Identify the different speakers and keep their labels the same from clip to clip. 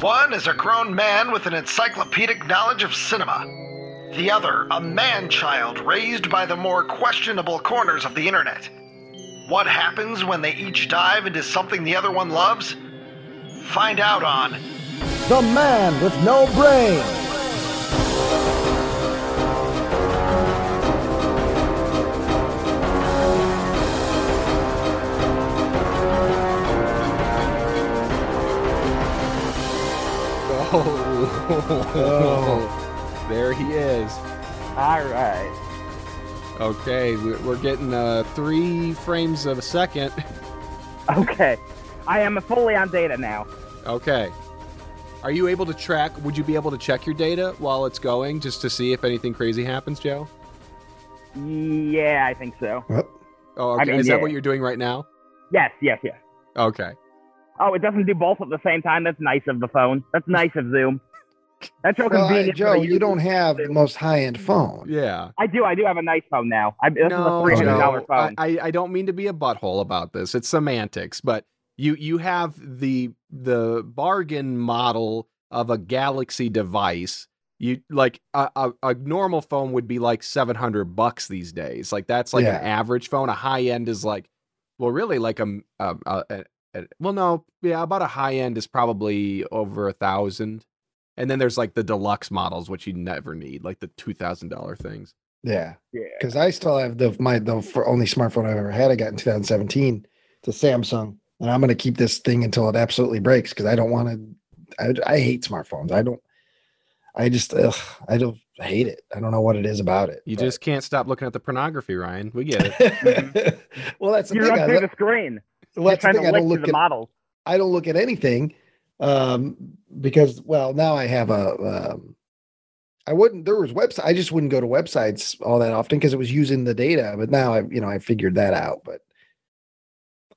Speaker 1: One is a grown man with an encyclopedic knowledge of cinema. The other, a man child raised by the more questionable corners of the internet. What happens when they each dive into something the other one loves? Find out on
Speaker 2: The Man with No Brain.
Speaker 3: Oh, there he is.
Speaker 4: All right.
Speaker 3: Okay, we- we're getting uh, three frames of a second.
Speaker 4: Okay. I am fully on data now.
Speaker 3: Okay. Are you able to track? Would you be able to check your data while it's going just to see if anything crazy happens, Joe?
Speaker 4: Yeah, I think so.
Speaker 5: What?
Speaker 3: Oh,
Speaker 4: I
Speaker 3: okay.
Speaker 4: mean,
Speaker 3: is
Speaker 4: yeah.
Speaker 3: that what you're doing right now?
Speaker 4: Yes, yes, yes.
Speaker 3: Okay.
Speaker 4: Oh, it doesn't do both at the same time. That's nice of the phone. That's nice of Zoom. That's real
Speaker 5: Well, I-
Speaker 4: convenient. for
Speaker 5: Joe,
Speaker 4: the
Speaker 5: you don't
Speaker 4: user.
Speaker 5: have the most high-end phone.
Speaker 3: Yeah.
Speaker 4: I do. I do have a nice phone now. I, this
Speaker 3: no,
Speaker 4: is a three hundred dollar
Speaker 3: Joe, I,
Speaker 4: phone.
Speaker 3: I I don't mean to be a butthole about this. It's semantics, but you you have the the bargain model of a Galaxy device. You like a, a, a normal phone would be like seven hundred bucks these days. Like that's like
Speaker 5: Yeah.
Speaker 3: an average phone. A high end is like, well, really like a, m- a- a- a- a- well, no, yeah, about a high end is probably over a thousand. And then there's like the deluxe models, which you never need, like the two thousand dollar things.
Speaker 5: Yeah,
Speaker 4: yeah.
Speaker 5: because I still have the my the f- only smartphone I've ever had. I got in 2017. It's a Samsung, and I'm gonna keep this thing until it absolutely breaks because I don't want to. I, I hate smartphones. I don't. I just ugh, I don't I hate it. I don't know what it is about it.
Speaker 3: You
Speaker 5: but-
Speaker 3: just can't stop looking at the pornography, Ryan. We get it.
Speaker 5: well, that's the
Speaker 4: Mm-hmm. You're
Speaker 5: thing.
Speaker 4: up
Speaker 5: I,
Speaker 4: through
Speaker 5: look-
Speaker 4: the screen.
Speaker 5: well,
Speaker 4: You're
Speaker 5: that's the
Speaker 4: trying to
Speaker 5: thing. I
Speaker 4: lick
Speaker 5: don't
Speaker 4: through
Speaker 5: look
Speaker 4: the
Speaker 5: at
Speaker 4: model.
Speaker 5: I don't look at anything um, because, well, now I have a. Um, I wouldn't. There was website. I just wouldn't go to websites all that often because it was using the data. But now I, you know, I figured that out. But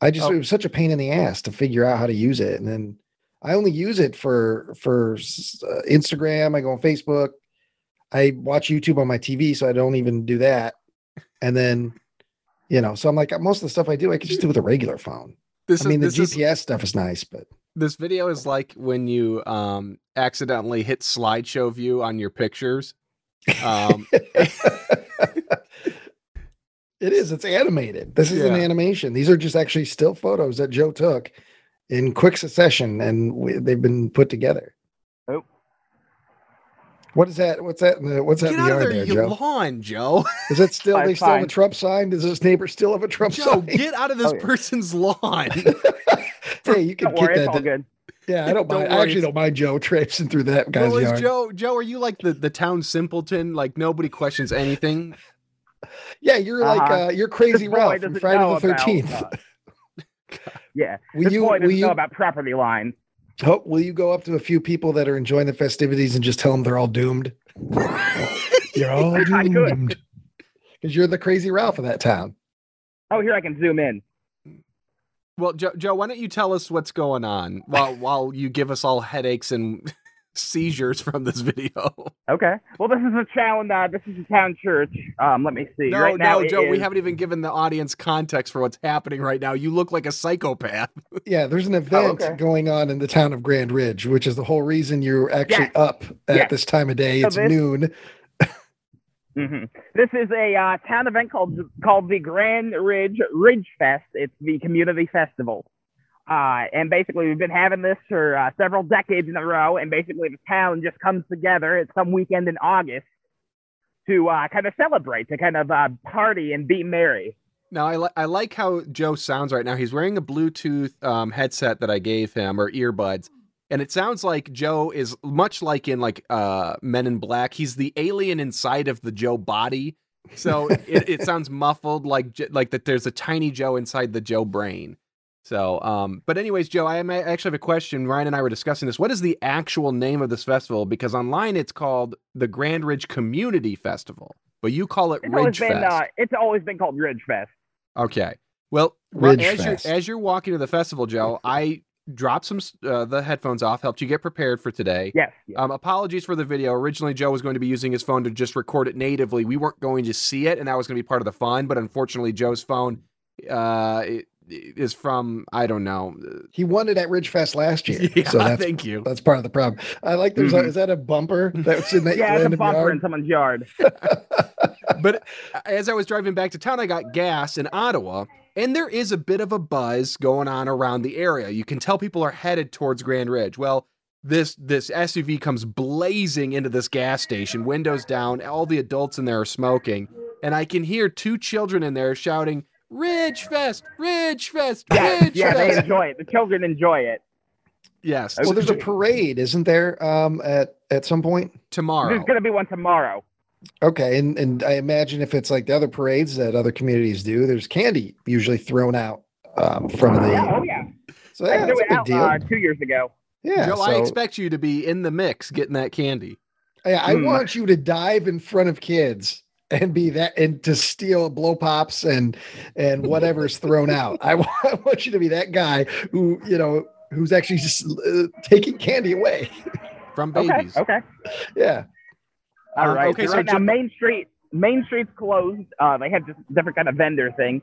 Speaker 5: I just
Speaker 3: Oh.
Speaker 5: it was such a pain in the ass to figure out how to use it, and then I only use it for for s- uh, Instagram. I go on Facebook. I watch YouTube on my TV, so I don't even do that. And then, you know, so I'm like, most of the stuff I do, I can just do with a regular phone.
Speaker 3: This
Speaker 5: I mean, the
Speaker 3: is, this, is-
Speaker 5: GPS stuff is nice, but
Speaker 3: this video is like when you um accidentally hit slideshow view on your pictures. Um,
Speaker 5: It is. It's animated. This is an
Speaker 3: Yeah.
Speaker 5: animation. These are just actually still photos that Joe took in quick succession, and we, they've been put together.
Speaker 4: Oh.
Speaker 5: What is that? What's that? in the- What's that
Speaker 3: get
Speaker 5: in the
Speaker 3: out of
Speaker 5: yard
Speaker 3: there,
Speaker 5: there,
Speaker 3: you
Speaker 5: Joe?
Speaker 3: lawn, Joe.
Speaker 5: Is that still
Speaker 4: Fine,
Speaker 5: they still have a
Speaker 4: fine.
Speaker 5: Trump sign? Does this neighbor still have a Trump
Speaker 3: Joe,
Speaker 5: sign?
Speaker 3: get out of this
Speaker 4: Oh, yeah.
Speaker 3: person's lawn.
Speaker 5: hey, you can
Speaker 4: Don't worry, it's
Speaker 5: get
Speaker 4: all
Speaker 5: that.
Speaker 4: good.
Speaker 5: yeah, I don't,
Speaker 3: Don't
Speaker 5: mind.
Speaker 3: worry,
Speaker 5: I actually
Speaker 3: it's-
Speaker 5: don't mind Joe traipsing through that guy's
Speaker 3: well, is
Speaker 5: yard.
Speaker 3: Joe, Joe, are you like the the town simpleton? Like nobody questions anything.
Speaker 5: Yeah, you're like
Speaker 4: Uh-huh.
Speaker 5: uh, you're
Speaker 4: This
Speaker 5: crazy
Speaker 4: boy
Speaker 5: Ralph from
Speaker 4: doesn't
Speaker 5: Friday
Speaker 4: know
Speaker 5: the
Speaker 4: about,
Speaker 5: Thirteenth.
Speaker 4: uh, yeah,
Speaker 5: Will
Speaker 4: this
Speaker 5: you
Speaker 4: boy
Speaker 5: will
Speaker 4: doesn't know
Speaker 5: you
Speaker 4: about property lines.
Speaker 5: Oh, will you go up to a few people that are enjoying the festivities and just tell them they're all doomed? you're all
Speaker 4: I could.
Speaker 5: doomed. Because you're the crazy Ralph of that town.
Speaker 4: Oh, here I can zoom in.
Speaker 3: Well, Joe, Joe, why don't you tell us what's going on while while you give us all headaches and seizures from this video?
Speaker 4: Okay. Well, this is a town. Uh, this is a town church. Um, let me see.
Speaker 3: No,
Speaker 4: right now,
Speaker 3: no,
Speaker 4: it
Speaker 3: Joe, we
Speaker 4: is-
Speaker 3: haven't even given the audience context for what's happening right now. You look like a psychopath.
Speaker 5: Yeah, there's an event
Speaker 4: Oh, okay.
Speaker 5: going on in the town of Grand Ridge, which is the whole reason you're actually
Speaker 4: Yes.
Speaker 5: up at
Speaker 4: Yes.
Speaker 5: this time of day.
Speaker 4: So
Speaker 5: It's
Speaker 4: this-
Speaker 5: noon.
Speaker 4: Mhm. This is a uh, town event called called the Grand Ridge Ridge Fest. It's the community festival, uh, and basically we've been having this for uh, several decades in a row. And basically the town just comes together at some weekend in August to uh, kind of celebrate, to kind of uh, party and be merry.
Speaker 3: Now, I, li- I like how Joe sounds right now. He's wearing a Bluetooth um, headset that I gave him or earbuds. And it sounds like Joe is much like in like uh, Men in Black. He's the alien inside of the Joe body. So it, it sounds muffled like J- like that there's a tiny Joe inside the Joe brain. So um but anyways Joe I am- I actually have a question Ryan and I were discussing this. What is the actual name of this festival because online it's called the Grand Ridge Community Festival, but you call it
Speaker 4: It's
Speaker 3: Ridge
Speaker 4: always been
Speaker 3: Fest.
Speaker 4: uh, it's always been called Ridge Fest.
Speaker 3: Okay. Well, Ru-
Speaker 5: Ridge
Speaker 3: as
Speaker 5: Fest.
Speaker 3: you're as you're walking to the festival, Joe, I dropped some s- uh, the headphones off, helped you get prepared for today.
Speaker 4: Yes. yes.
Speaker 3: Um, apologies for the video. Originally, Joe was going to be using his phone to just record it natively. We weren't going to see it, and that was going to be part of the fun. But unfortunately, Joe's phone, uh, it, is from I don't know.
Speaker 5: He won it at Ridgefest last year,
Speaker 3: Yeah,
Speaker 5: so that's
Speaker 3: thank you.
Speaker 5: that's part of the problem. I like there's
Speaker 4: Mhm.
Speaker 5: a, is that a bumper that's in that
Speaker 4: Yeah, it's a
Speaker 5: random
Speaker 4: bumper in
Speaker 5: yard?
Speaker 4: someone's yard.
Speaker 3: but uh, as I was driving back to town, I got gas in Ottawa, and there is a bit of a buzz going on around the area. You can tell people are headed towards Grand Ridge. Well, this this SUV comes blazing into this gas station, windows down, all the adults in there are smoking, and I can hear two children in there shouting, Ridge Fest, Ridge Fest,
Speaker 4: Yeah,
Speaker 3: Ridge
Speaker 4: yeah, they
Speaker 3: Fest.
Speaker 4: enjoy it. The children enjoy it.
Speaker 3: Yes,
Speaker 5: Well, there's a parade, isn't there? Um, at at some point.
Speaker 3: tomorrow.
Speaker 4: There's gonna be one tomorrow.
Speaker 5: Okay, and and I imagine if it's like the other parades that other communities do, there's candy usually thrown out um, from
Speaker 4: Yeah,
Speaker 5: the.
Speaker 4: oh yeah,
Speaker 5: So
Speaker 4: I
Speaker 5: yeah,
Speaker 4: threw
Speaker 5: that's a
Speaker 4: it
Speaker 5: big
Speaker 4: out
Speaker 5: deal.
Speaker 4: uh, two years ago.
Speaker 5: yeah,
Speaker 3: Joe,
Speaker 5: so,
Speaker 3: I expect you to be in the mix getting that candy.
Speaker 5: yeah, I
Speaker 4: Hmm.
Speaker 5: want you to dive in front of kids and be that and to steal blow pops and and whatever's thrown out. I wa- I want you to be that guy who you know who's actually just uh, taking candy away.
Speaker 3: From
Speaker 4: Okay,
Speaker 3: babies.
Speaker 4: okay,
Speaker 5: Yeah.
Speaker 4: all
Speaker 3: Um,
Speaker 4: right.
Speaker 3: okay,
Speaker 4: so
Speaker 3: so
Speaker 4: right now
Speaker 3: Joe-
Speaker 4: Main Street, Main Street's closed. Uh, they have just different kind of vendor things.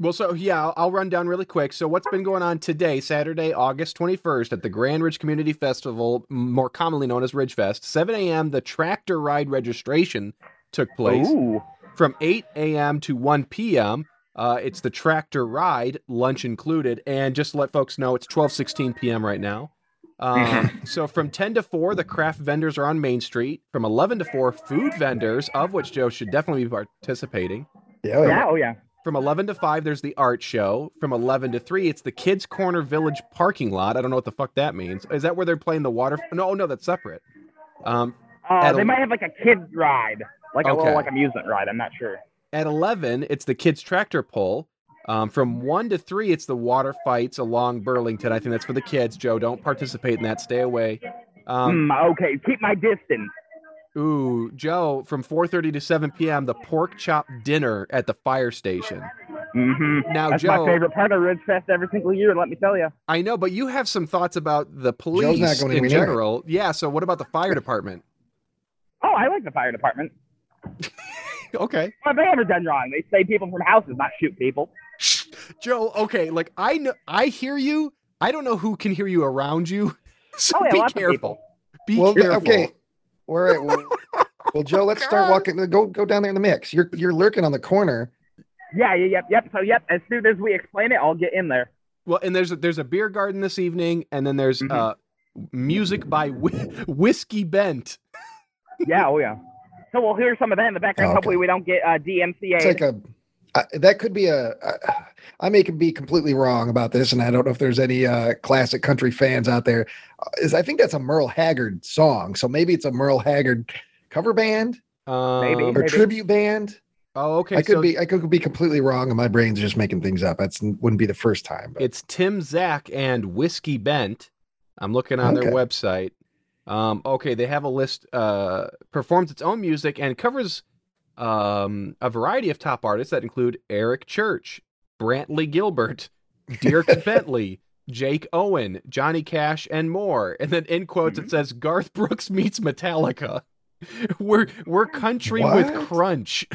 Speaker 3: Well, so yeah, I'll, I'll run down really quick. So, what's been going on today, Saturday, August 21st, at the Grand Ridge Community Festival, m- more commonly known as Ridge Fest, 7 a.m., the tractor ride registration took place
Speaker 4: Ooh,
Speaker 3: from 8 a.m. to 1 p.m. Uh, it's the tractor ride, lunch included. And just to let folks know, it's 12:16 p.m. right now. Um, so from 10 to 4, the craft vendors are on Main Street. From 11 to 4, food vendors, of which Joe should definitely be participating.
Speaker 5: Yeah. oh, yeah.
Speaker 4: yeah, oh yeah.
Speaker 3: From 11 to 5, there's the art show. From 11 to 3, it's the Kids Corner Village parking lot. I don't know what the fuck that means. Is that where they're playing the water? No, oh, no, that's separate. Um,
Speaker 4: Uh,
Speaker 3: That'll-
Speaker 4: they might have like a kid ride, like a
Speaker 3: Okay.
Speaker 4: little like amusement ride. I'm not sure.
Speaker 3: at 11, it's the Kids Tractor Pull. Um, from 1 to 3, it's the water fights along Burlington. I think that's for the kids, Joe. Don't participate in that. Stay away. Um,
Speaker 4: Hmm, okay, keep my distance. Hmm.
Speaker 3: Ooh, Joe, from 4.30 to 7 p.m., the pork chop dinner at the fire station.
Speaker 4: hmm
Speaker 3: Now,
Speaker 4: That's
Speaker 3: Joe,
Speaker 4: my favorite part of Ridge Fest every single year. Let me tell you.
Speaker 3: I know, but you have some thoughts about the
Speaker 5: not
Speaker 3: police
Speaker 5: gonna
Speaker 3: in
Speaker 5: be there.
Speaker 3: general. Yeah, so what about the fire department?
Speaker 4: Oh, I like the fire department.
Speaker 3: okay.
Speaker 4: What have they ever done wrong? They save people from houses, not shoot people.
Speaker 3: Joe, okay, like I know I hear you. I don't know who can hear you around you. So
Speaker 4: Oh, yeah,
Speaker 3: be
Speaker 4: lots of
Speaker 3: careful. Be
Speaker 5: Well,
Speaker 3: careful.
Speaker 5: okay. All right. Well, well, Joe, let's start
Speaker 3: God.
Speaker 5: walking. Go go down there in the mix. You're you're lurking on the corner.
Speaker 4: Yeah, yeah, yep, yep. So, yep, as soon as we explain it, I'll get in there.
Speaker 3: Well, and there's a, there's a beer garden this evening and then there's
Speaker 5: Mm-hmm.
Speaker 4: Mhm.
Speaker 3: uh music by Whi- Whiskey Bent.
Speaker 4: Yeah, oh, yeah. So we'll hear some of that in the background.
Speaker 5: Oh, okay.
Speaker 4: Hopefully, we don't get uh, DMCA.
Speaker 5: It's like a I, that could be a. I, I may be completely wrong about this, and I don't know if there's any uh, classic country fans out there. Uh, Is I think that's a Merle Haggard song, so maybe it's a Merle Haggard cover band
Speaker 3: Um,
Speaker 4: Maybe.
Speaker 5: or tribute band.
Speaker 3: Oh, okay.
Speaker 5: I could
Speaker 3: so
Speaker 5: be I could be completely wrong, and my brain's just making things up. That's wouldn't be the first time. But
Speaker 3: it's Tim Zach and Whiskey Bent. I'm looking on their
Speaker 5: Okay.
Speaker 3: website. Um, okay, they have a list. Uh, performs its own music and covers um, a variety of top artists that include Eric Church, Brantley Gilbert, Dirk Bentley, Jake Owen, Johnny Cash, and more. And then in quotes
Speaker 5: Mm-hmm.
Speaker 3: it says Garth Brooks meets Metallica. We're we're country with
Speaker 5: What?
Speaker 3: crunch.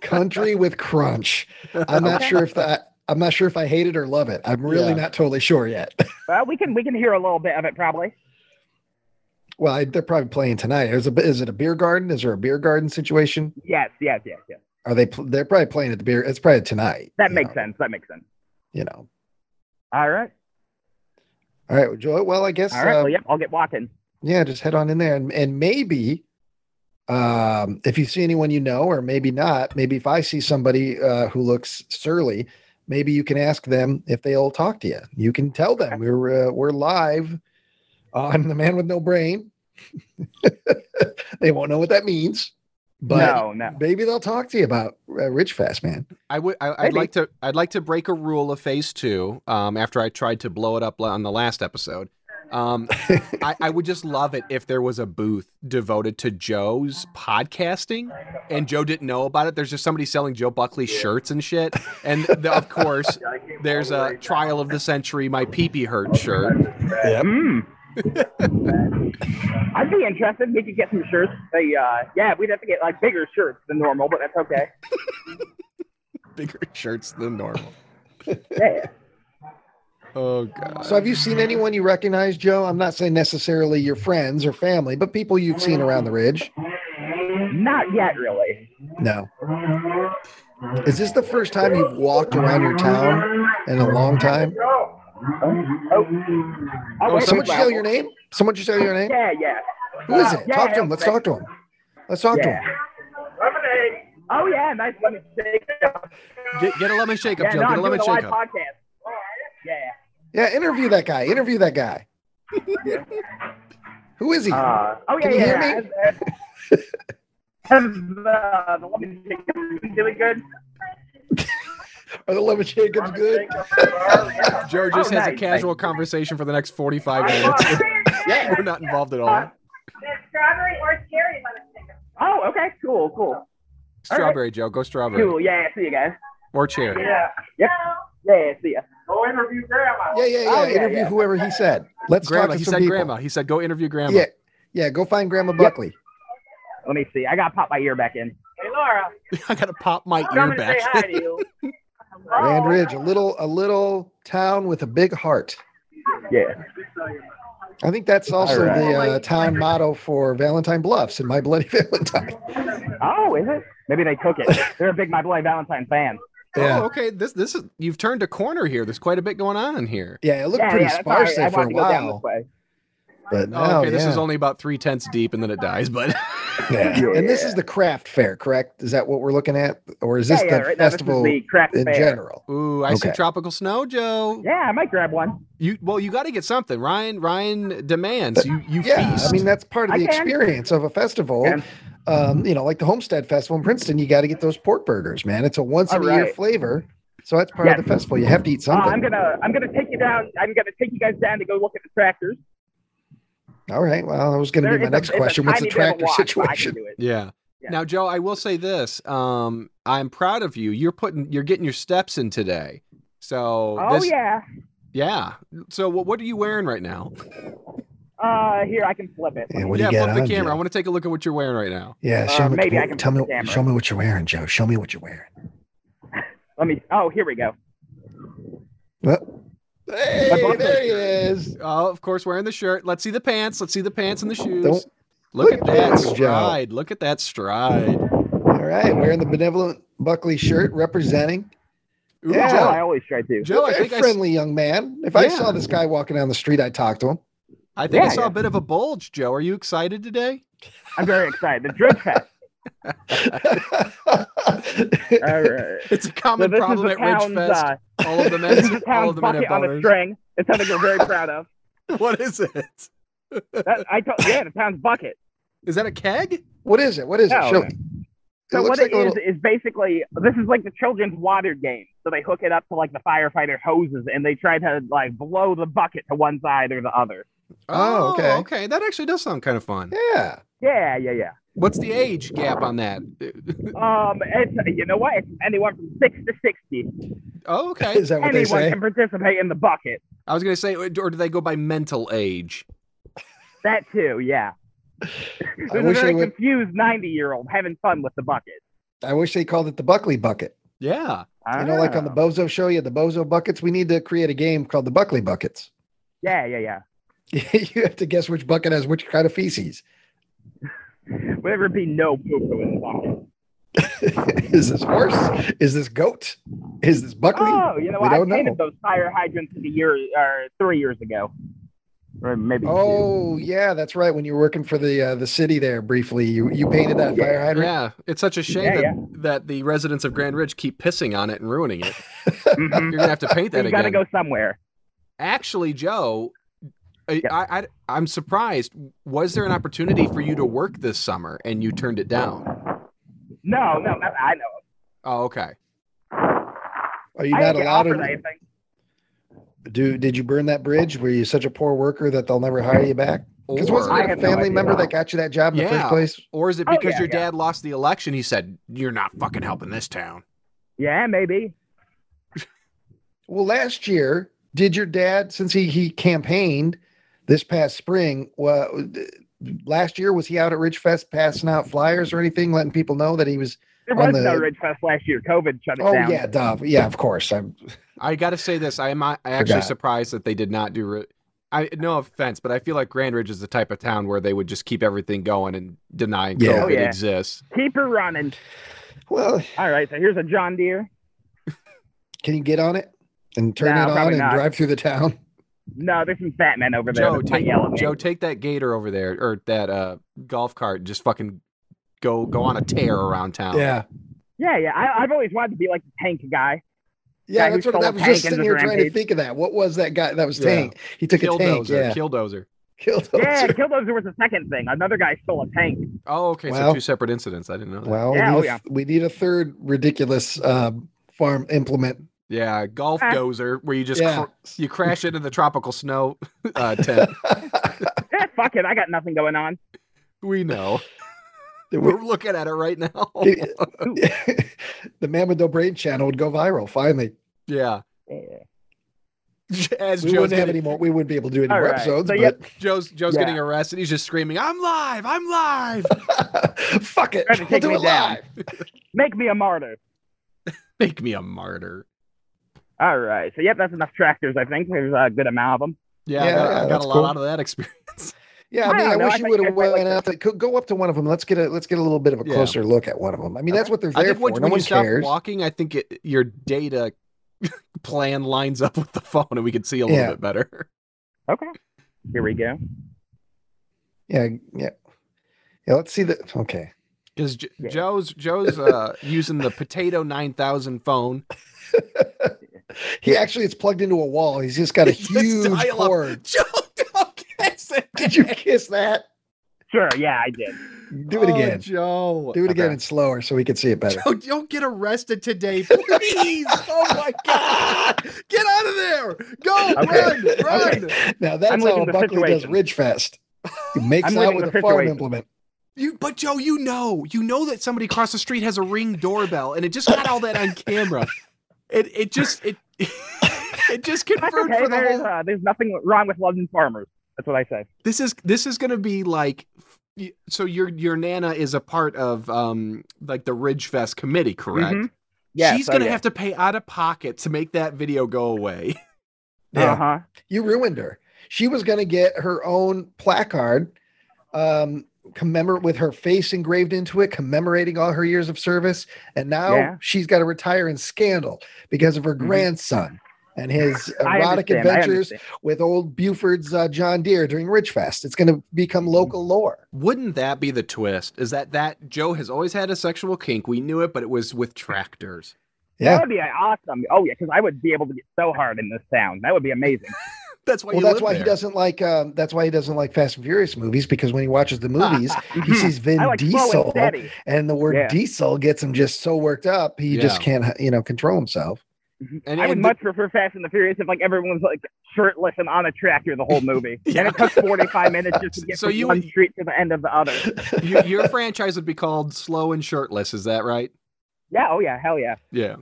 Speaker 5: country with crunch. I'm not
Speaker 4: Okay.
Speaker 5: sure if that. I'm not sure if I hate it or love it. I'm really
Speaker 3: Yeah.
Speaker 5: not totally sure yet.
Speaker 4: Well, Uh, we can we can hear a little bit of it probably.
Speaker 5: Well, I, they're probably playing tonight. Is a is it a beer garden? Is there a beer garden situation?
Speaker 4: Yes, yes, yes, yes.
Speaker 5: Are they? Pl- they're probably playing at the beer. It's probably tonight.
Speaker 4: That
Speaker 5: you
Speaker 4: makes
Speaker 5: know,
Speaker 4: sense. That makes sense.
Speaker 5: You know.
Speaker 4: All right.
Speaker 5: All right, well, Joe. Well, I guess.
Speaker 4: All right.
Speaker 5: uh,
Speaker 4: Well, yep, I'll get walking.
Speaker 5: yeah, just head on in there, and and maybe, um, if you see anyone you know, or maybe not, maybe if I see somebody uh, who looks surly, maybe you can ask them if they'll talk to you. You can tell them we're uh, we're live on the Man with No Brain. they won't know what that means, but
Speaker 4: no, no.
Speaker 5: maybe they'll talk to you about uh, Rich Fast Man.
Speaker 3: I would. I, I'd
Speaker 4: Maybe.
Speaker 3: like to. I'd like to break a rule of Phase Two. Um, after I tried to blow it up la- on the last episode, um, I, I would just love it if there was a booth devoted to Joe's podcasting, and Joe didn't know about it. There's just somebody selling Joe Buckley shirts and shit, and the, of course, there's a Trial of the Century My Pee Pee Hurt shirt.
Speaker 4: Mm. I'd be interested. We could get some shirts. They, uh, yeah, we'd have to get like bigger shirts than normal, but that's okay.
Speaker 3: Bigger shirts than normal.
Speaker 4: Yeah.
Speaker 3: Oh god.
Speaker 5: So have you seen anyone you recognize, Joe? I'm not saying necessarily your friends or family, but people you've seen around the ridge.
Speaker 4: Not yet, really.
Speaker 5: No. Is this the first time you've walked around your town in a long time?
Speaker 4: Oh,
Speaker 3: Oh,
Speaker 4: wait,
Speaker 5: Someone should
Speaker 4: well,
Speaker 5: tell your name. Someone should tell your name.
Speaker 4: Yeah, yeah,
Speaker 5: Who is it?
Speaker 4: Yeah,
Speaker 5: Talk to him. Let's
Speaker 4: okay.
Speaker 5: talk to him. Let's talk to
Speaker 4: yeah.
Speaker 5: him.
Speaker 4: Oh yeah, nice lemon shake.
Speaker 3: Get, get a lemon shake up,
Speaker 4: Yeah,
Speaker 3: Joe.
Speaker 4: no,
Speaker 3: Get
Speaker 4: I'm
Speaker 3: a
Speaker 4: doing
Speaker 3: lemon
Speaker 4: a
Speaker 3: shake
Speaker 4: live
Speaker 3: up.
Speaker 4: podcast. Yeah.
Speaker 5: Yeah, interview that guy. Interview that guy. Who is he?
Speaker 4: Uh, oh yeah,
Speaker 5: Can you
Speaker 4: yeah.
Speaker 5: hear
Speaker 4: yeah.
Speaker 5: me?
Speaker 4: Has, uh, the lemon shake been doing good?
Speaker 5: Are the lemon jacobs good?
Speaker 3: Joe just
Speaker 4: Oh,
Speaker 3: has a
Speaker 4: nice,
Speaker 3: casual conversation for the next 45 minutes.
Speaker 4: Yeah.
Speaker 3: We're not involved at all.
Speaker 6: There's strawberry or cherry lemon sticker.
Speaker 4: Oh, okay, cool, cool,
Speaker 3: Strawberry, Joe. Go strawberry.
Speaker 4: cool. Yeah, see you guys.
Speaker 3: Or cherry.
Speaker 4: Yeah. Yep. Yeah, see ya.
Speaker 6: Go interview grandma.
Speaker 5: Yeah, yeah, yeah.
Speaker 4: Oh, yeah,
Speaker 5: interview
Speaker 4: yeah.
Speaker 5: whoever he said. Let's
Speaker 3: Grandma.
Speaker 5: talk to
Speaker 3: He
Speaker 5: some
Speaker 3: said
Speaker 5: people.
Speaker 3: grandma. He said go interview grandma.
Speaker 5: Yeah, yeah. Go find Grandma Buckley.
Speaker 4: Let me see. I gotta pop my ear back in.
Speaker 6: Hey, Laura.
Speaker 3: I gotta pop my
Speaker 6: I'm
Speaker 3: ear
Speaker 6: coming to say hi
Speaker 3: back.
Speaker 6: to you.
Speaker 4: Oh,
Speaker 5: Grand Ridge, a little, a little town with a big heart.
Speaker 4: Yeah.
Speaker 5: I think that's also
Speaker 4: Alright.
Speaker 5: the uh, town motto for Valentine Bluffs and My Bloody Valentine.
Speaker 4: Oh, is it? Maybe they took it. They're a big My Bloody Valentine fan.
Speaker 3: Oh, okay. This this is you've turned a corner here. There's quite a bit going on here.
Speaker 5: yeah, it looked
Speaker 4: yeah,
Speaker 5: pretty
Speaker 4: yeah, that's all
Speaker 5: sparse
Speaker 4: right. I
Speaker 5: there for a
Speaker 4: wanted to go down this
Speaker 5: while,
Speaker 4: way.
Speaker 5: but now,
Speaker 3: Oh, okay, this
Speaker 5: yeah.
Speaker 3: is only about three tenths deep, and then it dies. But
Speaker 5: yeah.
Speaker 4: Yeah.
Speaker 5: And this is the craft fair, correct? Is that what we're looking at, or is this
Speaker 4: yeah, yeah,
Speaker 5: the
Speaker 4: right now, this is
Speaker 5: festival
Speaker 4: the craft
Speaker 5: in
Speaker 4: fair.
Speaker 5: general?
Speaker 3: ooh, I see
Speaker 5: Okay.
Speaker 3: tropical snow, Joe.
Speaker 4: Yeah, I might grab one.
Speaker 3: You well, you got to get something. Ryan Ryan demands you you
Speaker 5: Yeah,
Speaker 3: feast.
Speaker 5: I mean that's part of
Speaker 4: I
Speaker 5: the
Speaker 4: can.
Speaker 5: experience of a festival.
Speaker 4: Can.
Speaker 5: Um, you know, like the Homestead Festival in Princeton, you got to get those pork burgers, man. It's a once in a year
Speaker 4: Alright.
Speaker 5: flavor, so that's part of
Speaker 4: Yes.
Speaker 5: the festival. You have to eat
Speaker 4: Uh,
Speaker 5: something.
Speaker 4: I'm gonna I'm gonna take you down. I'm gonna take you guys down to go look at the tractors.
Speaker 5: All right. Well, that was going to
Speaker 4: There-
Speaker 5: be my
Speaker 4: it's a-
Speaker 5: next
Speaker 4: it's a
Speaker 5: question. What's the
Speaker 4: tiny bit of a
Speaker 5: tractor
Speaker 4: walk, but I can
Speaker 5: situation?
Speaker 4: do it.
Speaker 3: Yeah.
Speaker 4: Yeah.
Speaker 3: Now, Joe, I will say this. Um, I'm proud of you. You're putting, you're getting your steps in today. So,
Speaker 4: Oh
Speaker 3: this,
Speaker 4: yeah.
Speaker 3: yeah. So, what, what are you wearing right now?
Speaker 4: Uh, here I can flip it.
Speaker 5: Yeah, what do
Speaker 3: yeah,
Speaker 5: you got
Speaker 3: flip the
Speaker 5: on,
Speaker 3: camera. I
Speaker 5: Joe?
Speaker 3: want to take a look at what you're wearing right now.
Speaker 5: Yeah, show
Speaker 4: Uh,
Speaker 5: me.
Speaker 4: maybe I can
Speaker 5: tell
Speaker 4: put
Speaker 5: me.
Speaker 4: the camera.
Speaker 5: Show me what you're wearing, Joe. Show me what you're wearing.
Speaker 4: Let me. Oh, here we go.
Speaker 5: Well, hey,
Speaker 4: bucket.
Speaker 5: there he is.
Speaker 3: Oh, of course, wearing the shirt. Let's see the pants. Let's see the pants and the shoes.
Speaker 5: Don't-
Speaker 3: look,
Speaker 5: look
Speaker 3: at
Speaker 5: at
Speaker 3: that
Speaker 5: those, Joe.
Speaker 3: stride. Look at that stride.
Speaker 5: All right, wearing the benevolent Buckley shirt, representing.
Speaker 3: Ooh,
Speaker 5: Yeah.
Speaker 4: Oh,
Speaker 3: Joe,
Speaker 4: I always try to.
Speaker 3: Joe, I
Speaker 5: Very
Speaker 3: think I, s-
Speaker 5: friendly young man. If I
Speaker 3: Yeah.
Speaker 5: saw this guy walking down the street, I'd talk to him.
Speaker 3: I think I
Speaker 4: Yeah,
Speaker 3: saw
Speaker 4: yeah.
Speaker 3: a bit of a bulge, Joe. Are you excited today?
Speaker 4: I'm very excited. The Dredge Fest. All right.
Speaker 3: It's a
Speaker 4: So
Speaker 3: common
Speaker 4: this is
Speaker 3: problem
Speaker 4: the
Speaker 3: at Ridge
Speaker 4: town's,
Speaker 3: Fest.
Speaker 4: uh,
Speaker 3: all of the
Speaker 4: this
Speaker 3: men,
Speaker 4: is the
Speaker 3: all
Speaker 4: town's
Speaker 3: of the men have
Speaker 4: bucket on a
Speaker 3: boners.
Speaker 4: string. It's something we're very proud of.
Speaker 3: What is it?
Speaker 4: That, I told, yeah, the town's bucket.
Speaker 3: Is that a keg?
Speaker 5: what is it? What is it?
Speaker 4: No.
Speaker 5: Show me. It
Speaker 4: Oh. So
Speaker 5: looks
Speaker 4: what
Speaker 5: like
Speaker 4: it
Speaker 5: a
Speaker 4: is
Speaker 5: little.
Speaker 4: is basically this is like the children's water game. So they hook it up to like the firefighter hoses, and they try to like blow the bucket to one side or the other.
Speaker 5: Oh, okay.
Speaker 3: Okay, that actually does sound kind of fun.
Speaker 5: Yeah.
Speaker 4: Yeah, yeah, yeah.
Speaker 3: What's the age gap on that?
Speaker 4: Um, it's you know what? It's anyone from six to sixty.
Speaker 3: Oh, okay.
Speaker 5: Is that what they
Speaker 4: Anyone
Speaker 5: say?
Speaker 4: can participate in the bucket.
Speaker 3: I was gonna say, or do they go by mental age?
Speaker 4: That too, yeah.
Speaker 5: I
Speaker 4: There's a
Speaker 5: wish they
Speaker 4: very
Speaker 5: would.
Speaker 4: confused ninety-year-old having fun with the bucket.
Speaker 5: I wish they called it the Buckley bucket.
Speaker 3: Yeah.
Speaker 5: You know, like on the
Speaker 4: Ah.
Speaker 5: Bozo show, you had the Bozo buckets. We need to create a game called the Buckley buckets.
Speaker 4: Yeah, yeah, yeah.
Speaker 5: you have to guess which bucket has which kind of feces.
Speaker 4: Would there be no poo poo in the bucket?
Speaker 5: Is this horse? Is this goat? Is this Buckley?
Speaker 4: Oh, you know,
Speaker 5: We
Speaker 4: what? I
Speaker 5: don't know.
Speaker 4: painted those fire hydrants a year or three years ago, or maybe. two.
Speaker 5: Oh, yeah, that's right. When you were working for the uh, the city there briefly, you you painted that fire hydrant.
Speaker 3: Yeah. It's such a shame
Speaker 4: Yeah,
Speaker 3: that,
Speaker 4: yeah.
Speaker 3: that the residents of Grand Ridge keep pissing on it and ruining it.
Speaker 4: Mhm.
Speaker 3: You're gonna have to paint that
Speaker 4: you got
Speaker 3: again.
Speaker 4: to go somewhere.
Speaker 3: Actually, Joe, I,
Speaker 4: Yeah.
Speaker 3: I, I I'm surprised. Was there an opportunity for you to work this summer and you turned it down?
Speaker 4: No, no, not, I know.
Speaker 3: Oh, okay.
Speaker 5: Are you
Speaker 4: I
Speaker 5: not
Speaker 4: didn't get
Speaker 5: allowed
Speaker 4: offered
Speaker 5: to
Speaker 4: anything.
Speaker 5: do? Did you burn that bridge? Were you such a poor worker that they'll never hire you back? Because wasn't
Speaker 3: Or-
Speaker 4: I
Speaker 5: it a
Speaker 4: have no
Speaker 5: family
Speaker 4: idea.
Speaker 5: member that got you that job in the
Speaker 3: Yeah.
Speaker 5: first place?
Speaker 3: Or is it
Speaker 4: Oh,
Speaker 3: because
Speaker 4: yeah,
Speaker 3: your
Speaker 4: yeah.
Speaker 3: dad lost the election? He said, You're not fucking helping this town.
Speaker 4: Yeah, maybe.
Speaker 5: Well, last year, did your dad, since he he campaigned this past spring, well, last year was he out at Ridge Fest passing out flyers or anything, letting people know that he was
Speaker 4: There
Speaker 5: On
Speaker 4: was no
Speaker 5: the-
Speaker 4: Ridge Fest last year. COVID shut it
Speaker 5: Oh
Speaker 4: down.
Speaker 5: yeah, duh. Yeah, of course. I'm
Speaker 3: I got to say this. I am I actually
Speaker 5: Forgot.
Speaker 3: surprised that they did not do. Ri- I no offense, but I feel like Grand Ridge is the type of town where they would just keep everything going and denying
Speaker 5: Yeah.
Speaker 3: COVID
Speaker 4: Oh, yeah.
Speaker 3: exists.
Speaker 4: Keep her running.
Speaker 5: well.
Speaker 4: All right, so here's a John Deere.
Speaker 5: Can you get on it and turn
Speaker 4: No,
Speaker 5: it on
Speaker 4: probably
Speaker 5: and
Speaker 4: not.
Speaker 5: drive through the town?
Speaker 4: No, there's some fat men over there.
Speaker 3: Joe,
Speaker 4: that might
Speaker 3: take,
Speaker 4: yell at me.
Speaker 3: Joe, take that gator over there or that uh, golf cart. and Just fucking go go on a tear around town.
Speaker 5: Yeah,
Speaker 4: Yeah, yeah. I, I've always wanted to be like the tank guy.
Speaker 5: yeah.
Speaker 4: Guy who
Speaker 5: that's what
Speaker 4: stole
Speaker 5: I
Speaker 4: a
Speaker 5: was
Speaker 4: tank
Speaker 5: just
Speaker 4: and
Speaker 5: sitting
Speaker 4: just
Speaker 5: here trying to
Speaker 4: rampaged.
Speaker 5: think of that. What was that guy? That was
Speaker 3: Yeah. uh,
Speaker 5: Tank. He took a tank.
Speaker 3: Killdozer,
Speaker 5: Yeah,
Speaker 3: killdozer.
Speaker 5: killed.
Speaker 4: Yeah, Killdozer was the second thing. Another guy stole a tank.
Speaker 3: Oh, okay. so
Speaker 5: Well-
Speaker 3: two separate incidents. I didn't know that.
Speaker 5: Well,
Speaker 4: Yeah,
Speaker 5: we,
Speaker 4: oh,
Speaker 5: need a-
Speaker 4: yeah.
Speaker 5: we need a third ridiculous uh, farm implement.
Speaker 3: yeah, golf
Speaker 4: Ah.
Speaker 3: dozer, where you just
Speaker 5: Yeah.
Speaker 3: cr- you crash into the tropical snow uh, tent.
Speaker 4: Eh, fuck it. I got nothing going on.
Speaker 3: we know.
Speaker 5: the
Speaker 3: We're looking at it right now.
Speaker 5: man with no brain channel would go viral. Finally,
Speaker 3: yeah. As
Speaker 5: we
Speaker 3: Joe's
Speaker 5: wouldn't have
Speaker 3: getting,
Speaker 5: any more. We wouldn't be able to do any
Speaker 4: All
Speaker 5: more
Speaker 4: right.
Speaker 5: episodes.
Speaker 4: So, yep.
Speaker 3: Joe's Joe's
Speaker 4: Yeah.
Speaker 3: getting arrested, he's just screaming, "I'm live! I'm live!
Speaker 5: But fuck it,
Speaker 4: Try to
Speaker 5: we'll
Speaker 4: take
Speaker 5: do
Speaker 4: me
Speaker 5: it
Speaker 4: down.
Speaker 5: live.
Speaker 4: Make me a martyr.
Speaker 3: Make me a martyr."
Speaker 4: All right. So, yep, that's enough tractors, I think. There's a good amount of them.
Speaker 3: Yeah, I
Speaker 5: Yeah,
Speaker 3: got, I
Speaker 5: yeah,
Speaker 3: got
Speaker 5: that's
Speaker 3: a lot
Speaker 5: cool.
Speaker 3: out of that experience.
Speaker 4: I
Speaker 5: Yeah, I mean,
Speaker 4: don't
Speaker 5: I,
Speaker 4: know. I
Speaker 5: wish you
Speaker 4: think
Speaker 5: would have
Speaker 4: everybody
Speaker 5: went
Speaker 4: likes
Speaker 5: out to go- go up to one of them. Let's get a let's get a little bit of a
Speaker 3: Yeah.
Speaker 5: closer look at one of them. I mean, that's what they're
Speaker 3: I
Speaker 5: there
Speaker 3: think
Speaker 5: for.
Speaker 3: when,
Speaker 5: no
Speaker 3: when you
Speaker 5: one
Speaker 3: stop
Speaker 5: cares.
Speaker 3: walking, I think it, your data plan lines up with the phone, and we can see a little
Speaker 5: Yeah.
Speaker 3: bit better.
Speaker 4: Okay. Here we go.
Speaker 5: Yeah, yeah, yeah. Let's see the okay.
Speaker 3: Because J-
Speaker 4: Yeah.
Speaker 3: Joe's Joe's uh, using the Potato Nine Thousand phone.
Speaker 5: He actually it's plugged into a wall. He's just got a
Speaker 3: It's just
Speaker 5: huge
Speaker 3: dial-up.
Speaker 5: cord.
Speaker 3: Joe, don't kiss it.
Speaker 5: Did you kiss that?
Speaker 4: Sure. Yeah, I did.
Speaker 5: Do it
Speaker 3: Oh,
Speaker 5: again.
Speaker 3: Joe.
Speaker 5: Do it again
Speaker 4: Okay.
Speaker 5: and slower so we can see it better.
Speaker 3: Joe, don't get arrested today, please. oh my god, get out of there! Go
Speaker 4: Okay.
Speaker 3: run, run!
Speaker 5: Okay. Now that's
Speaker 4: I'm
Speaker 5: how
Speaker 4: leaving the
Speaker 5: Buckley does
Speaker 4: situation.
Speaker 5: Ridge Fest. He makes
Speaker 4: I'm
Speaker 5: out
Speaker 4: leaving
Speaker 5: with
Speaker 4: the
Speaker 5: a farm
Speaker 4: situation.
Speaker 5: implement.
Speaker 3: You, but Joe, you know, you know that somebody across the street has a ring doorbell, and it just got all that on camera. It, it just, it, it just
Speaker 4: That's
Speaker 3: confirmed
Speaker 4: okay.
Speaker 3: for the
Speaker 4: There's,
Speaker 3: whole.
Speaker 4: uh, there's nothing wrong with London farmers. That's what I say.
Speaker 3: This is, this is gonna be like, y- so your your nana is a part of um like the Ridge Fest committee, correct?
Speaker 4: Mhm. Yeah.
Speaker 3: She's
Speaker 4: so,
Speaker 3: gonna
Speaker 4: yeah.
Speaker 3: have to pay out of pocket to make that video go away.
Speaker 5: Yeah.
Speaker 4: Uh huh.
Speaker 5: You ruined her. She was going to get her own placard um, commemorate with her face engraved into it, commemorating all her years of service. And now
Speaker 4: Yeah.
Speaker 5: she's got to retire in scandal because of her
Speaker 4: Mhm.
Speaker 5: grandson and his
Speaker 4: I
Speaker 5: erotic
Speaker 4: understand, I
Speaker 5: adventures
Speaker 4: understand.
Speaker 5: with old Buford's uh, John Deere during Ridge Fest. It's going to become local lore.
Speaker 3: Wouldn't that be the twist? Is that that Joe has always had a sexual kink? We knew it, but it was with tractors.
Speaker 5: Yeah.
Speaker 4: That would be awesome. Oh yeah, because I would be able to get so hard in this town. That would be amazing.
Speaker 3: That's why.
Speaker 5: Well,
Speaker 3: you
Speaker 5: that's
Speaker 3: live
Speaker 5: why he
Speaker 3: there.
Speaker 5: doesn't like. Um, that's why he doesn't like Fast and Furious movies because when he watches the movies, he sees Vin
Speaker 4: I like slow and
Speaker 5: Diesel,
Speaker 4: steady.
Speaker 5: and the word
Speaker 4: Yeah.
Speaker 5: diesel gets him just so worked up he just can't you know control himself
Speaker 3: And,
Speaker 4: I would
Speaker 3: and
Speaker 4: much prefer Fast and the Furious if like everyone was like shirtless and on a tractor the whole movie,
Speaker 3: Yeah.
Speaker 4: and it took forty five minutes just to get
Speaker 3: So
Speaker 4: from
Speaker 3: you-
Speaker 4: one street to the end of the other.
Speaker 3: you, your franchise would be called Slow and Shirtless. Is that right?
Speaker 4: Yeah. Oh yeah. Hell yeah.
Speaker 3: Yeah.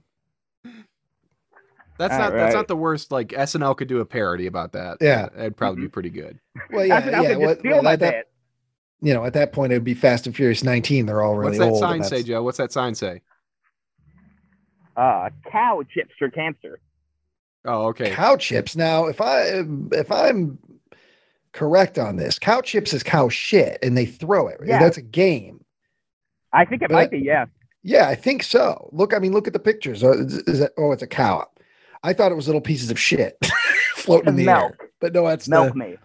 Speaker 3: That's
Speaker 4: All
Speaker 3: not that's
Speaker 4: right.
Speaker 3: not the worst. Like SNL could do a parody about that.
Speaker 5: Yeah. Mm-hmm.
Speaker 3: it'd probably be pretty good.
Speaker 5: well yeah,
Speaker 4: I could, I
Speaker 5: yeah
Speaker 4: could
Speaker 5: well,
Speaker 4: just feel
Speaker 5: well,
Speaker 4: my
Speaker 5: at that,
Speaker 4: bed.
Speaker 5: you know at that point it would be fast and furious 19 they're all
Speaker 3: What's
Speaker 5: really
Speaker 3: that
Speaker 5: old
Speaker 3: sign
Speaker 5: and
Speaker 3: say,
Speaker 5: that's-
Speaker 3: Joe? What's that sign say?
Speaker 4: Uh, cow chips for cancer.
Speaker 3: Oh, okay.
Speaker 5: cow chips now if i if i'm correct on this cow chips is cow shit and they throw it
Speaker 4: Yeah.
Speaker 5: that's a game
Speaker 4: I think it
Speaker 5: But-
Speaker 4: might be. Yeah.
Speaker 5: yeah i think so look i mean look at the pictures oh, is, is that, oh it's a cow i thought it was little pieces of shit floating in the
Speaker 4: Milk.
Speaker 5: air but no that's the,
Speaker 4: Milk me.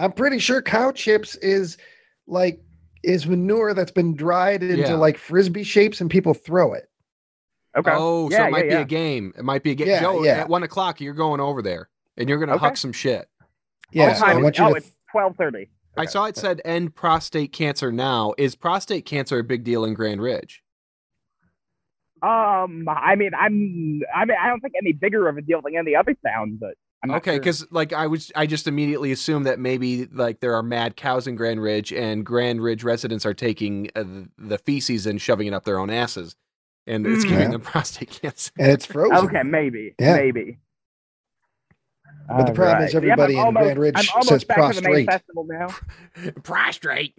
Speaker 5: I'm pretty sure cow chips is like is manure that's been dried into
Speaker 3: Yeah.
Speaker 5: like frisbee shapes and people throw it.
Speaker 4: Okay.
Speaker 3: Oh, so
Speaker 4: Yeah,
Speaker 3: it might
Speaker 4: yeah,
Speaker 3: be
Speaker 4: yeah.
Speaker 3: a game. It might be a game.
Speaker 5: Yeah,
Speaker 3: Joe,
Speaker 5: yeah.
Speaker 3: at one o'clock, you're going over there and you're gonna
Speaker 4: Okay.
Speaker 3: huck some shit.
Speaker 5: Yeah,
Speaker 4: Also,
Speaker 5: I want you
Speaker 4: oh,
Speaker 5: to.
Speaker 4: it's twelve thirty.
Speaker 3: I saw it said end prostate cancer now. Is prostate cancer a big deal in Grand Ridge?
Speaker 4: Um, I mean, I'm, I mean, I don't think any bigger of a deal than any other town, but I'm not
Speaker 3: okay,
Speaker 4: sure.
Speaker 3: because like I was, I just immediately assumed that maybe like there are mad cows in Grand Ridge, and Grand Ridge residents are taking uh, the feces and shoving it up their own asses, and it's
Speaker 4: Mm.
Speaker 3: giving
Speaker 5: Yeah.
Speaker 3: them prostate cancer.
Speaker 5: and it's frozen.
Speaker 4: Okay, maybe,
Speaker 5: Yeah.
Speaker 4: maybe.
Speaker 5: But the problem is
Speaker 4: Alright.
Speaker 5: everybody
Speaker 4: Yep, I'm
Speaker 5: in Grand
Speaker 4: almost-
Speaker 5: Ridge
Speaker 4: I'm almost
Speaker 5: says
Speaker 4: back to the main
Speaker 5: prostrate.
Speaker 4: festival now.
Speaker 3: Prostrate.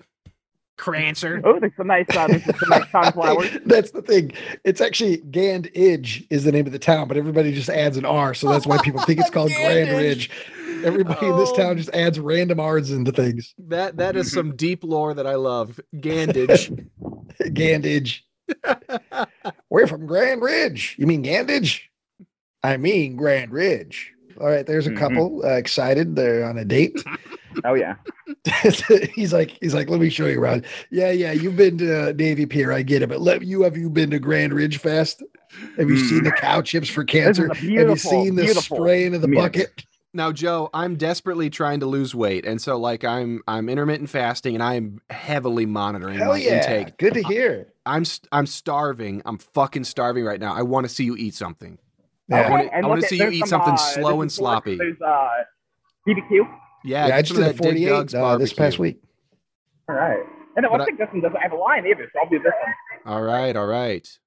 Speaker 7: Crancer.
Speaker 4: Oh, there's some nice, uh, there's some nice sunflowers.
Speaker 5: that's the thing. It's actually Gand Idge is the name of the town, but everybody just adds an R, so that's why people think it's called Grand Ridge. Everybody in this
Speaker 3: Oh.
Speaker 5: town just adds random R's into things.
Speaker 3: That that is some deep lore that I love. Gandage.
Speaker 5: Gand Idge. We're from Grand Ridge. You mean Gandage? I mean Grand Ridge. All right, there's a
Speaker 4: Mhm.
Speaker 5: couple uh, excited. They're on a date.
Speaker 4: Oh yeah.
Speaker 5: he's like, he's like, let me show you around. Yeah, yeah, you've been to uh, Navy Pier, I get it, but let you have you been to Grand Ridge Fest? Have you
Speaker 4: Hmm.
Speaker 5: seen the cow chips for
Speaker 4: This is
Speaker 5: cancer?
Speaker 4: a
Speaker 5: Have you
Speaker 4: beautiful,
Speaker 5: seen the
Speaker 4: beautiful.
Speaker 5: spraying of the
Speaker 4: community.
Speaker 5: bucket?
Speaker 3: now, Joe, I'm desperately trying to lose weight, and so like I'm I'm intermittent fasting, and I'm heavily monitoring
Speaker 5: Hell
Speaker 3: my
Speaker 5: yeah!
Speaker 3: intake.
Speaker 5: Good to hear.
Speaker 3: I'm st- I'm starving. I'm fucking starving right now. I want to see you eat something.
Speaker 5: Yeah.
Speaker 3: I wanna-
Speaker 4: Okay, and
Speaker 3: I wanna
Speaker 4: look at-
Speaker 3: see you
Speaker 4: there's
Speaker 3: eat
Speaker 4: some,
Speaker 3: something
Speaker 4: uh,
Speaker 3: slow
Speaker 4: there's
Speaker 3: and
Speaker 4: some pork,
Speaker 3: sloppy.
Speaker 4: There's uh, BBQ.
Speaker 3: Yeah,
Speaker 5: Yeah,
Speaker 3: get
Speaker 5: I just
Speaker 3: some
Speaker 5: did a
Speaker 3: of that Dig Dug's
Speaker 5: 48 uh, this past
Speaker 3: barbecue.
Speaker 5: week.
Speaker 4: All right. And I
Speaker 3: But
Speaker 4: don't think this one doesn't have a line either, so I'll do this one.
Speaker 3: All right, all right.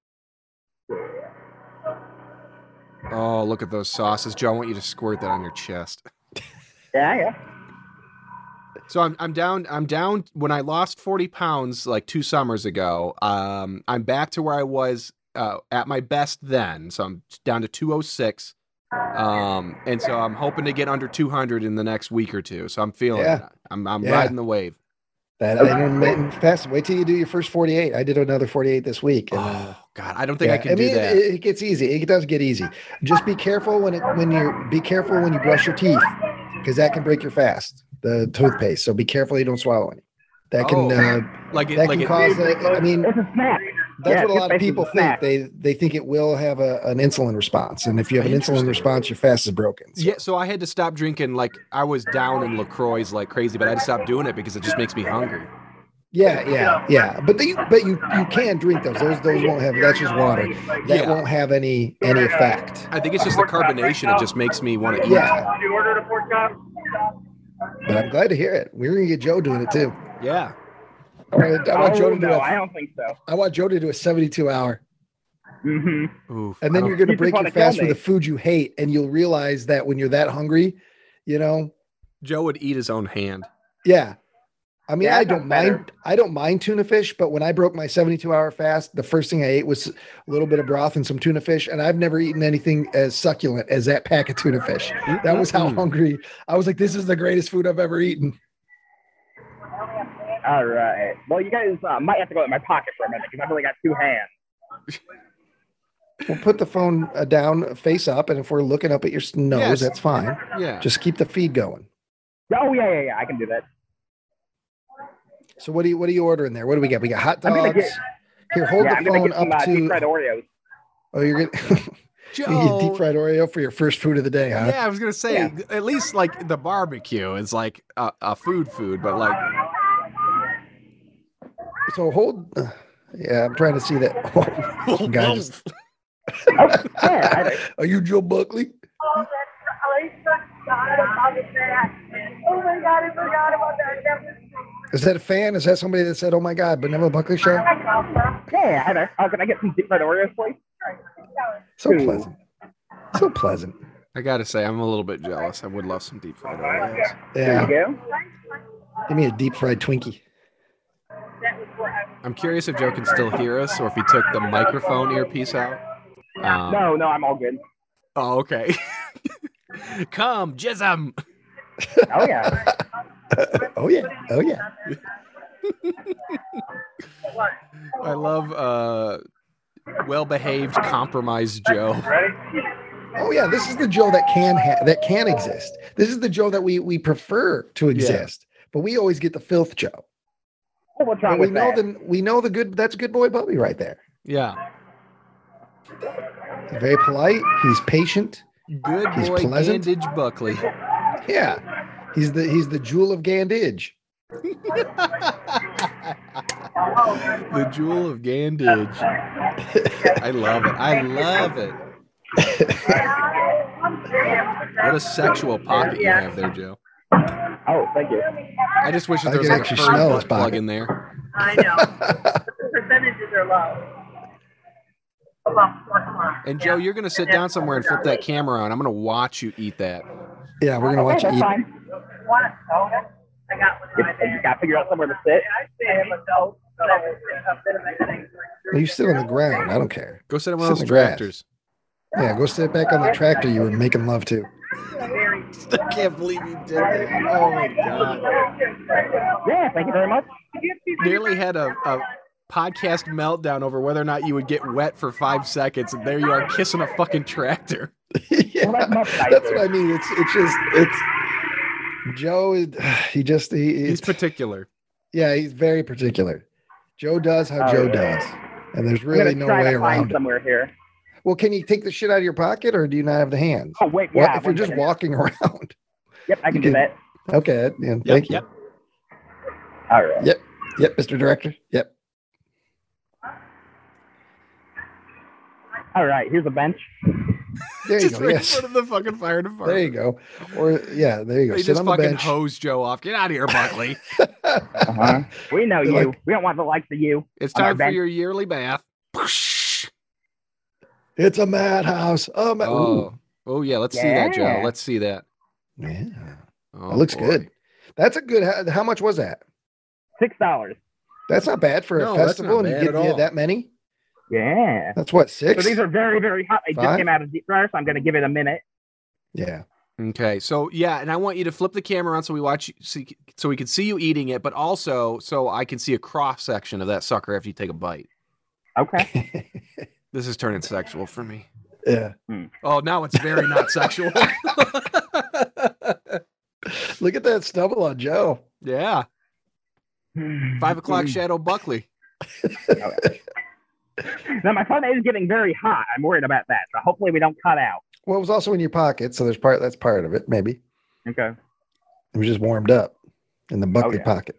Speaker 3: Oh, look at those sauces, Joe. I want you to squirt that on your chest.
Speaker 4: Yeah, yeah.
Speaker 3: So I'm I'm down I'm down when I lost 40 pounds like 2 summers ago. Um I'm back to where I was uh, at my best then. So I'm down to 206. Um and so I'm hoping to get under 200 in the next week or two. So I'm feeling
Speaker 5: Yeah.
Speaker 3: it. I'm I'm
Speaker 5: Yeah.
Speaker 3: riding the wave.
Speaker 5: That intermittent fast. Wait till you do your first 48. I did another 48 this week. and, uh,
Speaker 3: Oh god, I don't think I
Speaker 5: yeah,
Speaker 3: can
Speaker 5: mean,
Speaker 3: do that.
Speaker 5: It, it gets easy. It does get easy. Just be careful when it when you be careful when you brush your teeth because that can break your fast. The toothpaste. So be careful you don't swallow any. That can
Speaker 3: Oh.
Speaker 5: uh,
Speaker 3: like it
Speaker 5: that
Speaker 3: like
Speaker 5: can
Speaker 3: it,
Speaker 5: cause. uh, I mean,
Speaker 4: It's a snack.
Speaker 5: that's
Speaker 4: Yeah,
Speaker 5: what a lot
Speaker 4: toothpaste is
Speaker 5: of
Speaker 4: a
Speaker 5: people think.
Speaker 4: snack.
Speaker 5: They they think it will have a, an insulin response, and if you have an
Speaker 3: Interesting.
Speaker 5: insulin response, your fast is broken. So,
Speaker 3: Yeah, so I had to stop drinking. Like I was down in Lacroix like crazy, but I had to stop doing it because it just makes me hungry.
Speaker 5: yeah, yeah, yeah. But they, but you you can drink those. Those those won't have. That's just water. That
Speaker 3: Yeah.
Speaker 5: won't have any any effect.
Speaker 3: I think it's just the carbonation. It just makes me want to eat.
Speaker 5: Yeah,
Speaker 6: You ordered a pork chop?
Speaker 5: but I'm glad to hear it. We're gonna get Joe doing it too.
Speaker 3: Yeah.
Speaker 5: I want, I want
Speaker 4: oh,
Speaker 5: Joe to do
Speaker 4: no,
Speaker 5: a,
Speaker 4: I don't think so.
Speaker 5: I want Joe to do a 72 hour.
Speaker 4: Mm-hmm.
Speaker 3: Oof.
Speaker 5: And
Speaker 3: I
Speaker 5: then
Speaker 3: don't-
Speaker 5: you're going to
Speaker 4: You just
Speaker 5: break your
Speaker 4: wanna kill
Speaker 5: fast with
Speaker 4: me.
Speaker 5: the food you hate. And you'll realize that when you're that hungry, you know,
Speaker 3: Joe would eat his own hand.
Speaker 5: yeah. I mean,
Speaker 4: Yeah,
Speaker 5: I
Speaker 4: that's
Speaker 5: don't
Speaker 4: better.
Speaker 5: mind. I don't mind tuna fish, but when I broke my 72 hour fast, the first thing I ate was a little bit of broth and some tuna fish. And I've never eaten anything as succulent as that pack of tuna fish. That was how
Speaker 3: Mm-mm.
Speaker 5: hungry I was. Like, this is the greatest food I've ever eaten.
Speaker 4: All right. Well, you guys uh, might have to go in my pocket for a minute because I've only got two hands.
Speaker 5: We'll put the phone uh, down, face up, and if we're looking up at your s- nose,
Speaker 3: Yes.
Speaker 5: that's fine.
Speaker 3: Yeah.
Speaker 5: Just keep the feed going.
Speaker 4: Oh yeah, yeah, yeah. I can do that.
Speaker 5: So what do you what are you ordering there? What do we got? We got hot
Speaker 4: I'm
Speaker 5: dogs.
Speaker 4: gonna get-
Speaker 5: Here, hold
Speaker 4: yeah,
Speaker 5: the
Speaker 4: I'm gonna
Speaker 5: phone
Speaker 4: get some
Speaker 5: up
Speaker 4: uh, deep fried
Speaker 5: to.
Speaker 4: Oreos.
Speaker 5: Oh, you're gonna you get deep
Speaker 3: Joe.
Speaker 5: fried Oreo for your first food of the day, huh?
Speaker 3: Yeah, I was gonna say
Speaker 4: Yeah.
Speaker 3: at least like the barbecue is like a, a food food, but like
Speaker 5: So hold. uh, yeah, I'm trying to see that. Oh, some guy just-
Speaker 4: Oh, Yeah, I-
Speaker 5: are you Joe Buckley?
Speaker 6: Oh, that's I forgot about that. Oh my god, I forgot about that. That was
Speaker 5: Is that a fan? Is that somebody that said, "Oh my God, Beneva Buckley show"?
Speaker 6: I love that.
Speaker 4: yeah, hi there. Oh, can I get some deep fried Oreos, please?
Speaker 5: So
Speaker 4: Ooh.
Speaker 5: pleasant. So pleasant.
Speaker 3: I gotta say I'm a little bit jealous. I would love some deep fried Oreos.
Speaker 5: Yeah.
Speaker 4: There you go.
Speaker 5: Give me a deep fried Twinkie.
Speaker 3: I'm curious if Joe can still hear us or if he took the microphone earpiece out. Um,
Speaker 4: No, no, I'm all good.
Speaker 3: Oh, okay. Come, jism.
Speaker 4: Oh yeah.
Speaker 5: Oh yeah. Oh yeah.
Speaker 3: I love uh well-behaved compromised Joe.
Speaker 5: Oh yeah. This is the Joe that can ha- that can exist. This is the Joe that we we prefer to exist. But we always get the filth Joe.
Speaker 4: Well, What's wrong
Speaker 5: But we
Speaker 4: with
Speaker 5: know
Speaker 4: that?
Speaker 5: the we know the good. That's good boy Bubby right there.
Speaker 3: Yeah.
Speaker 5: He's very polite. He's patient.
Speaker 3: Good
Speaker 5: He's
Speaker 3: boy
Speaker 5: pleasant.
Speaker 3: Gandage Buckley.
Speaker 5: Yeah, he's the he's the jewel of Gandage.
Speaker 3: The jewel of Gandage. I love it. I love it. What a sexual pocket you have there, Joe.
Speaker 4: Oh, thank you.
Speaker 3: I just wish that
Speaker 5: I
Speaker 3: there was
Speaker 5: can
Speaker 3: like a
Speaker 5: actually
Speaker 3: fur
Speaker 5: smell his
Speaker 3: butt plug
Speaker 5: pocket.
Speaker 3: in there.
Speaker 6: I know. the percentages are low. About four o'clock.
Speaker 3: And Joe, you're gonna sit down somewhere and flip that camera on. I'm gonna watch you eat that.
Speaker 5: Yeah, we're
Speaker 4: Okay,
Speaker 5: gonna watch you
Speaker 4: that's
Speaker 5: eat.
Speaker 4: fine.
Speaker 6: Want a soda? I got one
Speaker 4: If-
Speaker 6: right
Speaker 4: you
Speaker 6: there.
Speaker 4: gotta figure out somewhere to sit.
Speaker 6: I am adult, so I can sit up there and I can-
Speaker 5: Well, you sit on the ground. I don't care.
Speaker 3: Go sit on one
Speaker 5: Sit
Speaker 3: of those
Speaker 5: in the grass.
Speaker 3: tractors.
Speaker 5: Yeah, go sit back on the tractor you were making love to.
Speaker 6: Very-
Speaker 7: I can't believe you did that. Oh my god.
Speaker 4: Yeah, thank you very much.
Speaker 3: Nearly had a, a podcast meltdown over whether or not you would get wet for five seconds, and there you are kissing a fucking tractor.
Speaker 5: yeah,
Speaker 4: Well, that's much nicer.
Speaker 5: that's what I mean. It's it's just it's Joe. Is, he just he,
Speaker 3: He's
Speaker 5: it's,
Speaker 3: particular.
Speaker 5: yeah, he's very particular. Joe does how
Speaker 4: Oh,
Speaker 5: Joe
Speaker 4: yeah.
Speaker 5: does, and there's
Speaker 4: I'm
Speaker 5: really
Speaker 4: gonna
Speaker 5: no
Speaker 4: try
Speaker 5: way
Speaker 4: to find
Speaker 5: around it.
Speaker 4: somewhere here.
Speaker 5: Well, can you take the shit out of your pocket, or do you not have the hands?
Speaker 4: Oh wait,
Speaker 5: Well,
Speaker 4: yeah.
Speaker 5: if you're
Speaker 4: one
Speaker 5: just
Speaker 4: second.
Speaker 5: walking around.
Speaker 4: Yep, I can do
Speaker 5: you
Speaker 4: that.
Speaker 5: Okay, that- yeah, thank you.
Speaker 3: yep.
Speaker 4: All right.
Speaker 5: Yep, Mr. Director. Yep.
Speaker 4: All right. Here's a bench.
Speaker 5: There you
Speaker 3: Just
Speaker 5: go.
Speaker 3: right
Speaker 5: Yes.
Speaker 3: in front of the fucking fire department.
Speaker 5: There you go. Or yeah, there you go.
Speaker 3: They
Speaker 5: Sit
Speaker 3: just
Speaker 5: on the
Speaker 3: fucking
Speaker 5: bench.
Speaker 3: hose Joe off. Get out of here, Buckley.
Speaker 4: Uh-huh. We know
Speaker 5: They're
Speaker 4: you.
Speaker 5: like-
Speaker 4: we don't want the likes of you.
Speaker 3: it's
Speaker 4: On our
Speaker 3: time for
Speaker 4: bench.
Speaker 3: your yearly bath.
Speaker 5: it's a madhouse. Oh, ma- Ooh.
Speaker 3: Oh, oh yeah. Let's see that, Joe.
Speaker 4: Yeah.
Speaker 3: Let's see that.
Speaker 5: yeah.
Speaker 3: Oh,
Speaker 5: That looks
Speaker 3: boy.
Speaker 5: good. That's a good. How, how much was that?
Speaker 4: Six dollars.
Speaker 5: That's not bad for
Speaker 3: No,
Speaker 5: a
Speaker 3: that's
Speaker 5: festival,
Speaker 3: not
Speaker 5: and you
Speaker 3: bad
Speaker 5: get
Speaker 3: at
Speaker 5: yeah,
Speaker 3: all.
Speaker 5: that many.
Speaker 4: Yeah.
Speaker 5: That's what
Speaker 4: So
Speaker 5: six.
Speaker 4: these are very, very hot. They
Speaker 5: Five?
Speaker 4: just came out of deep fryer, so I'm gonna give it a minute.
Speaker 5: yeah,
Speaker 3: Okay, so yeah, and I want you to flip the camera around so we watch, see, so we can see you eating it, but also so I can see a cross section of that sucker after you take a bite.
Speaker 4: Okay.
Speaker 3: This is turning sexual for me.
Speaker 5: yeah.
Speaker 3: Oh, now it's very not sexual.
Speaker 5: Look at that stubble on Joe.
Speaker 3: yeah, five
Speaker 4: Mm.
Speaker 3: o'clock shadow Buckley.
Speaker 4: now my phone is getting very hot. I'm worried about that. So hopefully we don't cut out.
Speaker 5: Well, it was also in your pocket, so there's part. That's part of it, maybe.
Speaker 4: Okay.
Speaker 5: It was just warmed up in the bucket
Speaker 4: yeah.
Speaker 5: pocket.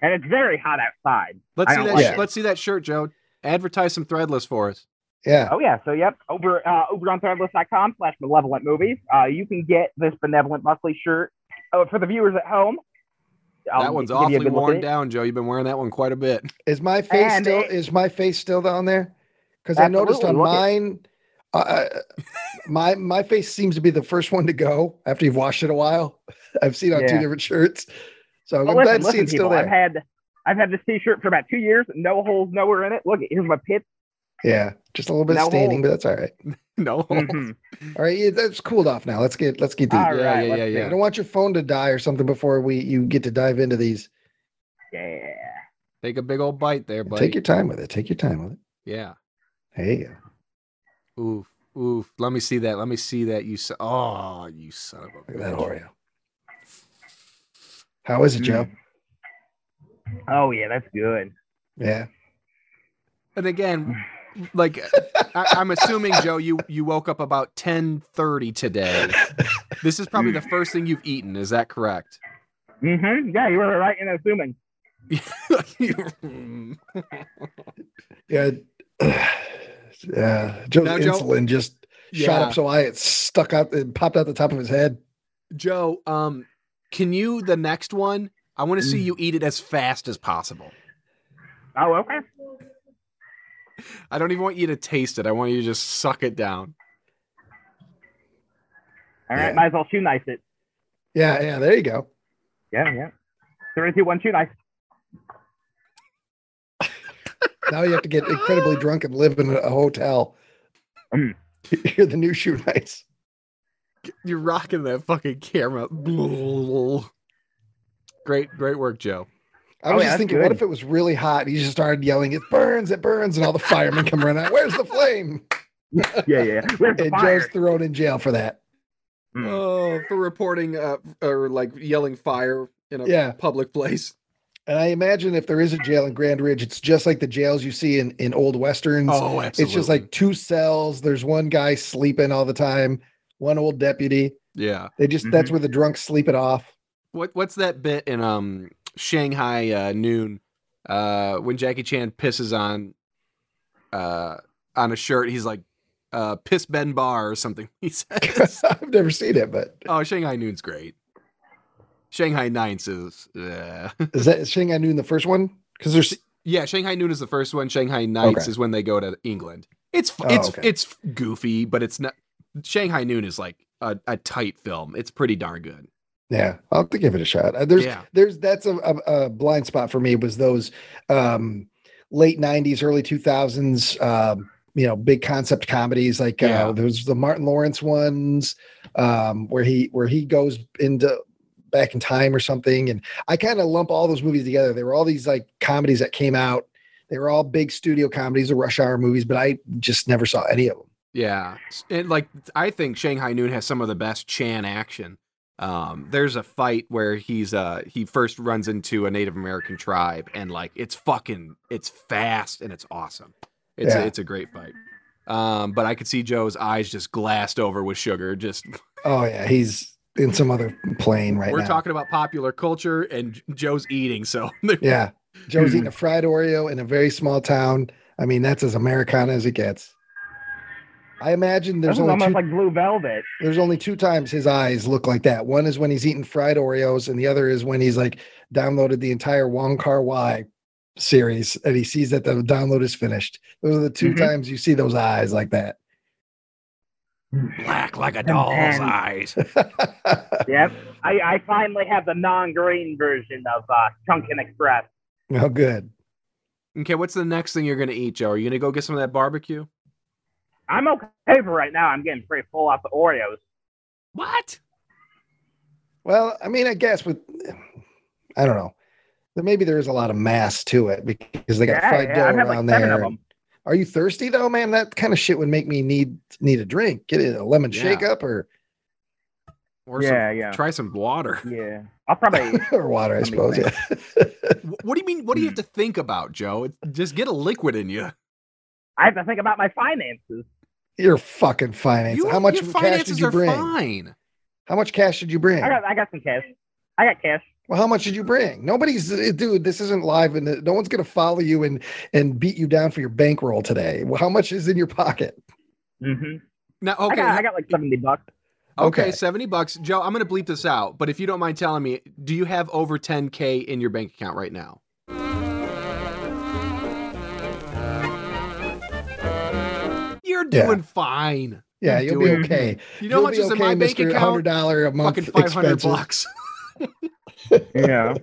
Speaker 4: And it's very hot outside.
Speaker 3: Let's
Speaker 4: I
Speaker 3: see
Speaker 4: don't
Speaker 3: that.
Speaker 4: like
Speaker 3: sh-
Speaker 5: it.
Speaker 3: Let's see that shirt, Joe. Advertise some threadless for us.
Speaker 5: Yeah.
Speaker 4: Oh yeah. So yep. Over uh, over on threadless.com slash malevolent movies. Uh, you can get this benevolent Buckley shirt. Oh, for the viewers at home. I'll
Speaker 3: that one's
Speaker 4: give you a
Speaker 3: awfully
Speaker 4: good look at
Speaker 3: worn
Speaker 4: it.
Speaker 3: down, Joe. You've been wearing that one quite a bit.
Speaker 5: Is my face
Speaker 4: And
Speaker 5: still?
Speaker 4: it-
Speaker 5: Is my face still down there? Because I noticed
Speaker 4: Absolutely,
Speaker 5: on
Speaker 4: look at-
Speaker 5: mine, uh, uh, my my face seems to be the first one to go after you've washed it a while. I've seen on two
Speaker 4: Yeah.
Speaker 5: different shirts, so I'm
Speaker 4: Well,
Speaker 5: glad
Speaker 4: Oh, listen,
Speaker 5: to see
Speaker 4: listen,
Speaker 5: it's still
Speaker 4: people. I've
Speaker 5: there.
Speaker 4: had I've had this T-shirt for about two years, no holes nowhere in it. Look, here's my pits.
Speaker 5: Yeah, just a little bit of
Speaker 4: No
Speaker 5: staining, but that's all right.
Speaker 3: no.
Speaker 4: Mhm.
Speaker 5: All right, yeah, that's cooled off now. Let's get let's get deep.
Speaker 4: All
Speaker 3: yeah,
Speaker 4: right,
Speaker 3: yeah,
Speaker 4: let's
Speaker 3: yeah,
Speaker 4: see.
Speaker 5: I
Speaker 3: yeah.
Speaker 5: don't want your phone to die or something before we you get to dive into these.
Speaker 4: yeah.
Speaker 3: Take a big old bite there, buddy.
Speaker 5: Take your time with it. Take your time with it.
Speaker 3: Yeah.
Speaker 5: There you go.
Speaker 3: Oof. Oof. Let me see that. Let me see that. You son. Oh, you son of a.
Speaker 5: Look at that
Speaker 3: bitch.
Speaker 5: Oreo. How is it, Joe?
Speaker 4: Oh yeah, that's good.
Speaker 5: Yeah.
Speaker 3: And again,
Speaker 4: Mm.
Speaker 3: like I, I'm assuming, Joe, you you woke up about 10:30 today. This is probably the first thing you've eaten. Is that correct?
Speaker 4: hmm Yeah, you were right in assuming.
Speaker 3: now,
Speaker 5: Yeah. Yeah. Joe's
Speaker 3: Now, Joe-
Speaker 5: insulin just shot
Speaker 3: Yeah.
Speaker 5: up so high it stuck out it popped out the top of his head.
Speaker 3: Joe, um, can you the next one? I want
Speaker 5: Mm.
Speaker 3: to see you eat it as fast as possible.
Speaker 4: Oh okay.
Speaker 3: I don't even want you to taste it. I want you to just suck it down.
Speaker 4: All
Speaker 5: Yeah.
Speaker 4: right, might as well shoe knife it.
Speaker 5: Yeah, yeah, there you go.
Speaker 4: Yeah, yeah. Three, two, one, shoe knife.
Speaker 5: Now you have to get incredibly drunk and live in a a hotel.
Speaker 4: Mm.
Speaker 5: You're the new shoe nights.
Speaker 3: You're rocking that fucking camera. Great, great work, Joe.
Speaker 5: I
Speaker 4: Oh,
Speaker 5: was
Speaker 4: yeah,
Speaker 5: just
Speaker 4: that's
Speaker 5: thinking, what
Speaker 4: good.
Speaker 5: if it was really hot and you just started yelling, it burns, it burns, and all the firemen come running out. Where's the flame?
Speaker 4: Yeah, yeah. Where's the
Speaker 5: And
Speaker 4: fire?
Speaker 5: Joe's thrown in jail for that.
Speaker 4: Mm.
Speaker 3: Oh, for reporting uh, or like yelling fire in a
Speaker 5: Yeah.
Speaker 3: public place.
Speaker 5: And I imagine if there is a jail in Grand Ridge, it's just like the jails you see in, in old westerns.
Speaker 3: Oh, absolutely.
Speaker 5: It's just like two cells. There's one guy sleeping all the time, one old deputy.
Speaker 3: yeah.
Speaker 5: They just that's where the drunks sleep it off.
Speaker 3: What what's that bit in um Shanghai uh, Noon uh when Jackie Chan pisses on uh on a shirt? He's like uh piss Ben Bar or something. He says.
Speaker 5: I've never seen it, but
Speaker 3: oh, Shanghai Noon's great. Shanghai Nights is uh,
Speaker 5: is that is Shanghai Noon the first one? Because there's
Speaker 3: yeah. Shanghai Noon is the first one. Shanghai Nights
Speaker 5: Okay.
Speaker 3: is when they go to England. It's f
Speaker 5: Oh,
Speaker 3: it's
Speaker 5: okay.
Speaker 3: it's goofy, but it's not. Shanghai Noon is like a, a tight film. It's pretty darn good.
Speaker 5: Yeah, I'll have to give it a shot. Uh, There's
Speaker 3: Yeah.
Speaker 5: there's that's a, a, a blind spot for me was those um, late '90s, early 2000s. Um, you know, big concept comedies like
Speaker 3: Yeah.
Speaker 5: uh, there was the Martin Lawrence ones um, where he where he goes into back in time or something. And I kind of lump all those movies together. They were all these like comedies that came out. They were all big studio comedies, the Rush Hour movies, but I just never saw any of them.
Speaker 3: Yeah, S- and like I think Shanghai Noon has some of the best Chan action. Um, there's a fight where he's uh he first runs into a Native American tribe and like it's fucking it's fast and it's awesome. It's
Speaker 5: Yeah.
Speaker 3: a, it's a great fight. Um, but I could see Joe's eyes just glassed over with sugar. Just
Speaker 5: Oh yeah, he's in some other plane right
Speaker 3: we're
Speaker 5: now.
Speaker 3: talking about popular culture and J- Joe's eating, so there-
Speaker 5: Yeah. Joe's
Speaker 4: Hmm.
Speaker 5: eating a fried Oreo in a very small town. I mean, that's as Americana as it gets. I imagine
Speaker 4: This
Speaker 5: there's
Speaker 4: is
Speaker 5: only
Speaker 4: almost
Speaker 5: two,
Speaker 4: like Blue Velvet.
Speaker 5: there's only two times his eyes look like that. One is when he's eating fried Oreos, and the other is when he's like downloaded the entire Wong Kar Wai series, and he sees that the download is finished. Those are the 2
Speaker 4: Mhm.
Speaker 5: times you see those eyes like that.
Speaker 3: black like a doll's
Speaker 4: then-
Speaker 3: eyes.
Speaker 4: Yep. I, I finally have the non-green version of uh, Chunkin Express.
Speaker 5: oh, good.
Speaker 3: Okay, what's the next thing you're gonna eat, Joe? Are you gonna go get some of that barbecue?
Speaker 4: I'm okay for right now. I'm getting pretty full off the Oreos.
Speaker 3: What?
Speaker 5: Well, I mean, I guess with I don't know. Then Maybe there is a lot of mass to it because they got
Speaker 4: Yeah,
Speaker 5: fried
Speaker 4: yeah,
Speaker 5: dough
Speaker 4: I've had like
Speaker 5: around
Speaker 4: seven
Speaker 5: there.
Speaker 4: of them.
Speaker 5: Are you thirsty though, man? That kind of shit would make me need need a drink. Get a lemon
Speaker 3: Yeah.
Speaker 5: shake up or
Speaker 3: Or
Speaker 4: yeah,
Speaker 3: some,
Speaker 4: yeah,
Speaker 3: try some water.
Speaker 4: yeah. I'll probably.
Speaker 5: or water, I
Speaker 4: Let me
Speaker 5: suppose.
Speaker 4: think.
Speaker 5: Yeah.
Speaker 3: Wh- What do you mean? What do you have to think about, Joe? It- Just get a liquid in you.
Speaker 4: I have to think about my finances.
Speaker 5: Your fucking finance.
Speaker 3: You-
Speaker 5: How much
Speaker 3: your
Speaker 5: cash did
Speaker 3: finances
Speaker 5: you
Speaker 3: are
Speaker 5: bring?
Speaker 3: fine.
Speaker 5: How much cash did you bring?
Speaker 4: I got, I got some cash. I got cash.
Speaker 5: Well, how much did you bring? Nobody's eh, dude. This isn't live, and no one's gonna follow you and and beat you down for your bankroll today. Well, how much is in your pocket?
Speaker 4: Mm-hmm.
Speaker 3: Now,
Speaker 4: I
Speaker 3: okay,
Speaker 4: got, I got like seventy bucks.
Speaker 3: okay,
Speaker 5: okay.
Speaker 3: seventy bucks, Joe. I'm gonna bleep this out, but if you don't mind telling me, do you have over 10k in your bank account right now? You're
Speaker 5: Yeah.
Speaker 3: doing fine.
Speaker 5: Yeah,
Speaker 3: You're
Speaker 5: you'll be
Speaker 3: doing-
Speaker 5: okay.
Speaker 3: You know how much is in my bank
Speaker 5: Hundred
Speaker 3: account?
Speaker 5: dollar a month
Speaker 3: Fucking 500
Speaker 5: expenses.
Speaker 3: bucks.
Speaker 4: Yeah.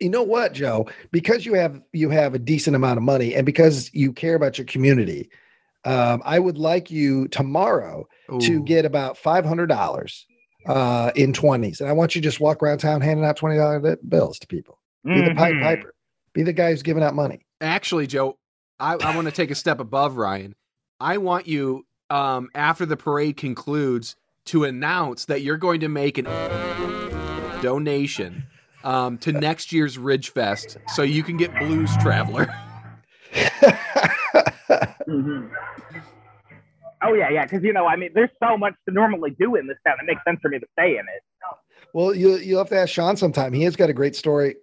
Speaker 5: you know what joe because you have you have a decent amount of money and because you care about your community um, i would like you tomorrow to
Speaker 3: Ooh.
Speaker 5: get about $500 uh, in 20s and i want you to just walk around town handing out $20 bi- bills to people be the pipe
Speaker 4: Mhm.
Speaker 5: piper be the guy who's giving out money
Speaker 3: actually joe i, I want to take a step above ryan i want you um, after the parade concludes to announce that you're going to make an donation um, to next year's ridge fest so you can get blues traveler
Speaker 4: Mhm. Oh yeah, yeah. Because you know, I mean, there's so much to normally do in this town. It makes sense for me to stay in it.
Speaker 5: well you, you'll have to ask sean sometime he has got a great story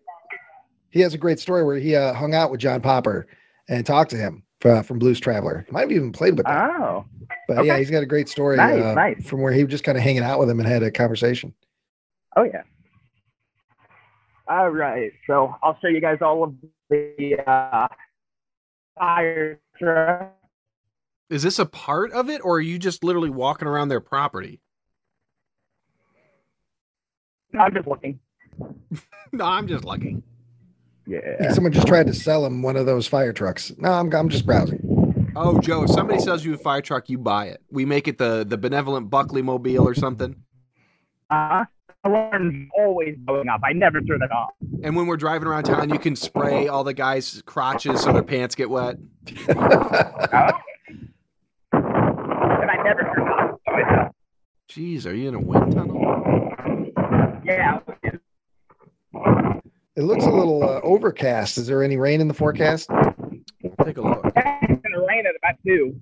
Speaker 5: he has a great story where he uh, hung out with john popper and talked to him uh, from blues traveler might have even played with him
Speaker 4: Oh,
Speaker 5: But
Speaker 4: Okay.
Speaker 5: yeah, he's got a great story
Speaker 4: Nice,
Speaker 5: uh,
Speaker 4: nice.
Speaker 5: from where he was just kind of hanging out with him and had a conversation.
Speaker 4: oh yeah. All right, so I'll show you guys all of the uh, fire truck.
Speaker 3: is this a part of it or are you just literally walking around their property
Speaker 4: No, I'm just looking.
Speaker 3: no i'm just looking
Speaker 5: I think
Speaker 4: Yeah.
Speaker 5: someone just tried to sell him one of those fire trucks. No, I'm, I'm just browsing.
Speaker 3: oh joe if somebody sells you a fire truck you buy it we make it the the benevolent buckley mobile or something
Speaker 4: Uh, alarm's always going up. I never turn it off.
Speaker 3: and when we're driving around town you can spray all the guys crotches so their pants get wet
Speaker 4: And I never turn it off. So it's, uh,
Speaker 3: Jeez, are you in a wind tunnel?
Speaker 4: Yeah.
Speaker 5: It looks a little uh, overcast. Is there any rain in the forecast?
Speaker 3: Take a look.
Speaker 4: It's gonna rain at about two.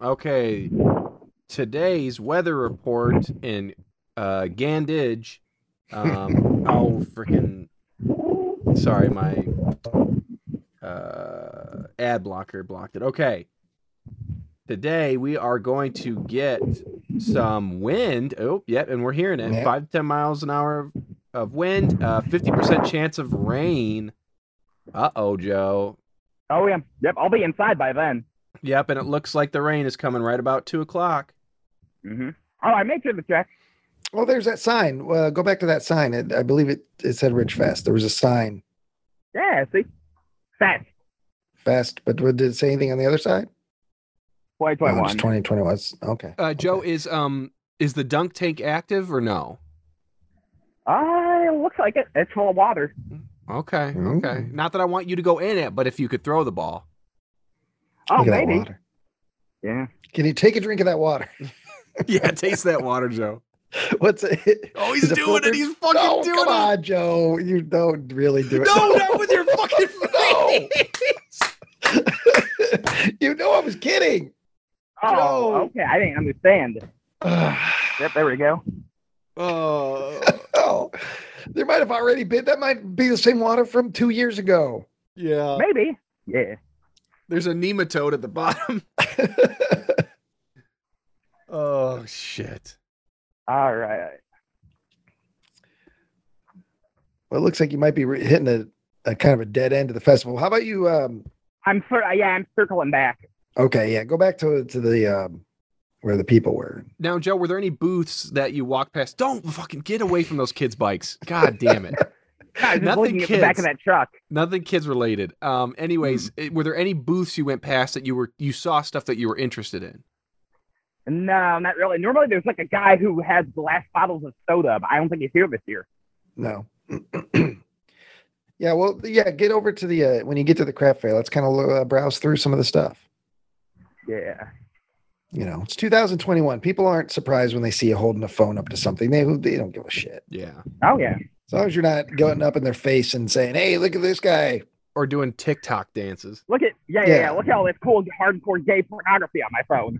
Speaker 3: Okay. Today's weather report in uh Gandage. Um oh freaking sorry, my uh ad blocker blocked it. Okay. Today we are going to get some wind. Oh, yep, and we're hearing it.
Speaker 5: Yeah.
Speaker 3: Five to ten miles an hour of, of wind, uh fifty percent chance of rain. Uh oh, Joe.
Speaker 4: Oh yeah. Yep. I'll be inside by then.
Speaker 3: Yep, and it looks like the rain is coming right about two o'clock.
Speaker 4: Mm-hmm. Oh, I made sure to check.
Speaker 5: Oh, there's that sign. Uh, go back to that sign. It, I believe it, it said Ridge Fest. There was a sign,
Speaker 4: Yeah, see? Fast.
Speaker 5: Fest, but did it say anything on the other side? Oh, No,
Speaker 4: 2021.
Speaker 5: just 2021. That's- Okay.
Speaker 3: Uh, Joe is um is the dunk tank active or no?
Speaker 4: Ah, it looks like it. It's full of water.
Speaker 3: Okay,
Speaker 5: Mm.
Speaker 3: okay. Not that I want you to go in it, but if you could throw the ball,
Speaker 4: Oh,
Speaker 5: Look at that
Speaker 4: maybe.
Speaker 5: water.
Speaker 4: Yeah.
Speaker 5: Can you take a drink of that water?
Speaker 3: yeah, taste that water, Joe.
Speaker 5: What's it?
Speaker 3: Oh,
Speaker 5: Is
Speaker 3: he's
Speaker 5: it
Speaker 3: doing
Speaker 5: filtered?
Speaker 3: it. He's fucking
Speaker 5: no,
Speaker 3: doing
Speaker 5: come
Speaker 3: it.
Speaker 5: on, Joe. You don't really do it.
Speaker 3: No, not with your fucking
Speaker 5: No.
Speaker 3: face.
Speaker 5: you know I was kidding.
Speaker 4: Oh,
Speaker 3: No.
Speaker 4: okay. I didn't understand. Yep, there we go.
Speaker 3: Oh,
Speaker 5: oh, there might have already been. That might be the same water from two years ago.
Speaker 3: yeah.
Speaker 4: Maybe. Yeah.
Speaker 3: There's a nematode at the bottom. Oh shit.
Speaker 4: All right.
Speaker 5: Well, it looks like you might be re- hitting a, a kind of a dead end of the festival. How about you? Um,
Speaker 4: I'm cir- uh, yeah, I'm circling back.
Speaker 5: okay, yeah, go back to to the um, where the people were.
Speaker 3: Now, Joe, were there any booths that you walked past? Don't fucking get away from those kids' bikes. God damn it.
Speaker 4: God, I was just
Speaker 3: Nothing
Speaker 4: looking at the back
Speaker 3: kids.
Speaker 4: of that truck.
Speaker 3: Nothing kids related. Um, anyways, it- were there any booths you went past that you were you saw stuff that you were interested in?
Speaker 4: No, not really. Normally, there's like a guy who has glass bottles of soda, but I don't think he's here this year.
Speaker 5: No. yeah, well, yeah, get over to the uh, when you get to the craft fair. Let's kind of uh, browse through some of the stuff.
Speaker 4: Yeah.
Speaker 5: You know, it's 2021. People aren't surprised when they see you holding a phone up to something. They they don't give a shit.
Speaker 3: Yeah.
Speaker 4: Oh yeah.
Speaker 5: As long as you're not going up in their face and saying, "Hey, look at this guy."
Speaker 3: Or doing TikTok dances.
Speaker 4: Look at yeah yeah, yeah.
Speaker 5: Yeah.
Speaker 4: Look at all this cool hardcore gay pornography on my phone.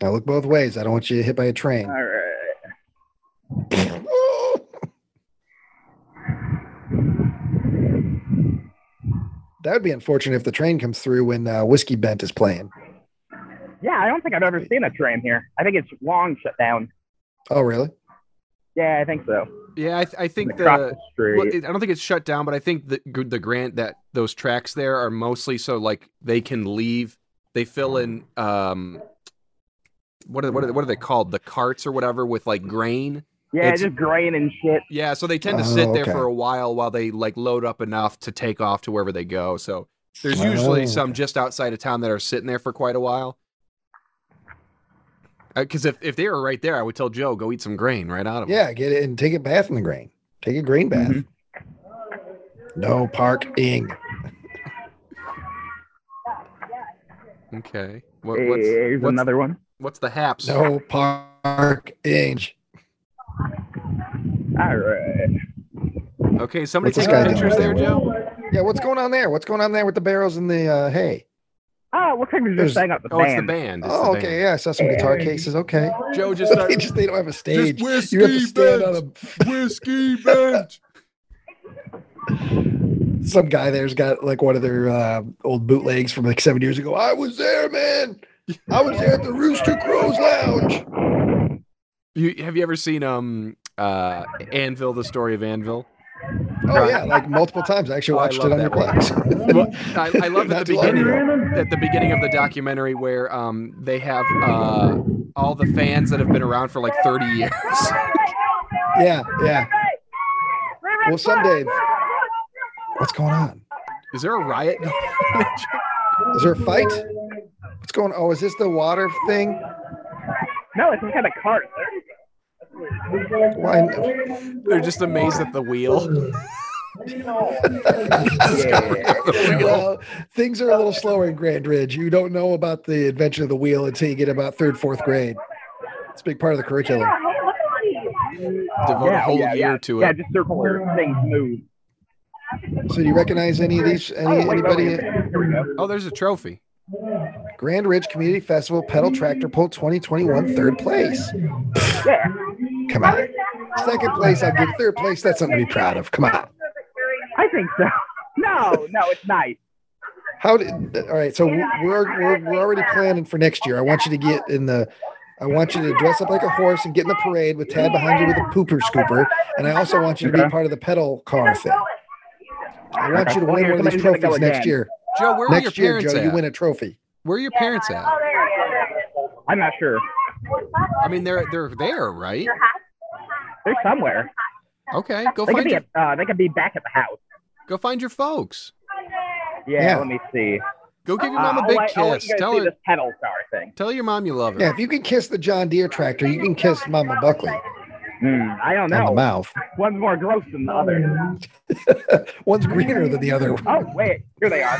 Speaker 5: Now look both ways. I don't want you hit by a train.
Speaker 4: All right.
Speaker 5: That would be unfortunate if the train comes through when uh, Whiskey Bent is playing.
Speaker 4: Yeah, I don't think I've ever seen a tram here. I think it's long shut down.
Speaker 5: Oh, really?
Speaker 4: Yeah, I think so.
Speaker 3: Yeah, I, th- I think
Speaker 4: Across
Speaker 3: the.
Speaker 4: street.
Speaker 3: Well, it, I don't think it's shut down, but I think the gr- the grant that those tracks there are mostly so like they can leave. They fill in um, what are what are, what are they called? The carts or whatever with like grain.
Speaker 4: yeah,
Speaker 3: it's-
Speaker 4: just grain and shit.
Speaker 3: Yeah, so they tend to
Speaker 5: Oh,
Speaker 3: sit there
Speaker 5: okay.
Speaker 3: for a while while they like load up enough to take off to wherever they go. So there's usually
Speaker 5: Oh.
Speaker 3: some just outside of town that are sitting there for quite a while. Because if, if they were right there, I would tell Joe go eat some grain right out of 'em."
Speaker 5: Yeah, get it and take a bath in the grain. Take a grain bath.
Speaker 4: Mhm. Mm-hmm.
Speaker 5: No parking.
Speaker 3: Okay. What,
Speaker 4: Here's
Speaker 3: what's, what's,
Speaker 4: another one.
Speaker 3: what's the haps?
Speaker 5: No parking.
Speaker 4: All right.
Speaker 3: Okay, somebody
Speaker 5: What's this
Speaker 3: take
Speaker 5: guy doing
Speaker 3: pictures
Speaker 5: up
Speaker 3: there,
Speaker 5: there?
Speaker 3: Joe.
Speaker 5: Yeah, what's going on there? What's going on there with the barrels and the uh, hay?
Speaker 4: Oh, it looks like we
Speaker 5: There's-
Speaker 4: just sang up the
Speaker 3: Oh, it's the
Speaker 4: band.
Speaker 3: band. It's
Speaker 5: Oh,
Speaker 3: the
Speaker 5: okay.
Speaker 3: band.
Speaker 5: Yeah, I saw some guitar
Speaker 4: Hey.
Speaker 5: cases. Okay.
Speaker 3: Joe just
Speaker 5: They
Speaker 3: started.
Speaker 5: just they don't have a stage.
Speaker 3: whiskey
Speaker 5: You have to stand
Speaker 3: bench.
Speaker 5: on
Speaker 3: Whiskey bench.
Speaker 5: a. Some guy there's got like one of their uh, old bootlegs from like seven years ago. I was there, man. I was there at the Rooster Crows Lounge.
Speaker 3: You have you ever seen um uh Anvil? The story of Anvil.
Speaker 5: Oh yeah, like multiple times. I actually
Speaker 3: Oh, I
Speaker 5: watched it
Speaker 3: love
Speaker 5: on your
Speaker 3: that one.
Speaker 5: class.
Speaker 3: Well, I, I love at
Speaker 5: Not
Speaker 3: the
Speaker 5: too long
Speaker 3: beginning
Speaker 5: ago.
Speaker 3: at the beginning of the documentary where um they have uh all the fans that have been around for like 30 years.
Speaker 5: Yeah, yeah. Well, someday. What's going on?
Speaker 3: Is there a riot? going on?
Speaker 5: Is there a fight? What's going? Oh, is this the water thing?
Speaker 4: No, it's just kind of cart.
Speaker 5: Why?
Speaker 3: They're just amazed at the wheel.
Speaker 4: Yeah.
Speaker 5: Well, things are a little slower in Grand Ridge. You don't know about the adventure of the wheel until you get about third, fourth grade. It's a big part of the curriculum.
Speaker 3: Devote a
Speaker 4: Yeah,
Speaker 3: whole
Speaker 4: yeah,
Speaker 3: year
Speaker 4: yeah.
Speaker 3: to it.
Speaker 4: Yeah, just circle where things move.
Speaker 5: So, do you recognize any of these? Any,
Speaker 4: Oh, wait, wait,
Speaker 5: anybody?
Speaker 4: wait. Here we go.
Speaker 3: Oh, there's a trophy.
Speaker 5: Grand Ridge Community Festival Pedal Tractor Pull 2021 third place.
Speaker 4: Yeah.
Speaker 5: Come on. Second place, I'll give third place. That's something to be proud of. Come on.
Speaker 4: I think so. No, no, it's nice.
Speaker 5: How did? All right. So we're we're we're already planning for next year. I want you to get in the. I want you to dress up like a horse and get in the parade with Tad behind you with a pooper scooper. And I also want you to be
Speaker 4: Okay.
Speaker 5: part of the pedal car thing. I want you to
Speaker 4: Well,
Speaker 5: win
Speaker 4: here's
Speaker 5: one of
Speaker 4: somebody's gonna
Speaker 5: these
Speaker 4: go
Speaker 5: trophies next
Speaker 4: again.
Speaker 5: year.
Speaker 3: Joe, where are your
Speaker 5: Next year,
Speaker 3: parents
Speaker 5: Joe, you
Speaker 3: at?
Speaker 5: win a trophy.
Speaker 3: Where are your parents at?
Speaker 6: Oh, there he is.
Speaker 4: I'm not sure.
Speaker 3: I mean, they're they're there, right?
Speaker 4: They're somewhere.
Speaker 3: Okay, go
Speaker 4: They could
Speaker 3: find
Speaker 4: be
Speaker 3: your,
Speaker 4: at, uh, they could be back at the house.
Speaker 3: go find your folks.
Speaker 4: Yeah,
Speaker 5: Yeah.
Speaker 4: let me see.
Speaker 3: Go give your
Speaker 4: Uh,
Speaker 3: mom a
Speaker 4: I'll
Speaker 3: big
Speaker 4: let- I'll let
Speaker 3: kiss.
Speaker 4: you guys
Speaker 3: Tell
Speaker 4: see
Speaker 3: her
Speaker 4: this pedal car thing.
Speaker 3: tell your mom you love her.
Speaker 5: Yeah, if you can kiss the John Deere tractor, you can kiss Mama Buckley
Speaker 4: Hmm, I don't
Speaker 5: on the
Speaker 4: know.
Speaker 5: mouth.
Speaker 4: One's more gross than the other.
Speaker 5: One's greener than the other one.
Speaker 4: Oh wait, here they are.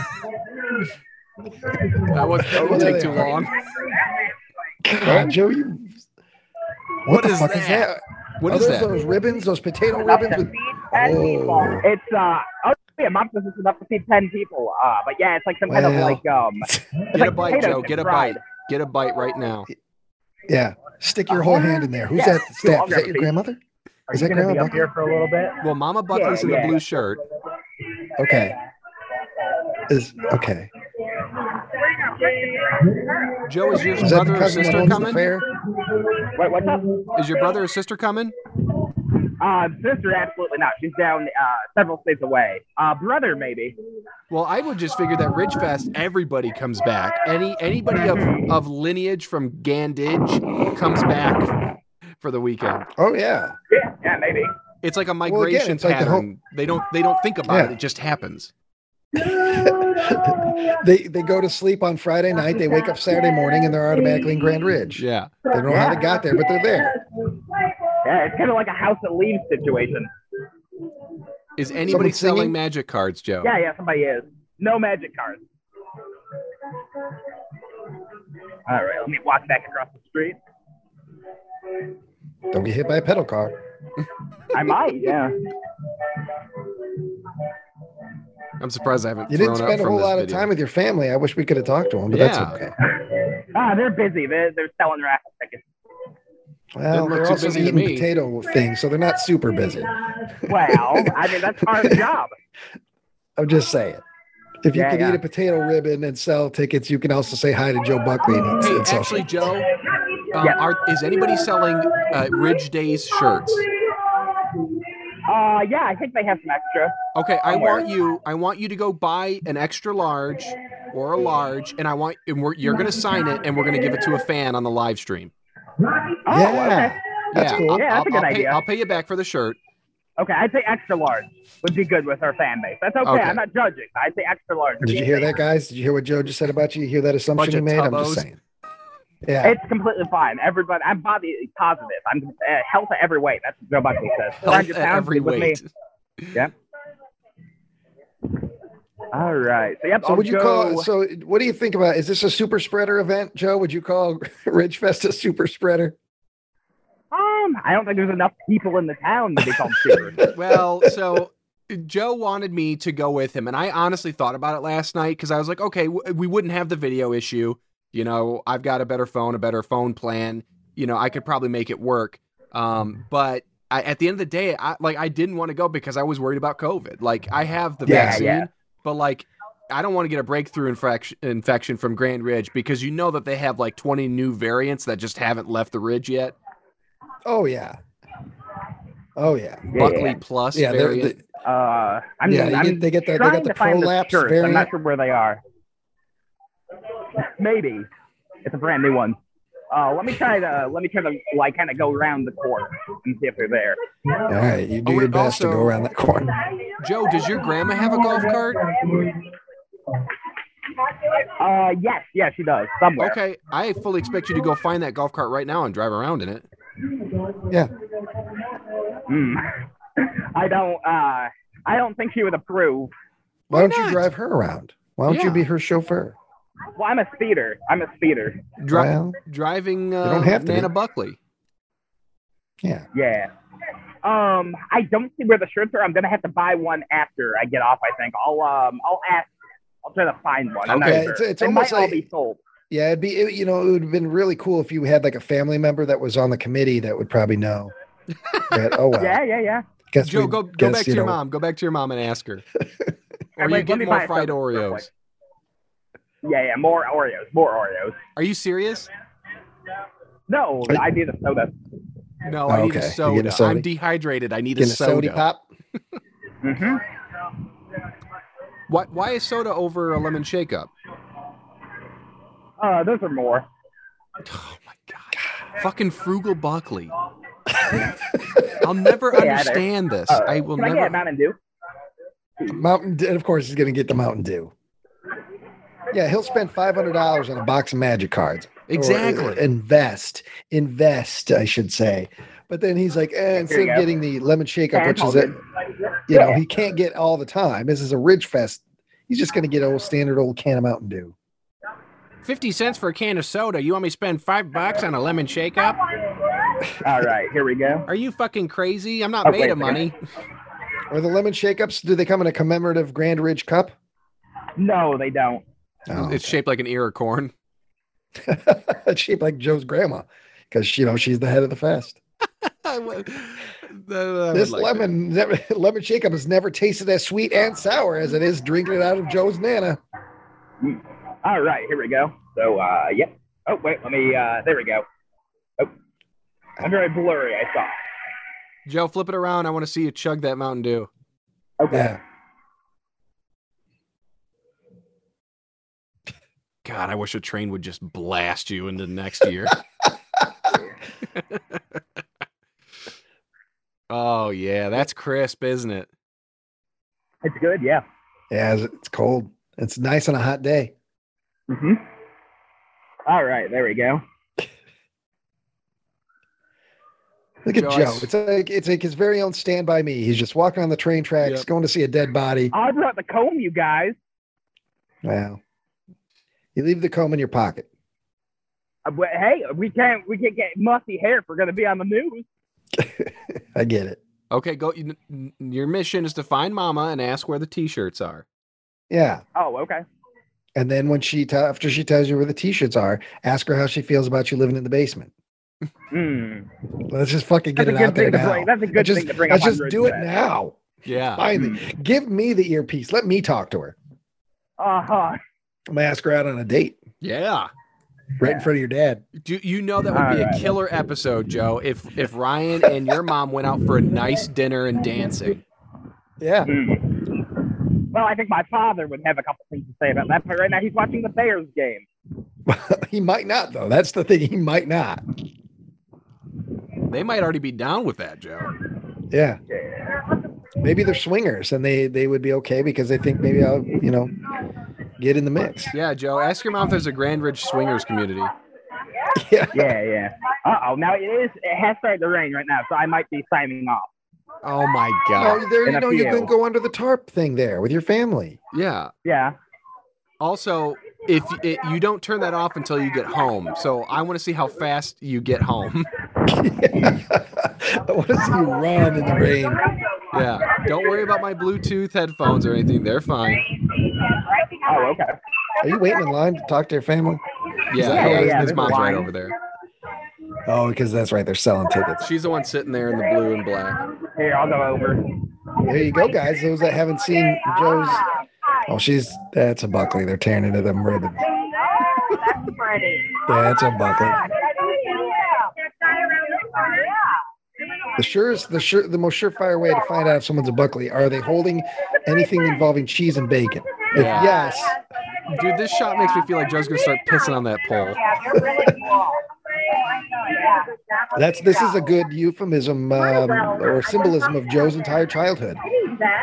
Speaker 3: That was
Speaker 4: Oh,
Speaker 3: that didn't
Speaker 5: Yeah,
Speaker 3: take
Speaker 5: they
Speaker 3: too
Speaker 5: are.
Speaker 3: long.
Speaker 5: God, Joe, you. What, the
Speaker 3: is
Speaker 5: fuck is
Speaker 3: that?
Speaker 5: that?
Speaker 3: What
Speaker 5: Are
Speaker 3: is
Speaker 5: those
Speaker 3: that?
Speaker 5: Those ribbons, those potato ribbons. With... Oh.
Speaker 4: It's uh oh yeah, mom says it's enough to feed ten people. Uh but yeah, it's like some kind of
Speaker 5: Well.
Speaker 4: like um
Speaker 3: Get a
Speaker 4: like
Speaker 3: bite,
Speaker 4: potatoes
Speaker 3: Joe. Get a
Speaker 4: fried.
Speaker 3: bite. Get a bite right now.
Speaker 5: Yeah, stick
Speaker 3: Uh,
Speaker 5: your whole hand in there. Who's that? Is that, is that your grandmother?
Speaker 8: Are
Speaker 5: Is
Speaker 8: you
Speaker 5: that
Speaker 8: gonna be
Speaker 5: Grandma
Speaker 8: up here for a little bit?
Speaker 3: Well, Mama Buckley's in
Speaker 4: yeah.
Speaker 3: the blue shirt.
Speaker 5: Okay. Is okay.
Speaker 3: Joe, is your
Speaker 5: Is that the
Speaker 3: brother or
Speaker 5: cousin that
Speaker 3: sister
Speaker 5: owns the
Speaker 3: coming?
Speaker 5: fair?
Speaker 4: Wait, what's up?
Speaker 3: Is your brother or sister coming?
Speaker 4: Uh sister absolutely not. She's down uh several states away. Uh brother maybe.
Speaker 3: Well, I would just figure that Ridgefest, everybody comes back. Any anybody of, of lineage from Gandage comes back for the weekend.
Speaker 5: Oh yeah.
Speaker 4: Yeah, yeah, maybe.
Speaker 3: It's like a
Speaker 5: again,
Speaker 3: migration
Speaker 5: it's like the
Speaker 3: pattern.
Speaker 5: whole-
Speaker 3: They don't they don't think about
Speaker 5: Yeah.
Speaker 3: it. It just happens.
Speaker 5: they they go to sleep on Friday night. They wake up Saturday morning and they're automatically in Grand Ridge.
Speaker 3: Yeah.
Speaker 5: They don't know how they got there, but they're there.
Speaker 4: Yeah, it's kinda like a house that leaves situation.
Speaker 3: Is anybody
Speaker 5: Someone singing?
Speaker 3: selling magic cards, Joe?
Speaker 4: Yeah, yeah, somebody is. No magic cards. All right, let me walk back across the street.
Speaker 5: Don't get hit by a pedal car.
Speaker 4: I might, yeah.
Speaker 3: I'm surprised I haven't
Speaker 5: You
Speaker 3: thrown
Speaker 5: didn't
Speaker 3: up
Speaker 5: spend a
Speaker 3: from
Speaker 5: whole
Speaker 3: this
Speaker 5: lot of
Speaker 3: video.
Speaker 5: time with your family. I wish we could have talked to them, but
Speaker 3: Yeah.
Speaker 5: that's okay.
Speaker 4: Ah, they're busy. They're, they're selling raffle tickets.
Speaker 5: Well,
Speaker 3: look
Speaker 5: they're
Speaker 3: too
Speaker 5: also
Speaker 3: busy to
Speaker 5: eating
Speaker 3: me.
Speaker 5: potato things, so they're not super busy.
Speaker 4: Well, I mean, that's part of the job.
Speaker 5: I'm just saying. If you
Speaker 4: Yeah,
Speaker 5: can
Speaker 4: yeah.
Speaker 5: eat a potato ribbon and sell tickets, you can also say hi to Joe Buckley. And it's,
Speaker 3: Hey,
Speaker 5: it's also-
Speaker 3: actually, Joe, um,
Speaker 4: Yeah.
Speaker 3: are, is anybody selling uh, Ridge Days shirts?
Speaker 4: Uh, yeah, I think they have some extra.
Speaker 3: Okay, I
Speaker 4: Somewhere.
Speaker 3: want you. I want you to go buy an extra large or a large, and I want and we're, you're going to sign it, and we're going to give it to a fan on the live stream.
Speaker 4: Oh,
Speaker 5: yeah,
Speaker 4: okay.
Speaker 5: that's
Speaker 3: yeah,
Speaker 5: cool.
Speaker 3: I'll,
Speaker 4: Yeah, that's a
Speaker 3: I'll-
Speaker 4: good
Speaker 3: I'll pay,
Speaker 4: idea.
Speaker 3: I'll pay you back for the shirt.
Speaker 4: Okay, I'd say extra large would be good with our fan base. That's okay.
Speaker 3: Okay.
Speaker 4: I'm not judging. I'd say extra large. would
Speaker 5: Did
Speaker 4: be
Speaker 5: you hear
Speaker 4: okay.
Speaker 5: that, guys? Did you hear what Joe just said about you? You hear that assumption
Speaker 3: Bunch
Speaker 5: he
Speaker 3: of
Speaker 5: made? I'm just
Speaker 3: tubbos.
Speaker 5: saying. Yeah.
Speaker 4: It's completely fine. Everybody, I'm body positive. I'm uh, health at every weight. That's what Joe Buckley says.
Speaker 3: Health
Speaker 4: 400
Speaker 3: at
Speaker 4: pounds
Speaker 3: every
Speaker 4: with me.
Speaker 3: weight.
Speaker 4: All right. So, yep,
Speaker 5: so
Speaker 4: I'll
Speaker 5: would you
Speaker 4: go-
Speaker 5: call? So what do you think about? Is this a super spreader event, Joe? Would you call Ridgefest a super spreader?
Speaker 4: Um, I don't think there's enough people in the town to be called super.
Speaker 3: Well, so Joe wanted me to go with him, and I honestly thought about it last night because I was like, okay, w- we wouldn't have the video issue. You know, I've got a better phone, a better phone plan. You know, I could probably make it work. Um, but I, at the end of the day, I like I didn't want to go because I was worried about COVID. Like I have the
Speaker 4: Yeah,
Speaker 3: vaccine,
Speaker 4: yeah.
Speaker 3: but like I don't want to get a breakthrough infection infection from Grand Ridge because you know that they have like 20 new variants that just haven't left the ridge yet.
Speaker 5: Oh yeah. Oh yeah.
Speaker 3: Buckley plus
Speaker 5: Yeah. They're,
Speaker 3: variant.
Speaker 5: they,
Speaker 4: Uh, I'm,
Speaker 5: Yeah, you
Speaker 4: I'm
Speaker 5: get- they get the- they
Speaker 4: trying
Speaker 5: got the
Speaker 4: to find
Speaker 5: prolapse
Speaker 4: shirts. I'm
Speaker 5: variant.
Speaker 4: not sure where they are. Maybe it's a brand new one. Uh, let me try to let me try to like kind of go around the corner and see if they're there.
Speaker 5: all right. You do
Speaker 3: Oh,
Speaker 5: your
Speaker 3: and
Speaker 5: best to
Speaker 3: also-
Speaker 5: go around that corner.
Speaker 3: Joe, does your grandma have a golf cart?
Speaker 4: Uh, yes, yeah, she does somewhere.
Speaker 3: Okay, I fully expect you to go find that golf cart right now and drive around in it.
Speaker 5: Yeah.
Speaker 4: Hmm. I don't. Uh, I don't think she would approve.
Speaker 5: Why,
Speaker 3: Why
Speaker 5: don't you
Speaker 3: not?
Speaker 5: drive her around? Why don't you
Speaker 3: Yeah.
Speaker 5: be her chauffeur?
Speaker 4: Well, I'm a speeder. I'm a speeder.
Speaker 3: Dri-
Speaker 5: well,
Speaker 3: driving uh,
Speaker 5: don't have to
Speaker 3: Nana
Speaker 5: be.
Speaker 3: Buckley.
Speaker 5: yeah.
Speaker 4: Yeah. Um, I don't see where the shirts are. I'm gonna have to buy one after I get off. I think I'll um I'll ask. I'll try to find one. I'm not
Speaker 3: Okay.
Speaker 4: sure.
Speaker 5: It's- it's
Speaker 4: they
Speaker 5: almost
Speaker 4: might all
Speaker 5: like-
Speaker 4: be sold.
Speaker 5: Yeah, it'd be it, you know it would have been really cool if you had like a family member that was on the committee that would probably know. But oh well,
Speaker 4: Yeah, yeah, yeah.
Speaker 5: guess
Speaker 3: Joe,
Speaker 5: we-
Speaker 3: go go
Speaker 5: guess,
Speaker 3: back to
Speaker 5: you
Speaker 3: your
Speaker 5: know,
Speaker 3: mom. Go back to your mom and ask her.
Speaker 4: Hey,
Speaker 3: Or
Speaker 4: wait,
Speaker 3: you
Speaker 4: let
Speaker 3: get
Speaker 4: me
Speaker 3: more
Speaker 4: buy
Speaker 3: fried
Speaker 4: something real quick.
Speaker 3: Oreos.
Speaker 4: Yeah, yeah. More Oreos. More Oreos.
Speaker 3: Are you serious?
Speaker 4: No,
Speaker 5: Are-
Speaker 4: I need a soda.
Speaker 3: No, I need
Speaker 5: Oh, Okay,
Speaker 3: a
Speaker 5: you
Speaker 3: soda.
Speaker 5: get a soda.
Speaker 3: I'm dehydrated. I need
Speaker 5: Get
Speaker 3: a
Speaker 5: a
Speaker 3: soda.
Speaker 5: soda pop.
Speaker 4: hmm
Speaker 3: What? Why is soda over a lemon shake-up?
Speaker 4: Uh, those are more.
Speaker 3: Oh my god. Fucking Frugal Buckley. I'll never
Speaker 4: Yeah, they're-
Speaker 3: understand this.
Speaker 4: Uh,
Speaker 3: I will
Speaker 4: can I get a
Speaker 3: never.
Speaker 4: Mountain Dew?
Speaker 5: Mountain Dew, of course, he's going to get the Mountain Dew. Yeah, he'll spend five hundred dollars on a box of Magic cards. Or, uh,
Speaker 3: Exactly.
Speaker 5: invest, invest, I should say. But then he's like, eh, instead
Speaker 4: you
Speaker 5: of
Speaker 4: go.
Speaker 5: getting the lemon shake up,
Speaker 4: Ten.
Speaker 5: which is it, you know, he can't get all the time. This is a Ridge Fest. He's just going to get a old standard old can of Mountain Dew.
Speaker 3: 50 cents for a can of soda. You want me to spend five bucks on a lemon shake up?
Speaker 4: All right, here we go.
Speaker 3: Are you fucking crazy? I'm not
Speaker 4: Oh,
Speaker 3: made
Speaker 4: wait
Speaker 3: of
Speaker 4: a second.
Speaker 3: money.
Speaker 5: Or the lemon shake ups? Do they come in a commemorative Grand Ridge cup?
Speaker 4: No, they don't.
Speaker 5: No.
Speaker 3: It's shaped like an ear of corn.
Speaker 5: It's shaped like Joe's grandma because you know she's the head of the fest.
Speaker 3: I uh, would- I would
Speaker 5: This
Speaker 3: like that.
Speaker 5: lemon never, lemon shake up has never tasted as sweet and sour as it is drinking it out of Joe's nana.
Speaker 4: All right, here we go. So, uh, yep. Oh, wait, let me, uh, there we go. Oh, I'm very blurry, I saw.
Speaker 3: Joe, flip it around. I want to see you chug that Mountain Dew.
Speaker 4: Okay.
Speaker 5: Yeah,
Speaker 3: God, I wish a train would just blast you into next year. oh yeah, that's crisp, isn't it?
Speaker 4: It's good, yeah.
Speaker 5: yeah, it's- it's cold. It's nice on a hot day.
Speaker 4: hmm All right, there we go.
Speaker 5: Look at
Speaker 3: Joe, I
Speaker 5: Joe.
Speaker 3: s-
Speaker 5: It's like it's like his very own Stand By Me. He's just walking on the train tracks,
Speaker 3: Yep.
Speaker 5: going to see a dead body.
Speaker 4: I brought the comb, you guys.
Speaker 5: Wow. You leave the comb in your pocket.
Speaker 4: Uh, but Hey, we can't, we can't get musty hair if we're going to be on the news.
Speaker 5: I get it.
Speaker 3: Okay, go. you- n- Your mission is to find Mama and ask where the T-shirts are.
Speaker 5: Yeah.
Speaker 4: Oh, okay.
Speaker 5: And then when she t- after she tells you where the t-shirts are, ask her how she feels about you living in the basement.
Speaker 4: Mm.
Speaker 5: Let's just fucking get
Speaker 4: That's a
Speaker 5: it
Speaker 4: good
Speaker 5: out there
Speaker 4: thing to
Speaker 5: now.
Speaker 4: bring. That's a good
Speaker 5: just,
Speaker 4: thing to bring up.
Speaker 5: let's just
Speaker 4: on Mm.
Speaker 5: do it
Speaker 4: Griswold.
Speaker 5: now.
Speaker 3: Yeah,
Speaker 5: Finally, give me the earpiece. Let me talk to her.
Speaker 4: Uh-huh.
Speaker 5: I'm gonna ask her out on a date
Speaker 3: yeah.
Speaker 5: right in front of your dad.
Speaker 3: Do you know that would be a
Speaker 4: Alright.
Speaker 3: killer episode, Joe? If if Ryan and your mom went out for a nice dinner and dancing.
Speaker 5: Yeah.
Speaker 4: Mm. Well, I think my father would have a couple things to say about that, but right now he's watching the Bears game.
Speaker 5: he might not though. That's the thing. He might not.
Speaker 3: They might already be down with that, Joe.
Speaker 5: Yeah. Maybe they're swingers and they they would be okay because they think maybe I'll you know get in the mix.
Speaker 3: Yeah, Joe. Ask your mom if there's a Grand Ridge swingers community.
Speaker 5: Yeah.
Speaker 4: Yeah, yeah. Uh-oh, now it is, it has started to rain right now, so I might be signing off.
Speaker 3: Oh my god.
Speaker 5: Oh, there you
Speaker 4: And a
Speaker 5: know you
Speaker 4: few.
Speaker 5: can go under the tarp thing there with your family.
Speaker 3: Yeah.
Speaker 4: Yeah.
Speaker 3: Also, if it, you don't turn that off until you get home, so I want to see how fast you get home.
Speaker 5: I want to see you run in the rain.
Speaker 3: yeah, don't worry about my Bluetooth headphones or anything; they're fine.
Speaker 4: Oh, okay.
Speaker 5: Are you waiting in line to talk to your family?
Speaker 3: Yeah,
Speaker 4: Yeah, yeah, yeah,
Speaker 3: his
Speaker 4: they're
Speaker 3: mom's right
Speaker 4: fine.
Speaker 3: over there.
Speaker 5: Oh, because that's right. They're selling tickets.
Speaker 3: She's the one sitting there in the blue and black.
Speaker 4: Here, I'll go over.
Speaker 5: There you go, guys. Those that haven't seen Joe's. Oh, she's. That's a Buckley. They're tearing into them ribbons.
Speaker 6: That's pretty.
Speaker 5: That's a Buckley. The surest, the sure, the most surefire way to find out if someone's a Buckley are they holding anything involving cheese and bacon? If
Speaker 3: Yeah.
Speaker 5: yes,
Speaker 3: Dude, this shot makes me feel like Joe's gonna start pissing on that pole.
Speaker 5: that's this is a good euphemism um, or symbolism of Joe's entire childhood,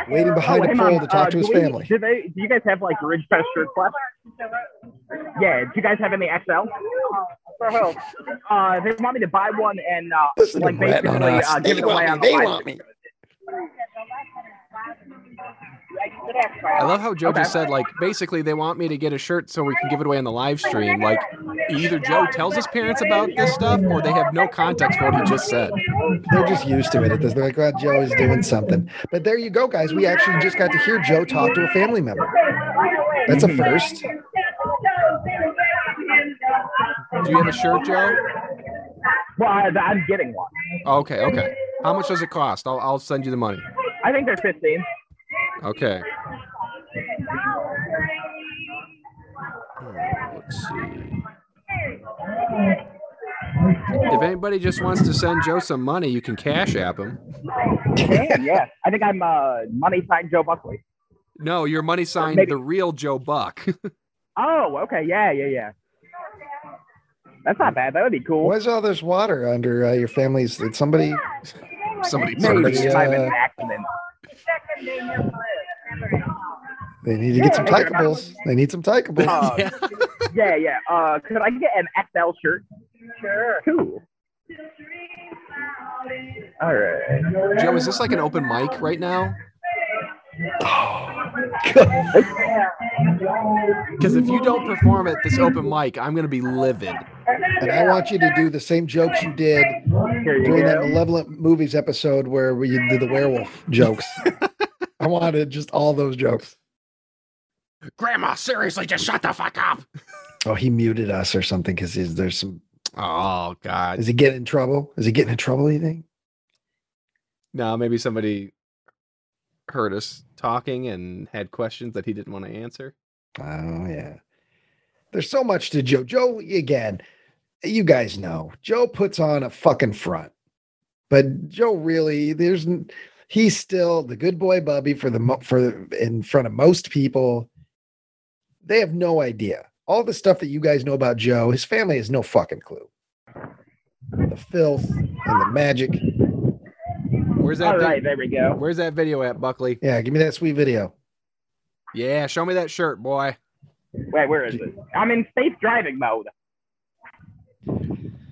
Speaker 5: waiting behind
Speaker 4: hey,
Speaker 5: a
Speaker 4: Mom,
Speaker 5: pole to talk
Speaker 4: uh,
Speaker 5: to his
Speaker 4: do we-
Speaker 5: family.
Speaker 4: Do, they, do you guys have like Ridge Fest shirts left? Yeah, do you guys have any XL? For who? Uh, they want me to buy one and uh,
Speaker 5: Listen to
Speaker 4: like
Speaker 5: them ratting
Speaker 4: basically
Speaker 5: on us.
Speaker 4: uh, give
Speaker 5: They
Speaker 4: it away
Speaker 5: want
Speaker 4: on
Speaker 5: me.
Speaker 4: the
Speaker 5: They
Speaker 4: live
Speaker 5: want me.
Speaker 3: I love how Joe just said, like, basically, they want me to get a shirt so we can give it away on the live stream. Like, either Joe tells his parents about this stuff, or they have no context for what he just said.
Speaker 5: They're just used to it at this. They're like, "Oh, Joe is doing something." But there you go, guys. We actually just got to hear Joe talk to a family member. That's
Speaker 3: Hmm.
Speaker 5: a first.
Speaker 3: Do you have a shirt, Joe?
Speaker 4: Well, I, I'm getting one.
Speaker 3: Okay, okay. How much does it cost? I'll, I'll send you the money.
Speaker 4: I think they're 15.
Speaker 3: Okay. Uh, Let's see. If anybody just wants to send Joe some money, you can cash app him.
Speaker 4: Damn, yeah. I think I'm uh, money sign Joe Buckley.
Speaker 3: No, your money signed
Speaker 4: Maybe-
Speaker 3: the real Joe Buck.
Speaker 4: Oh, okay. Yeah, yeah, yeah. That's not bad. That would be cool.
Speaker 5: Why is all this water under uh, your family's? Did somebody?
Speaker 3: Somebody
Speaker 4: Maybe
Speaker 3: burst.
Speaker 4: it
Speaker 5: Yeah.
Speaker 4: might have been an accident.
Speaker 5: They need to get some
Speaker 4: Yeah.
Speaker 5: tykables. They need some tykables.
Speaker 4: Uh,
Speaker 3: Yeah.
Speaker 4: yeah, yeah. Uh, could I get an XL shirt? Sure. Cool. All right.
Speaker 3: Joe, is this like an open mic right now? Because if you don't perform at this open mic, I'm going to be livid.
Speaker 5: And I want you to do the same jokes you did
Speaker 4: Here you
Speaker 5: during that
Speaker 4: go.
Speaker 5: Level Up Movies episode where we did the werewolf jokes. I wanted just all those jokes.
Speaker 3: Grandma, seriously, just shut the fuck up.
Speaker 5: Oh, he muted us or something because there's some.
Speaker 3: Oh, God.
Speaker 5: Is he getting in trouble? Is he getting in trouble? You think?
Speaker 3: No, maybe somebody heard us talking and had questions that he didn't want to answer.
Speaker 5: Oh yeah. There's so much to Joe. Joe again, you guys know Joe puts on a fucking front, but Joe really there's n- he's still the good boy Bubby for the mo- for in front of most people. They have no idea all the stuff that you guys know about Joe. His family has no fucking clue. The filth and the magic.
Speaker 3: Where's that?
Speaker 4: All
Speaker 3: vid-
Speaker 4: right, there we go.
Speaker 3: Where's that video at, Buckley?
Speaker 5: Yeah, give me that sweet video.
Speaker 3: Yeah, show me that shirt, boy.
Speaker 4: Wait, where is it? I'm in safe driving mode.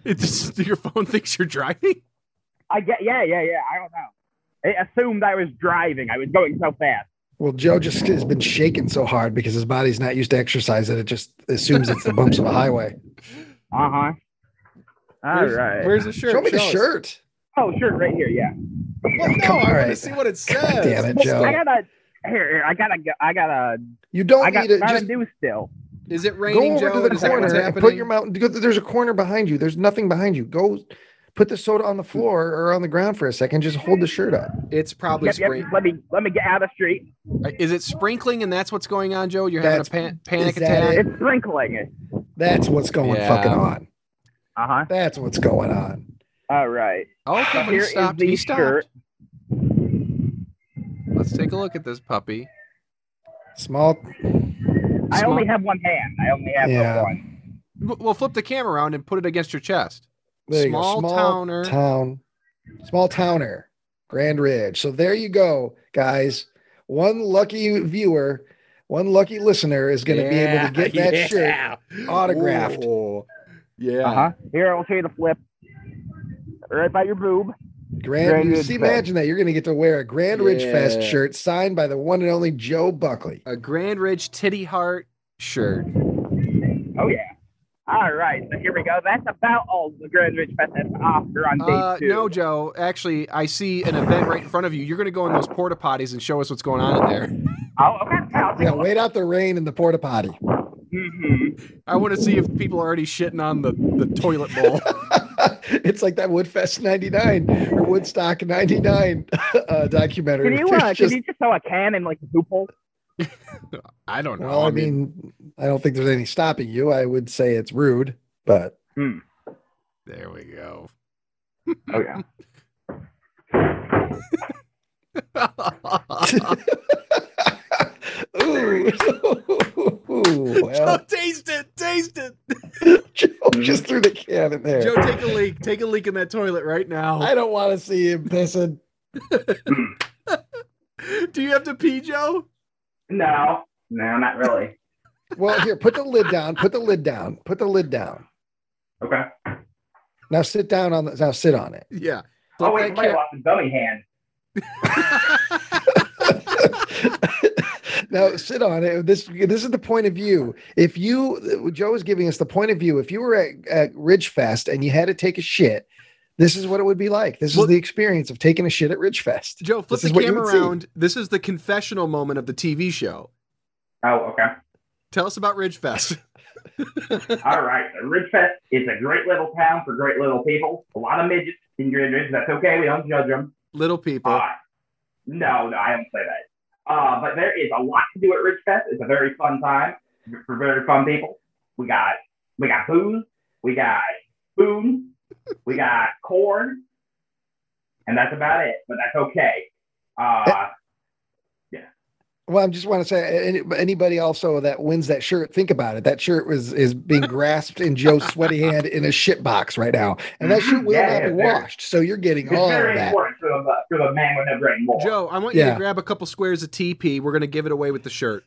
Speaker 3: It's your phone thinks you're driving.
Speaker 4: I get. Yeah, yeah, yeah. I don't know. It assumed I was driving. I was going so fast.
Speaker 5: Well, Joe just has been shaking so hard because his body's not used to exercise that it just assumes it's the bumps of a highway.
Speaker 4: Uh huh. All
Speaker 3: where's,
Speaker 4: right.
Speaker 3: Where's the shirt?
Speaker 5: Show me the
Speaker 3: us.
Speaker 5: shirt.
Speaker 4: Oh, sure, right here. Yeah.
Speaker 3: Well, no, I
Speaker 5: Come on,
Speaker 3: want to
Speaker 5: right.
Speaker 3: see what it says.
Speaker 5: God damn it,
Speaker 4: I
Speaker 5: Joe.
Speaker 4: gotta. Here, here. I gotta. go- I gotta.
Speaker 5: You don't
Speaker 4: I got
Speaker 5: need it.
Speaker 4: gotta
Speaker 5: Just
Speaker 4: do still.
Speaker 3: Is it
Speaker 5: go
Speaker 3: raining,
Speaker 5: over
Speaker 3: Joe?
Speaker 5: to the
Speaker 3: Is that what's
Speaker 5: corner and
Speaker 3: happening?
Speaker 5: put your mountain. go- There's a corner behind you. There's nothing behind you. Go put the soda on the floor or on the ground for a second. Just hold the shirt up.
Speaker 3: It's probably
Speaker 4: Yep, yep.
Speaker 3: spring.
Speaker 4: Let me let me get out of the street.
Speaker 3: Is it sprinkling and that's what's going on, Joe? You're
Speaker 5: That's-
Speaker 3: having a pan- panic
Speaker 5: is that
Speaker 3: attack.
Speaker 5: it?
Speaker 4: It's sprinkling it.
Speaker 5: That's what's going
Speaker 3: Yeah.
Speaker 5: fucking on.
Speaker 4: Uh huh.
Speaker 5: That's what's going on.
Speaker 4: All right.
Speaker 3: Okay, but he
Speaker 4: Here is
Speaker 3: stopped.
Speaker 4: the
Speaker 3: He stopped.
Speaker 4: shirt.
Speaker 3: Let's take a look at this puppy.
Speaker 5: Small.
Speaker 4: I
Speaker 3: Small-
Speaker 4: only have one hand. I only have the
Speaker 5: Yeah.
Speaker 4: one.
Speaker 3: W- Well, flip the camera around and put it against your chest.
Speaker 5: There you
Speaker 3: Small
Speaker 5: go. Small
Speaker 3: towner.
Speaker 5: Town. Small towner. Grand Ridge. So there you go, guys. One lucky viewer, one lucky listener is going to be able to get that shirt.
Speaker 3: shirt
Speaker 5: autographed. Uh-huh.
Speaker 3: Yeah.
Speaker 4: Uh huh. Here, I'll show you the flip. Right by your boob.
Speaker 5: Grand,
Speaker 4: Grand
Speaker 5: you
Speaker 4: Ridge
Speaker 5: see,
Speaker 4: Fest.
Speaker 5: imagine that you're going to get to wear a Grand Ridge Fest
Speaker 3: Yeah.
Speaker 5: shirt signed by the one and only Joe Buckley.
Speaker 3: A Grand Ridge Titty Heart shirt.
Speaker 5: Mm-hmm.
Speaker 4: Oh yeah. All right. So here we go. That's about all the Grand Ridge Fest has to offer on day
Speaker 3: Uh,
Speaker 4: two.
Speaker 3: no, Joe. Actually, I see an event right in front of you. You're going to go in those porta potties and show us what's going on in there.
Speaker 4: Oh, okay. okay, I'll take
Speaker 5: Yeah,
Speaker 4: a look.
Speaker 5: wait out the rain in the porta potty.
Speaker 4: Mhm.
Speaker 3: I want to see if people are already shitting on the, the toilet bowl.
Speaker 5: it's like that Woodfest '99 or Woodstock '99 uh, documentary.
Speaker 4: Can you
Speaker 5: There's
Speaker 4: uh,
Speaker 5: just-
Speaker 4: can you just throw a can in like the poop hole?
Speaker 3: I don't know.
Speaker 5: well, I mean, I don't think there's any stopping you. I would say it's rude, but
Speaker 3: there we go.
Speaker 4: Oh yeah.
Speaker 5: ooh, well,
Speaker 3: taste it, taste it.
Speaker 5: Joe just threw the can in there.
Speaker 3: Joe, take a leak. Take a leak in that toilet right now.
Speaker 5: I don't want to see him pissing.
Speaker 3: Do you have to pee, Joe?
Speaker 4: No. No, not really.
Speaker 5: Well, here, put the lid down. Put the lid down. Put the lid down.
Speaker 4: Okay.
Speaker 5: Now sit down on the. Now sit on it.
Speaker 3: Yeah.
Speaker 4: Oh, lost the dummy hand.
Speaker 5: now sit on it. This this is the point of view. If you Joe is giving us the point of view. If you were at, at Ridge Fest and you had to take a shit, this is what it would be like. This is
Speaker 3: Well-
Speaker 5: the experience of taking a shit at Ridge Fest.
Speaker 3: Joe, flip
Speaker 5: This is
Speaker 3: the
Speaker 5: what you
Speaker 3: camera
Speaker 5: would see.
Speaker 3: around. This is the confessional moment of the TV show.
Speaker 4: Oh, okay.
Speaker 3: Tell us about Ridgefest.
Speaker 4: All right. Ridgefest is a great little town for great little people. A lot of midgets in Grand Ridge. That's okay. We don't judge them.
Speaker 3: Little people.
Speaker 4: Uh, no, no, I don't say that. Uh, but there is a lot to do at Ridge Fest. It's a very fun time for very fun people. We got we got booze, we got food, we got corn,
Speaker 5: Eh,
Speaker 4: and that's about it. But that's okay. Uh,
Speaker 5: Well, I just want to say, any, anybody also that wins that shirt, think about it. That shirt was is being grasped in Joe's sweaty hand in a shit box right now, and that shirt will
Speaker 8: Yeah,
Speaker 5: not
Speaker 8: yeah,
Speaker 5: be
Speaker 8: there.
Speaker 5: washed. So you're getting
Speaker 8: It's
Speaker 5: all of
Speaker 8: very
Speaker 5: that.
Speaker 8: important for the, for the man with no brain more.
Speaker 3: Joe, I want you
Speaker 5: Yeah.
Speaker 3: to grab a couple squares of TP. We're going to give it away with the shirt.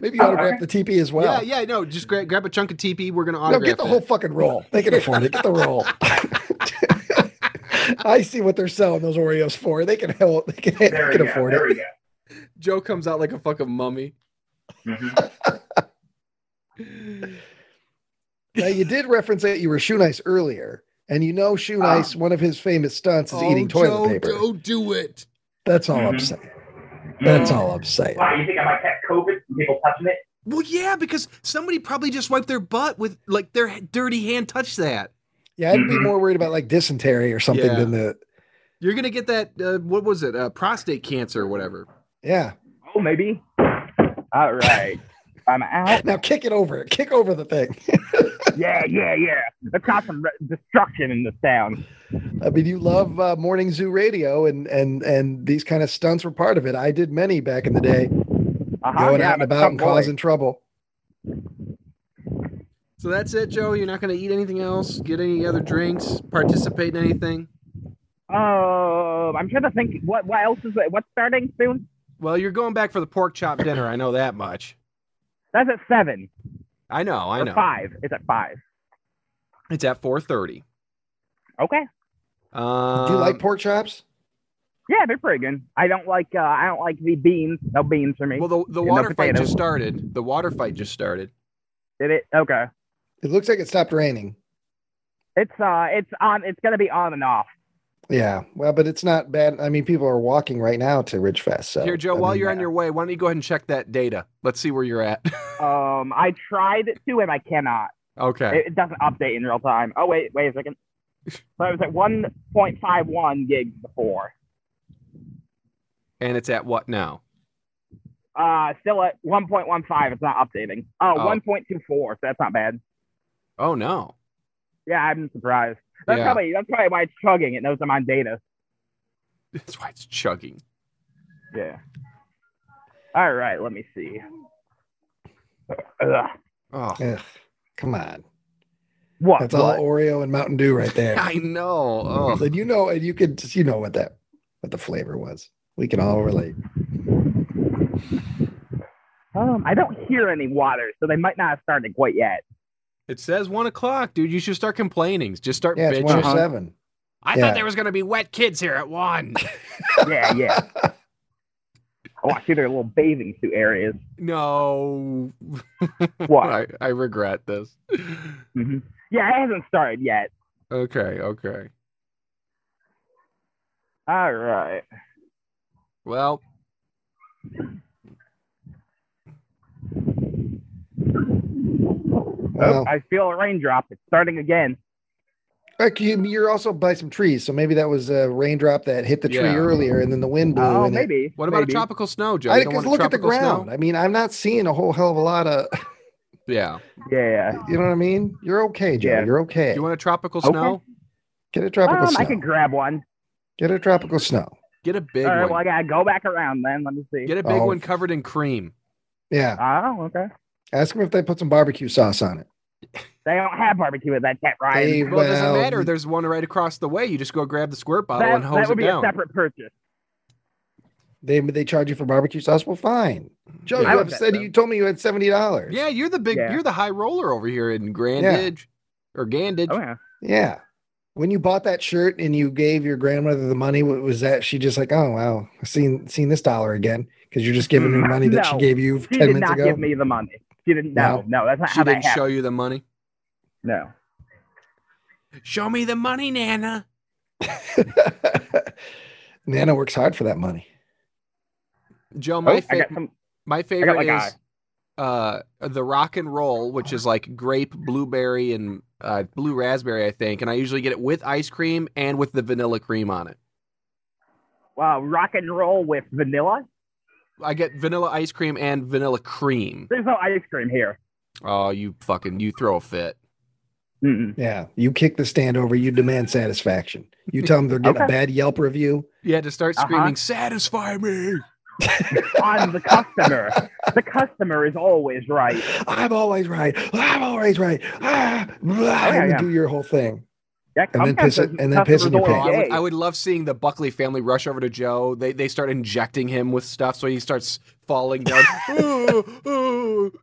Speaker 5: Maybe you autograph the TP as well.
Speaker 3: Yeah, yeah, no, just gra- grab a chunk of TP. We're going to
Speaker 5: No,
Speaker 3: autograph
Speaker 5: get the
Speaker 3: it.
Speaker 5: whole fucking roll. They can afford it. Get the roll. I see what they're selling those Oreos for. They can help. They can, they
Speaker 8: there we
Speaker 5: can
Speaker 8: go.
Speaker 5: afford
Speaker 8: there
Speaker 5: it.
Speaker 8: we go.
Speaker 3: Joe comes out like a fucking mummy.
Speaker 4: Mm-hmm.
Speaker 8: Mhm.
Speaker 5: Now you did reference that you were shoe nice earlier, and you know shoe
Speaker 8: Ah.
Speaker 5: nice. one of his famous stunts is eating toilet
Speaker 3: Oh, Joe,
Speaker 5: paper.
Speaker 3: Don't do it.
Speaker 5: That's all I'm
Speaker 8: Mhm.
Speaker 5: saying. That's all I'm saying.
Speaker 8: Why, you think I might catch COVID from people touching it?
Speaker 3: Well, yeah, because somebody probably just wiped their butt with like their h- dirty hand touched that.
Speaker 5: Yeah, I'd be
Speaker 8: Mhm.
Speaker 5: more worried about like dysentery or something
Speaker 3: Yeah.
Speaker 5: than the
Speaker 3: You're going to get that, uh, what was it, uh, prostate cancer or whatever.
Speaker 5: yeah.
Speaker 4: Oh, maybe. All right. I'm out.
Speaker 5: Now kick it over. Kick over the thing.
Speaker 4: Yeah, yeah, yeah. Let's cause some re- destruction in this town.
Speaker 5: I mean, you love uh, morning zoo radio, and and and these kind of stunts were part of it. I did many back in the day,
Speaker 3: Oh,
Speaker 4: Uh-huh,
Speaker 5: going
Speaker 4: yeah,
Speaker 5: out
Speaker 4: I'm
Speaker 5: and
Speaker 4: a
Speaker 5: about
Speaker 4: tough
Speaker 5: and
Speaker 4: boy.
Speaker 5: causing trouble.
Speaker 3: So that's it, Joe. You're not going to eat anything else, get any other drinks, participate in anything.
Speaker 4: Um, I'm trying to think. What what else is it? What's starting soon?
Speaker 3: Well, you're going back for the pork chop dinner. I know that much.
Speaker 4: That's at seven.
Speaker 3: I know, I
Speaker 4: or
Speaker 3: know.
Speaker 4: Five. It's at five.
Speaker 3: It's at 4:30.
Speaker 4: Okay.
Speaker 3: Um,
Speaker 5: Do you like pork chops?
Speaker 4: Yeah, they're pretty good. I don't like uh, I don't like the beans. No beans for me.
Speaker 3: Well, the, the
Speaker 4: Yeah, no
Speaker 3: water fight
Speaker 4: potato.
Speaker 3: just started. The water fight just started.
Speaker 4: Did it? Okay.
Speaker 5: It looks like it stopped raining.
Speaker 4: It's uh, it's on. It's gonna be on and off.
Speaker 5: Yeah, well, but it's not bad. I mean, people are walking right now to Ridge Fest. So
Speaker 3: Here, Joe,
Speaker 5: I
Speaker 3: while
Speaker 5: mean,
Speaker 3: you're on your way, why don't you go ahead and check that data? Let's see where you're at.
Speaker 4: Um, I tried to and I cannot.
Speaker 3: okay.
Speaker 4: It, it doesn't update in real time. Oh wait, wait a second. So I was at 1.51 gigs before.
Speaker 3: and it's at what now?
Speaker 4: Uh, still at 1.15. It's not updating. Oh,
Speaker 3: Oh.
Speaker 4: 1.24. So that's not bad.
Speaker 3: Oh no.
Speaker 4: Yeah, I'm surprised. That's
Speaker 3: Yeah.
Speaker 4: probably that's probably why it's chugging. It knows I'm on data.
Speaker 3: That's why it's chugging.
Speaker 4: Yeah. All right. Let me see. Ugh.
Speaker 3: Oh.
Speaker 5: Ugh, come on,
Speaker 4: What?
Speaker 5: that's
Speaker 4: what?
Speaker 5: all Oreo and Mountain Dew right there.
Speaker 3: I know. Oh.
Speaker 5: and you know, and you could you know what that what the flavor was. We can all relate.
Speaker 4: Um, I don't hear any water, so they might not have started quite yet.
Speaker 3: It says one o'clock, dude. You should start complaining. Just start
Speaker 5: Yeah, it's
Speaker 3: bitching.
Speaker 5: one oh seven.
Speaker 3: I
Speaker 5: Yeah.
Speaker 3: thought there was gonna be wet kids here at one.
Speaker 4: Yeah, yeah. Oh, I see their little bathing suit areas.
Speaker 3: no.
Speaker 4: What?
Speaker 3: I, I regret this.
Speaker 4: Mhm. Yeah, it hasn't started yet.
Speaker 3: Okay. Okay.
Speaker 4: All right.
Speaker 3: Well.
Speaker 4: Oh,
Speaker 5: Well,
Speaker 4: I feel a raindrop. It's starting again.
Speaker 5: Like you, you're also by some trees, so maybe that was a raindrop that hit the tree
Speaker 3: Yeah.
Speaker 5: earlier, and then the wind blew.
Speaker 4: Oh,
Speaker 5: and it-
Speaker 4: maybe.
Speaker 3: What about
Speaker 4: maybe.
Speaker 3: a tropical snow, Joe?
Speaker 5: I
Speaker 3: You don't want
Speaker 5: because
Speaker 3: a
Speaker 5: look at the
Speaker 3: tropical
Speaker 5: ground.
Speaker 3: snow?
Speaker 5: I mean, I'm not seeing a whole hell of a lot of.
Speaker 3: Yeah.
Speaker 4: Yeah.
Speaker 5: You know what I mean? You're okay, Joe.
Speaker 4: Yeah.
Speaker 5: You're okay.
Speaker 3: Do you want a tropical
Speaker 4: Okay.
Speaker 3: snow?
Speaker 5: Get a tropical
Speaker 4: um,
Speaker 5: snow.
Speaker 4: I could grab one.
Speaker 5: Get a tropical snow.
Speaker 3: Get a big
Speaker 4: All right.
Speaker 3: one.
Speaker 4: Well, I gotta go back around then. Let me see.
Speaker 3: Get a big
Speaker 5: Oh.
Speaker 3: one covered in cream.
Speaker 5: Yeah.
Speaker 4: Oh, okay.
Speaker 5: Ask them if they put some barbecue sauce on it.
Speaker 4: They don't have barbecue at that cat
Speaker 5: They
Speaker 4: Ryan.
Speaker 3: Well, it doesn't
Speaker 5: will-
Speaker 3: matter. There's one right across the way. You just go grab the squirt bottle
Speaker 4: That,
Speaker 3: and
Speaker 4: that
Speaker 3: hose
Speaker 4: would
Speaker 3: it
Speaker 4: be
Speaker 3: down.
Speaker 4: a separate purchase.
Speaker 5: They they charge you for barbecue sauce. Well, fine. Joe,
Speaker 3: Yeah.
Speaker 4: I
Speaker 5: you
Speaker 4: would
Speaker 5: upset.
Speaker 4: bet so.
Speaker 5: You told me you had seventy dollars.
Speaker 3: Yeah, you're the big,
Speaker 4: Yeah.
Speaker 3: you're the high roller over here in Grandage or Gandage.
Speaker 4: Oh yeah.
Speaker 5: Yeah. When you bought that shirt and you gave your grandmother the money, what was that? She just like, oh wow, I've seen seen this dollar again because you're just giving me money that she
Speaker 4: Mm, No.
Speaker 5: gave you
Speaker 4: She
Speaker 5: ten
Speaker 4: did
Speaker 5: minutes
Speaker 4: not
Speaker 5: ago.
Speaker 4: give me the money. She didn't. No, no, that's not
Speaker 3: She
Speaker 4: how that
Speaker 3: didn't
Speaker 4: happened.
Speaker 3: show you the money.
Speaker 4: No.
Speaker 3: Show me the money, Nana.
Speaker 5: Nana works hard for that money.
Speaker 3: Joe,
Speaker 4: Oh,
Speaker 3: my,
Speaker 4: I
Speaker 3: fa-
Speaker 4: got some.
Speaker 3: my favorite
Speaker 4: like,
Speaker 3: is uh, the rock and roll, which is like grape, blueberry, and uh, blue raspberry, I think. And I usually get it with ice cream and with the vanilla cream on it.
Speaker 4: Wow, rock and roll with vanilla.
Speaker 3: I get vanilla ice cream and vanilla cream.
Speaker 4: There's no ice cream here.
Speaker 3: Oh, you fucking, you throw a fit.
Speaker 4: Mm-mm.
Speaker 5: Yeah, you kick the stand over. You demand satisfaction. You tell them they're getting a
Speaker 4: Okay.
Speaker 5: bad Yelp review.
Speaker 3: You had to start
Speaker 4: Uh-huh.
Speaker 3: screaming, "Satisfy me!"
Speaker 4: on the customer. The customer is always right.
Speaker 5: I'm always right. I'm always right. Ah, blah,
Speaker 4: yeah,
Speaker 5: and
Speaker 4: yeah.
Speaker 5: do your whole thing.
Speaker 4: Yeah,
Speaker 5: And then
Speaker 4: Comcast
Speaker 5: piss it-
Speaker 4: says
Speaker 5: and then piss in your
Speaker 3: Oh,
Speaker 4: customers
Speaker 5: pants.
Speaker 4: always
Speaker 3: I, would,
Speaker 4: gay.
Speaker 3: I would love seeing the Buckley family rush over to Joe. They they start injecting him with stuff, so he starts falling down. Ooh, ooh.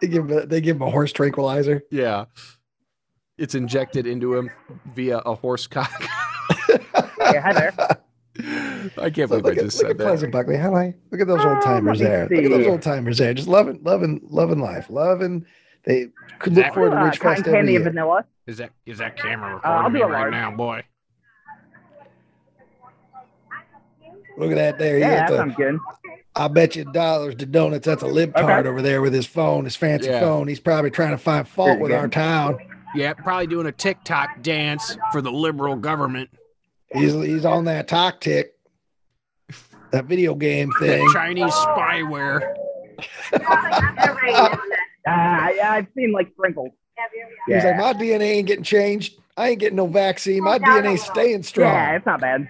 Speaker 5: They give him a- they give him a horse tranquilizer.
Speaker 3: Yeah, it's injected into him via a horse cock.
Speaker 4: Yeah, hi there.
Speaker 3: I can't
Speaker 5: Look,
Speaker 3: believe I
Speaker 5: at,
Speaker 3: just
Speaker 5: look
Speaker 3: said
Speaker 5: at
Speaker 3: that.
Speaker 5: Pleasant Buckley. How do I look at those old timers
Speaker 4: Ah, let me
Speaker 5: there? Look at those
Speaker 4: see.
Speaker 5: old timers there. Just loving, loving, loving life. Loving. They could look forward to
Speaker 4: Uh,
Speaker 5: Ridge
Speaker 4: cotton
Speaker 5: Fest every
Speaker 4: candy and
Speaker 5: year.
Speaker 4: vanilla.
Speaker 9: Is that is that camera
Speaker 4: Uh, I'll do
Speaker 9: recording me
Speaker 4: a
Speaker 9: right
Speaker 4: large.
Speaker 9: now, boy?
Speaker 5: Look at that there. He
Speaker 4: Yeah,
Speaker 5: got
Speaker 4: that
Speaker 5: the-
Speaker 4: sounds good.
Speaker 5: I bet you dollars to donuts. That's a lib
Speaker 4: Okay.
Speaker 5: card over there with his phone, his fancy
Speaker 3: Yeah.
Speaker 5: phone. He's probably trying to find fault
Speaker 4: Pretty
Speaker 5: with
Speaker 4: good.
Speaker 5: our town.
Speaker 9: Yeah, probably doing a TikTok dance for the liberal government.
Speaker 5: He's he's on that talk tick, that video game
Speaker 9: That
Speaker 5: thing.
Speaker 9: Chinese spyware.
Speaker 4: Uh, I, I've seen like sprinkles.
Speaker 5: He's like,
Speaker 4: Yeah,
Speaker 5: my DNA ain't getting changed. I ain't getting no vaccine. My DNA's staying strong.
Speaker 4: yeah, it's not bad.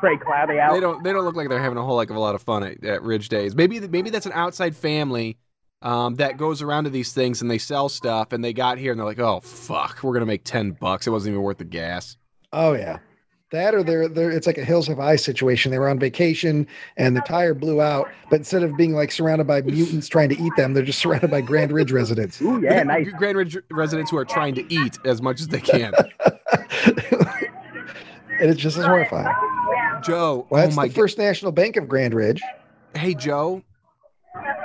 Speaker 4: Pretty cloudy out.
Speaker 3: They don't they don't look like they're having a whole heck of a lot of fun at, at Ridge Days. Maybe th- maybe that's an outside family um, that goes around to these things and they sell stuff and they got here and they're like, oh fuck, we're gonna make ten bucks. It wasn't even worth the gas.
Speaker 5: Oh yeah, that or they're they're it's like a Hills Have Eyes situation. They were on vacation and the tire blew out, but instead of being like surrounded by mutants trying to eat them, they're just surrounded by Grand Ridge residents.
Speaker 4: Ooh, yeah, nice.
Speaker 3: Grand Ridge residents who are trying to eat as much as they can.
Speaker 5: and it's just as horrifying.
Speaker 3: Joe,
Speaker 5: Well,
Speaker 3: oh
Speaker 5: that's
Speaker 3: my
Speaker 5: the First National Bank of Grand Ridge.
Speaker 3: god. Hey Joe,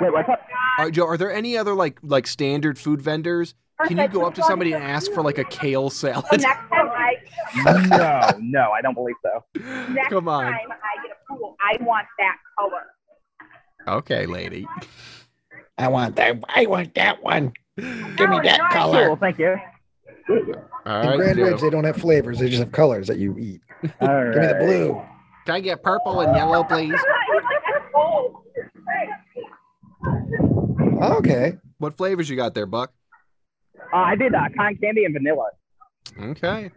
Speaker 4: Wait, what's up?
Speaker 3: uh, Joe, are there any other like like standard food vendors? Can you go up to somebody and ask for like a kale salad?
Speaker 6: Next time I,
Speaker 4: No, no, I don't believe so.
Speaker 6: next
Speaker 3: Come on.
Speaker 6: time I get a pool, I want that color.
Speaker 3: Okay, lady.
Speaker 5: I want that. I want that one. Give
Speaker 4: Oh,
Speaker 5: me that
Speaker 4: Cool,
Speaker 5: color.
Speaker 4: thank you.
Speaker 3: All
Speaker 5: In
Speaker 3: right,
Speaker 5: Grand Ridge,
Speaker 3: Joe.
Speaker 5: they don't have flavors; they just have colors that you eat.
Speaker 4: All
Speaker 5: Give me the
Speaker 4: right.
Speaker 5: blue.
Speaker 3: Can I get purple and yellow, please?
Speaker 5: Oh, Okay.
Speaker 3: What flavors you got there, Buck?
Speaker 4: Uh, I did uh, cotton candy and vanilla.
Speaker 3: Okay.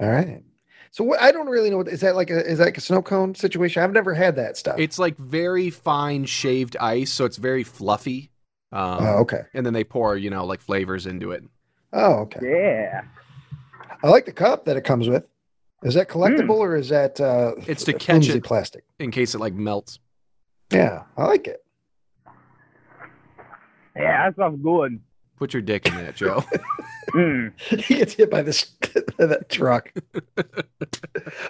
Speaker 5: All right. So what, I don't really know. What, is that like a is that like a snow cone situation? I've never had that stuff.
Speaker 3: It's like very fine shaved ice, so it's very fluffy. Um,
Speaker 5: oh, okay.
Speaker 3: And then they pour, you know, like flavors into it.
Speaker 5: Oh, okay.
Speaker 4: Yeah.
Speaker 5: I like the cup that it comes with. Is that collectible
Speaker 4: Hmm.
Speaker 5: or is that uh,
Speaker 3: It's to catch
Speaker 5: flimsy
Speaker 3: it.
Speaker 5: plastic?
Speaker 3: In case it like melts.
Speaker 5: Yeah, I like it.
Speaker 4: Yeah, that stuff's good.
Speaker 3: Put your dick in that, Joe.
Speaker 4: Mm.
Speaker 5: he gets hit by this by that truck.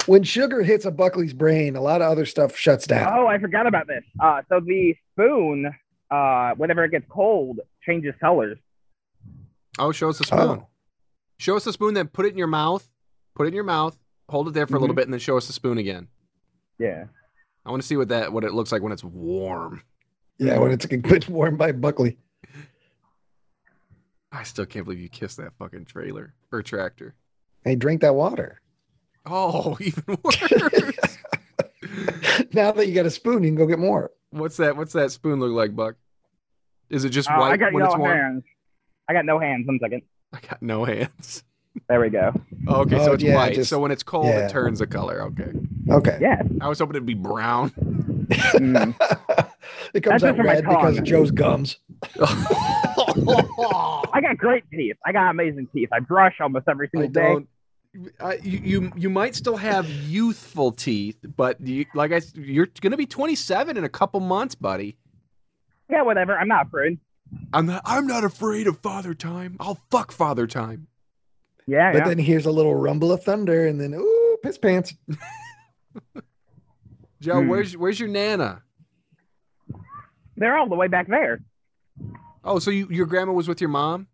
Speaker 5: when sugar hits a Buckley's brain, a lot of other stuff shuts down.
Speaker 4: Oh, I forgot about this. Uh, so the spoon, uh, whenever it gets cold, changes colors.
Speaker 3: oh, show us the spoon.
Speaker 5: Oh,
Speaker 3: Show us the spoon, then put it in your mouth. Put it in your mouth. Hold it there for a little bit, and then show us the spoon again.
Speaker 4: Yeah.
Speaker 3: I want to see what that what it looks like when it's warm.
Speaker 5: yeah, when it's it's warm by Buckley.
Speaker 3: I still can't believe you kissed that fucking trailer or tractor.
Speaker 5: And he drank that water.
Speaker 3: Oh, even worse.
Speaker 5: now that you got a spoon, you can go get more.
Speaker 3: what's that? What's that spoon look like, Buck? Is it just
Speaker 4: Uh,
Speaker 3: white
Speaker 4: I got
Speaker 3: when
Speaker 4: no
Speaker 3: it's warm?
Speaker 4: hands. I got no hands. One second.
Speaker 3: I got no hands.
Speaker 4: There we go.
Speaker 3: Oh, okay, so
Speaker 5: Oh,
Speaker 3: it's
Speaker 5: yeah,
Speaker 3: white.
Speaker 5: just-
Speaker 3: so when it's cold,
Speaker 5: yeah.
Speaker 3: it turns a color. Okay.
Speaker 5: Okay.
Speaker 4: Yeah.
Speaker 3: I was hoping it'd be brown.
Speaker 4: Mm.
Speaker 5: it comes
Speaker 4: That's it
Speaker 5: out
Speaker 4: for my
Speaker 5: red because
Speaker 4: tongue.
Speaker 5: of Joe's gums.
Speaker 4: I got great teeth. I got amazing teeth. I brush almost every
Speaker 3: I
Speaker 4: single day.
Speaker 3: don't. I, you, you you might still have youthful teeth, but you, like I, s- you're gonna be 27 in a couple months, buddy.
Speaker 4: Yeah, whatever. I'm not prune.
Speaker 3: I'm not. I'm not afraid of father time. I'll fuck father time.
Speaker 4: Yeah.
Speaker 5: But
Speaker 4: yeah.
Speaker 5: then here's a little rumble of thunder, and then ooh, piss pants.
Speaker 3: Joe,
Speaker 4: Hmm.
Speaker 3: where's where's your nana?
Speaker 4: They're all the way back there.
Speaker 3: Oh, so you, your grandma was with your mom?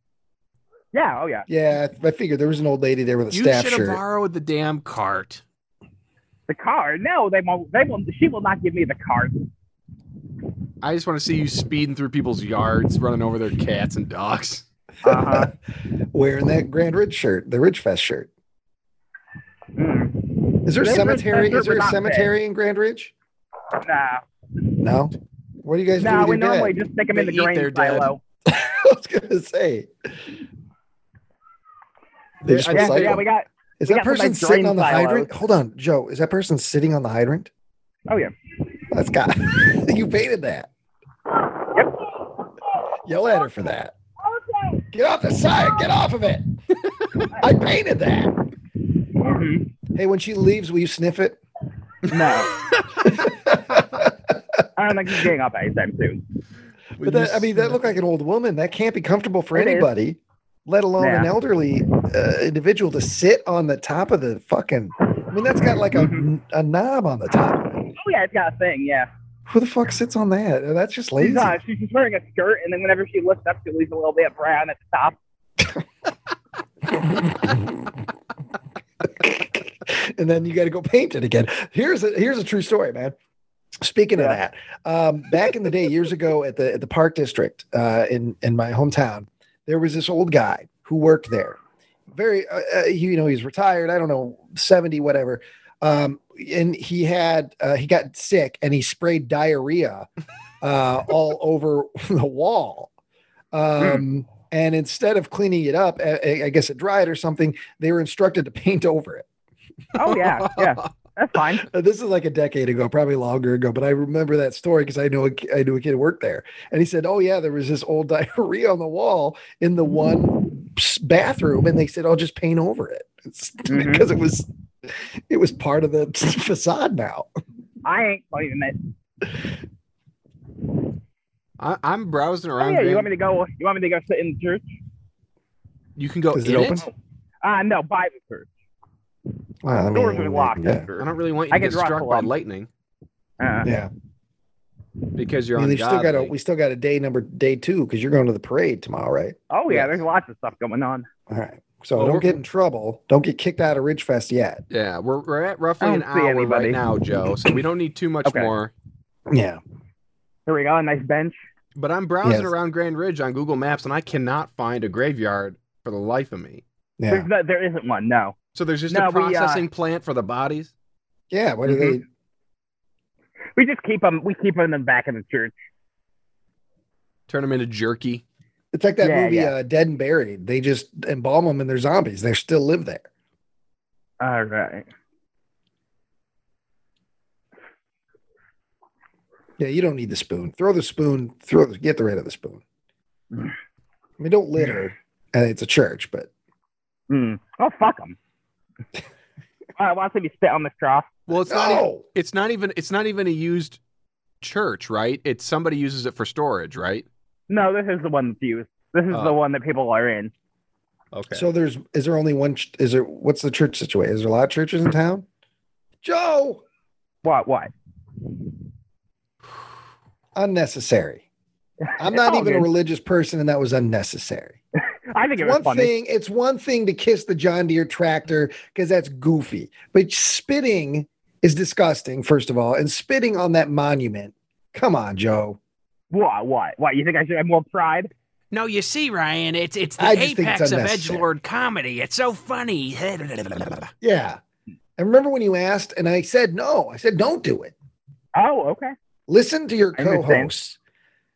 Speaker 4: Yeah. Oh yeah.
Speaker 5: Yeah, I I figured there was an old lady there with a
Speaker 3: you
Speaker 5: staff
Speaker 3: should have
Speaker 5: shirt.
Speaker 3: borrowed the damn cart.
Speaker 4: The car. No, they won't. They won't. She will not give me the car.
Speaker 3: I just want to see you speeding through people's yards, running over their cats and dogs.
Speaker 4: Uh
Speaker 5: Uh-huh.
Speaker 4: huh.
Speaker 5: wearing that Grand Ridge shirt, the Ridge Fest shirt.
Speaker 4: mm.
Speaker 5: Is there a
Speaker 4: That Ridge
Speaker 5: cemetery?
Speaker 4: Fest shirt
Speaker 5: Is there
Speaker 4: was
Speaker 5: a
Speaker 4: not
Speaker 5: cemetery in Grand Ridge?
Speaker 4: Nah.
Speaker 5: No. What do you guys
Speaker 4: No,
Speaker 5: do
Speaker 4: we
Speaker 5: with your
Speaker 4: normally
Speaker 5: dad?
Speaker 4: just stick them in
Speaker 3: They
Speaker 4: the
Speaker 3: eat their
Speaker 4: grain
Speaker 3: dead.
Speaker 4: silo.
Speaker 5: I was gonna say. They just
Speaker 3: I think
Speaker 4: Yeah,
Speaker 5: recycle.
Speaker 4: yeah, we got
Speaker 5: Is
Speaker 4: We
Speaker 5: that
Speaker 4: got some
Speaker 5: person
Speaker 4: nice
Speaker 5: sitting
Speaker 4: drain
Speaker 5: on the
Speaker 4: silos.
Speaker 5: hydrant? Hold on, Joe. Is that person sitting on the hydrant?
Speaker 4: Oh yeah.
Speaker 5: That's got you painted that.
Speaker 4: Yep.
Speaker 5: Yell at her for that. Get off the side. Get off of it. I painted that.
Speaker 4: Mhm.
Speaker 5: Hey, when she leaves, will you sniff it?
Speaker 4: No, I don't think she's getting up anytime soon.
Speaker 5: But that, I mean, that looked like an old woman. That can't be comfortable for
Speaker 4: It is.
Speaker 5: anybody, let alone an
Speaker 4: Yeah.
Speaker 5: elderly uh, individual to sit on the top of the fucking. I mean, that's got like a,
Speaker 4: Mhm.
Speaker 5: a knob on the top. of it.
Speaker 4: Oh yeah, it's got a thing. Yeah,
Speaker 5: Who the fuck sits on that? That's just lazy.
Speaker 4: she's, uh, she's just wearing a skirt, and then whenever she lifts up, she leaves a little bit of brown at the top.
Speaker 5: and then you got to go paint it again. Here's a here's a true story, man. Speaking of that, um, back in the day, years ago, at the at the Park District uh, in in my hometown, there was this old guy who worked there. Very, uh, uh, you know, he's retired. I don't know, seventy, whatever. Um, and he had uh, he got sick and he sprayed diarrhea uh, all over the wall. Um, And instead of cleaning it up, I, I- I guess it dried or something. They were instructed to paint over it.
Speaker 4: Oh yeah, yeah, that's fine.
Speaker 5: Uh, This is like a decade ago, probably longer ago, but I remember that story because I know a, ki- I knew a kid who worked there, and he said, "Oh yeah, there was this old diarrhea on the wall in the one s- bathroom, and they said, I'll just paint over it because
Speaker 3: Mm-hmm.
Speaker 4: Mhm.
Speaker 5: it was it was part of the facade now."
Speaker 4: I ain't claiming it.
Speaker 3: I, I'm browsing
Speaker 4: Oh
Speaker 3: around.
Speaker 4: yeah, you
Speaker 3: Graham.
Speaker 4: want me to go? You want me to go sit in the church?
Speaker 3: You can go
Speaker 5: Is it
Speaker 3: Oh, in
Speaker 5: open?
Speaker 4: Uh, no, by the church.
Speaker 5: Well, I mean,
Speaker 4: Doors are locked.
Speaker 5: Yeah,
Speaker 3: I don't really want you
Speaker 4: I
Speaker 3: to
Speaker 4: can
Speaker 3: get
Speaker 4: drop
Speaker 3: struck
Speaker 4: the
Speaker 3: by
Speaker 4: lump.
Speaker 3: lightning
Speaker 4: Uh,
Speaker 5: yeah.
Speaker 3: because you're
Speaker 5: I mean,
Speaker 3: on
Speaker 5: they've still got a,
Speaker 3: God.
Speaker 5: we still got a day number day two because you're going to the parade tomorrow, right?
Speaker 4: oh yeah,
Speaker 3: Yes.
Speaker 4: there's lots of stuff going on.
Speaker 5: All right. So
Speaker 3: Well,
Speaker 5: don't
Speaker 3: we're-
Speaker 5: get in trouble. Don't get kicked out of Ridgefest yet.
Speaker 3: Yeah, we're, we're at roughly
Speaker 4: I
Speaker 3: an
Speaker 4: don't see
Speaker 3: hour right
Speaker 4: anybody.
Speaker 3: now, Joe. So we don't need too much
Speaker 4: Okay.
Speaker 3: more.
Speaker 5: Yeah.
Speaker 4: Here we go, a nice bench.
Speaker 3: But I'm browsing
Speaker 5: Yes.
Speaker 3: around Grand Ridge on Google Maps and I cannot find a graveyard for the life of me.
Speaker 5: Yeah.
Speaker 4: There's no, there isn't one. No.
Speaker 3: So there's just
Speaker 4: No,
Speaker 3: a
Speaker 4: we, uh,
Speaker 3: processing plant for the bodies.
Speaker 5: Yeah. What do
Speaker 3: Mm-hmm.
Speaker 4: Mhm.
Speaker 5: they?
Speaker 4: We just keep them. We keep them in the back of the church.
Speaker 3: Turn them into jerky.
Speaker 5: It's like that
Speaker 4: Yeah,
Speaker 5: movie
Speaker 4: yeah.
Speaker 5: Uh, Dead and Buried. They just embalm them and they're zombies. They still live there.
Speaker 4: All right.
Speaker 5: Yeah, you don't need the spoon. Throw the spoon. Throw the, get rid of the spoon. I mean, don't litter. And it's a church, but
Speaker 4: Mm. Oh fuck them. I want to see me spit on the straw.
Speaker 3: Well, it's
Speaker 4: e-
Speaker 3: not. Even,
Speaker 5: no.
Speaker 3: it's not even. It's not even a used church, right? It's somebody uses it for storage, right?
Speaker 4: No, this is the one that's used. This is
Speaker 5: Uh.
Speaker 3: Oh.
Speaker 4: the one that people are in.
Speaker 3: Okay.
Speaker 5: So there's is there only one? ch- Is there what's the church situation? Is there a lot of churches
Speaker 4: Hmm.
Speaker 5: in town? Joe,
Speaker 4: What? What?
Speaker 5: unnecessary. I'm not
Speaker 4: All
Speaker 5: even a
Speaker 4: good.
Speaker 5: religious person, and that was unnecessary.
Speaker 4: I think it
Speaker 5: It's
Speaker 4: was
Speaker 5: one
Speaker 4: funny.
Speaker 5: thing. It's one thing to kiss the John Deere tractor because that's goofy, but spitting is disgusting. First of all, and spitting on that monument. Come on, Joe.
Speaker 4: What? What? What? You think I should have more pride?
Speaker 9: No, you see, Ryan, it's it's the
Speaker 5: I just think it's
Speaker 9: apex of
Speaker 5: unnecessary.
Speaker 9: edgelord comedy. It's so funny.
Speaker 4: Oh,
Speaker 5: Yeah. I remember when you asked, and I said no. I said don't do it.
Speaker 4: Oh, okay.
Speaker 5: Listen to your
Speaker 4: I understand.
Speaker 5: co-hosts.